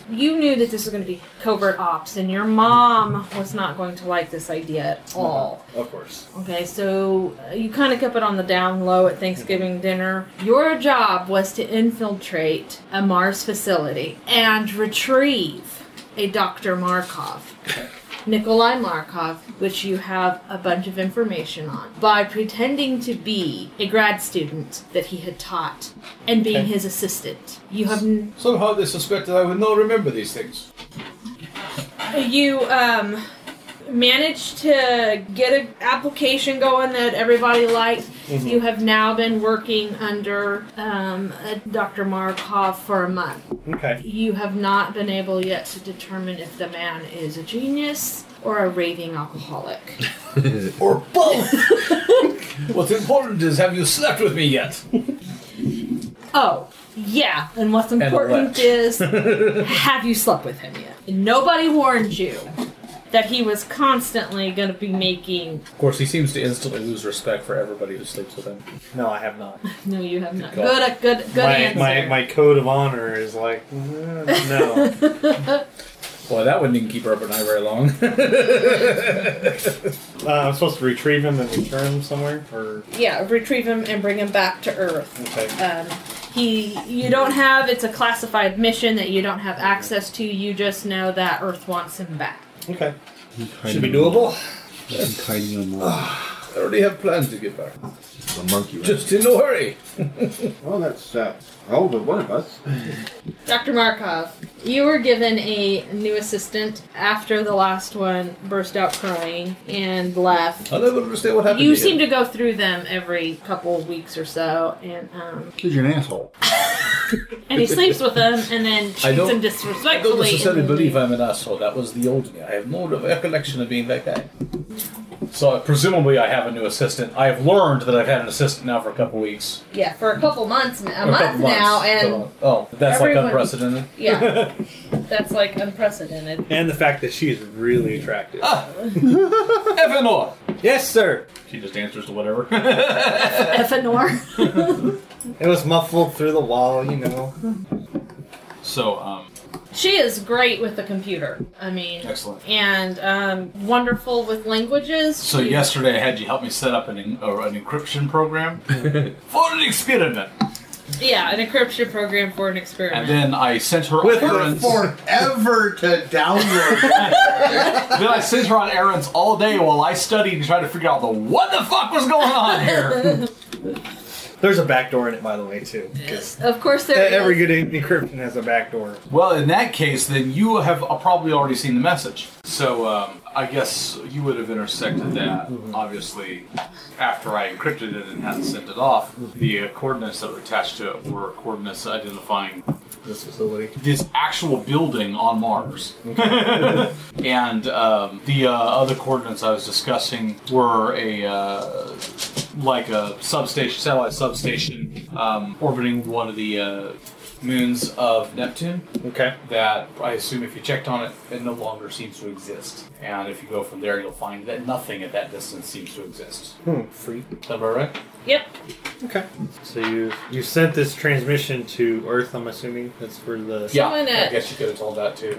you knew that this was going to be covert ops, and your mom was not going to like this idea at all.
Of course.
Okay, so uh, you kind of kept it on the down low at Thanksgiving dinner. Your job was to infiltrate a Mars facility and retrieve a Dr. Markov. Nikolai Markov, which you have a bunch of information on, by pretending to be a grad student that he had taught and being
Okay.
his assistant. You have n-
Somehow they suspected I would not remember these things.
you um, managed to get an application going that everybody liked.
Mm-hmm.
Mhm.
You have now been working under um, a Dr. Markov for a month.
Okay.
You have not been able yet to determine if the man is a genius or a raving alcoholic.
or both! What's important is have you slept with me yet?
Oh, yeah. And what's
And
important
elect.
is have you slept with him yet? And nobody warned you that he was constantly going to be making.
Of course, he seems to instantly lose respect for everybody who sleeps with him. No, I have not.
No, you have not.
Good
Good,
God.
good, good
my,
answer.
my, my code of honor is like, "Mm, no.
[LAUGHS]
Boy, that wouldn't keep her up at night very long. [LAUGHS]
Uh, I'm supposed to retrieve him and return him somewhere? Or
yeah, retrieve him and bring him back to Earth. Um, he, you don't have. It's a classified mission that you don't have access to. You just know that Earth wants him back.
Okay. Should be doable.
He's hiding on Mars.
[SIGHS] I already have plans to get back.
The monkey.
Just in no hurry.
well, that's uh, all but one of us.
Dr. Markov, you were given a new assistant after the last one burst out crying and left.
I never understand what happened.
You
to
seem
him.
to go through them every couple of weeks or so, and um,
Because you're an asshole.
and he
[LAUGHS]
sleeps with them, and then
I
treats
don't-
them
I don't
disrespectfully.
necessarily
and-
believe I'm an asshole. That was the old me. I have no recollection of being like that. So uh, presumably, I have a new assistant. I have learned that I've had an assistant now for a couple weeks.
yeah, for a couple months, a
Or a
month
couple months.
now, and
Couple- oh, that's
everyone-
like unprecedented. [LAUGHS]
yeah, that's like unprecedented.
[LAUGHS] And the fact that she is really attractive.
Ah. Evanor.
Yes, sir.
She just answers to whatever. [LAUGHS]
Effanor.
It was muffled through the wall, you know.
So, um,
She is great with the computer. I mean,
Excellent.
and um, wonderful with languages.
so
She-
yesterday I had you help me set up an en- or an encryption program [LAUGHS] for an experiment,
yeah, an encryption program for an experiment.
and then I sent her
With
on
her
errands.
forever to download.
then I sent her on errands all day while I studied and tried to figure out the what the fuck was going on [LAUGHS] here.
There's a back door in it, by the way, too. 'cause
Of course, there
E-,
is.
Every good encryption has a back door.
Well, in that case, then you have uh, probably already seen the message. So um, I guess you would have intersected that, obviously, after I encrypted it and hadn't sent it off. The uh, coordinates that were attached to it were coordinates identifying
This [LAUGHS] facility.
this actual building on Mars.
[LAUGHS]
and um, the uh, other coordinates I was discussing were a uh, like a substation, satellite substation, um, orbiting one of the uh, moons of Neptune.
Okay.
That I assume if you checked on it, it no longer seems to exist. And if you go from there, you'll find that nothing at that distance seems to exist.
Hmm. Free.
Is that about right?
Yep.
Okay. So you you sent this transmission to Earth. I'm assuming that's for the
Yeah, Someone
I
at-
guess you could have told that too.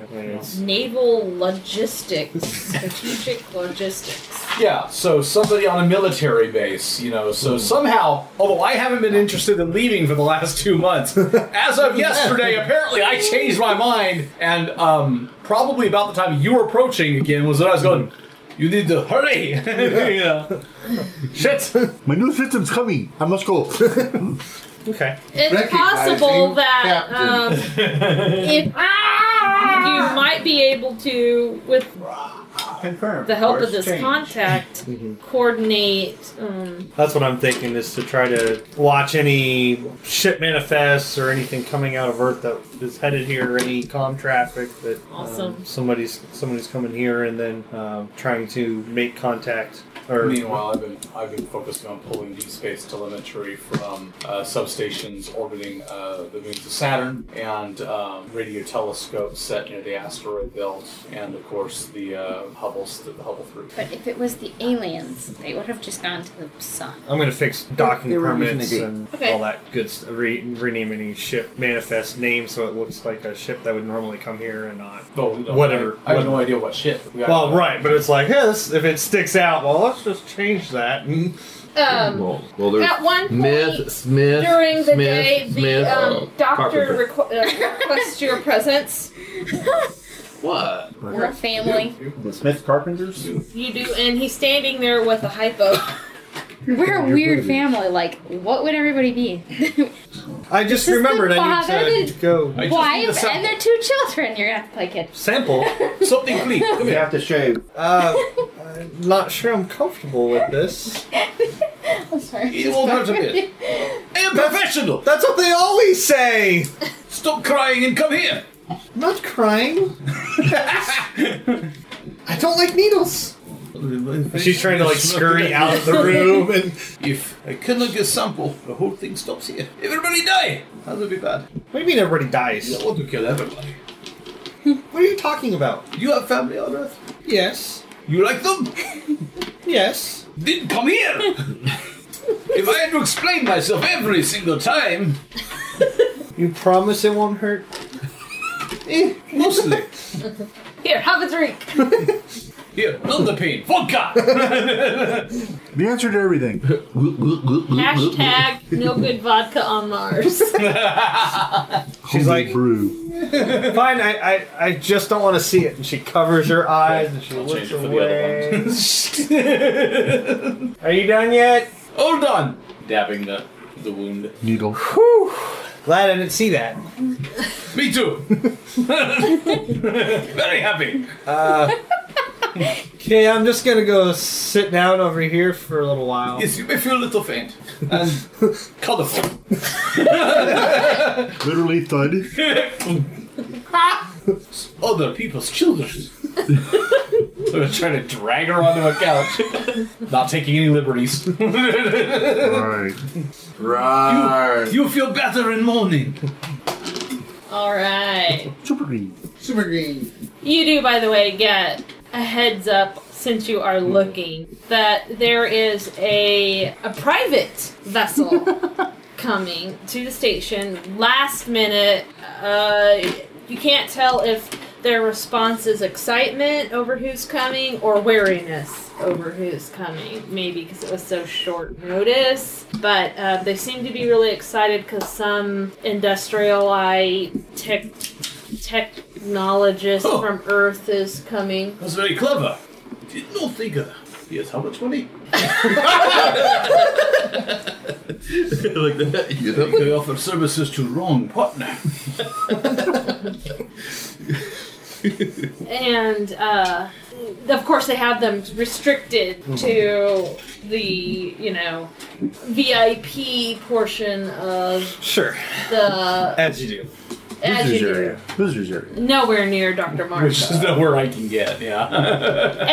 Naval logistics, strategic [LAUGHS] logistics.
Yeah, so somebody on a military base, you know, so somehow, although I haven't been interested in leaving for the last two months, as of yesterday, apparently I changed my mind, and um, probably about the time you were approaching again was when I was going, you need to hurry! [LAUGHS] you know.
[LAUGHS]
Shit!
[LAUGHS] My new system's coming. I
[LAUGHS]
must go.
okay.
It's possible that um, if you might be able to, with
Confirmed.
the help of
Course
this
change.
contact coordinate um,
That's what I'm thinking is to try to watch any ship manifests or anything coming out of Earth that is headed here, or any com traffic that um,
Awesome.
somebody's somebody's coming here, and then um, trying to make contact. Or
Meanwhile, I've been I've been focusing on pulling deep space telemetry from uh, substations orbiting uh, the moons of Saturn and um, radio telescopes set near the asteroid belt, and of course the uh, Hubble's the Hubble three.
But if it was the aliens, they would have just gone to the sun.
I'm going to fix docking
They were using
permits
the gate.
and
Okay.
all that good stuff. Re- rename any ship manifest name so it looks like a ship that would normally come here and not
Oh, no,
whatever.
I, I have
whatever.
no idea what ship. We got-
Well, right, but it's like, yeah, this, if it sticks out, well, let's just change that. Mm. and-
um,
Well, well, there's
At one point
Smith, Smith,
during the
Smith,
day the
Smith, uh,
um, doctor
Carpenter.
requ- uh, requests your presence
What?
We're a family.
The Smith Carpenters?
you do and he's standing there with a hypo
We're a
[LAUGHS]
weird family. Like, what would everybody be? [LAUGHS]
I just
This is
remembered
the
I
father
need to
that-
go.
Wife and their two children. You're gonna have to play kid.
[LAUGHS] Sample something clean.
You
have to shave. Uh, I'm not sure I'm comfortable with this.
I'm sorry.
You will not admit.
I am professional.
That's what they always say.
Stop crying and come here.
Not
[LAUGHS]
crying. I don't like needles.
She's trying to like scurry out of the room. And
[LAUGHS] if I can look at sample, the whole thing stops here. Everybody die. That would be bad.
What do you mean everybody dies?
I want to kill everybody.
what are you talking about?
You have family on Earth.
Yes.
You like them?
yes.
Didn't come here. if I had to explain myself every single time,
You promise it won't hurt?
eh, mostly.
here have a drink
Here, not the pain. Vodka.
The answer to everything.
Mm-hmm.
hashtag no good vodka on
[LAUGHS]
mars
She's like,
brew.
fine. I, I, I just don't want to see it. And she covers her eyes and she looks
change it for the other
away. [LAUGHS] Are you done yet?
All done. Dabbing the the wound.
Needle.
Whew. Glad I didn't see that.
Me too. [LAUGHS] Very happy.
Uh, okay, I'm just gonna go sit down over here for a little [LAUGHS] while.
Yes, you may feel a little faint and colorful.
Literally thud.
Other people's children. [LAUGHS] They're trying to drag her onto a
[LAUGHS]
couch. Not taking any liberties.
right.
Right. You, you feel better in morning.
all right
Super green.
super green you do by the way get a heads up since you are looking that there is a a private vessel coming to the station last minute uh you can't tell if their response is excitement over who's coming or wariness over who's coming maybe because it was so short notice but uh, they seem to be really excited because some industrialite tech technologist
Huh.
from earth is coming
That's very clever. Did not think of that. Yes, how much money? like that. You they offer services to wrong partner.
and uh, of course they have them restricted
Mm-hmm.
to the you know vip portion of
Sure.
the
As you do.
as you do.
Visitors area.
nowhere near
[LAUGHS]
dr markov
nowhere I can get, yeah. [LAUGHS]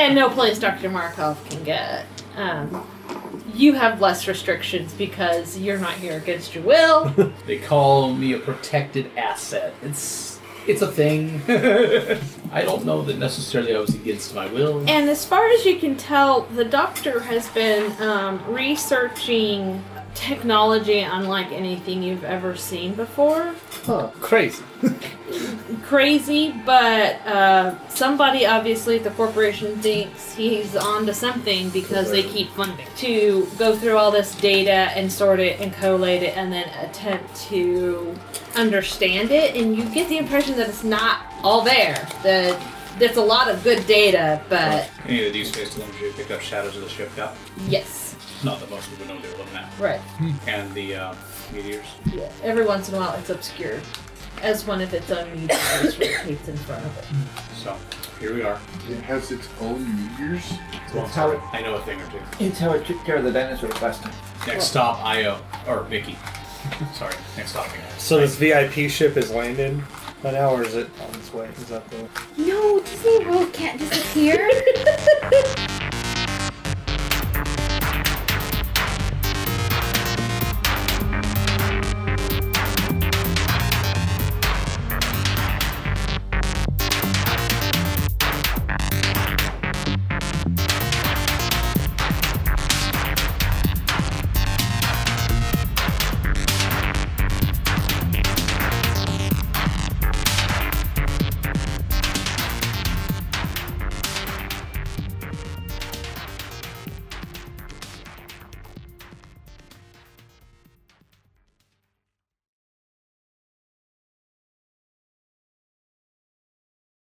and no place dr markov can get um, you have less restrictions because you're not here against your will
They call me a protected asset. It's it's a thing. [LAUGHS] I don't know that necessarily I was against my will.
And as far as you can tell, the doctor has been um, researching technology unlike anything you've ever seen before.
Huh. Crazy.
Crazy, but uh, somebody obviously at the corporation thinks he's onto something because they keep funding to go through all this data and sort it and collate it and then attempt to understand it. And you get the impression that it's not all there. That that's a lot of good data, but
Any of the deep space telemetry picked up shadows of the ship got.
yes,
Not that most people know they were looking at.
right.
And the uh, meteors.
Every once in a while, it's obscured. as one of its own meters rotates in front of it.
So here we are.
It has its own meters.
I know a thing or two.
It's how it took care of the dinosaurs last time.
Next stop, Io or Mickey. [LAUGHS] Sorry. Next stop. Mickey.
So this VIP ship is landing by now, or is it on its way? Is that the
[LAUGHS] No, Disney World can't disappear.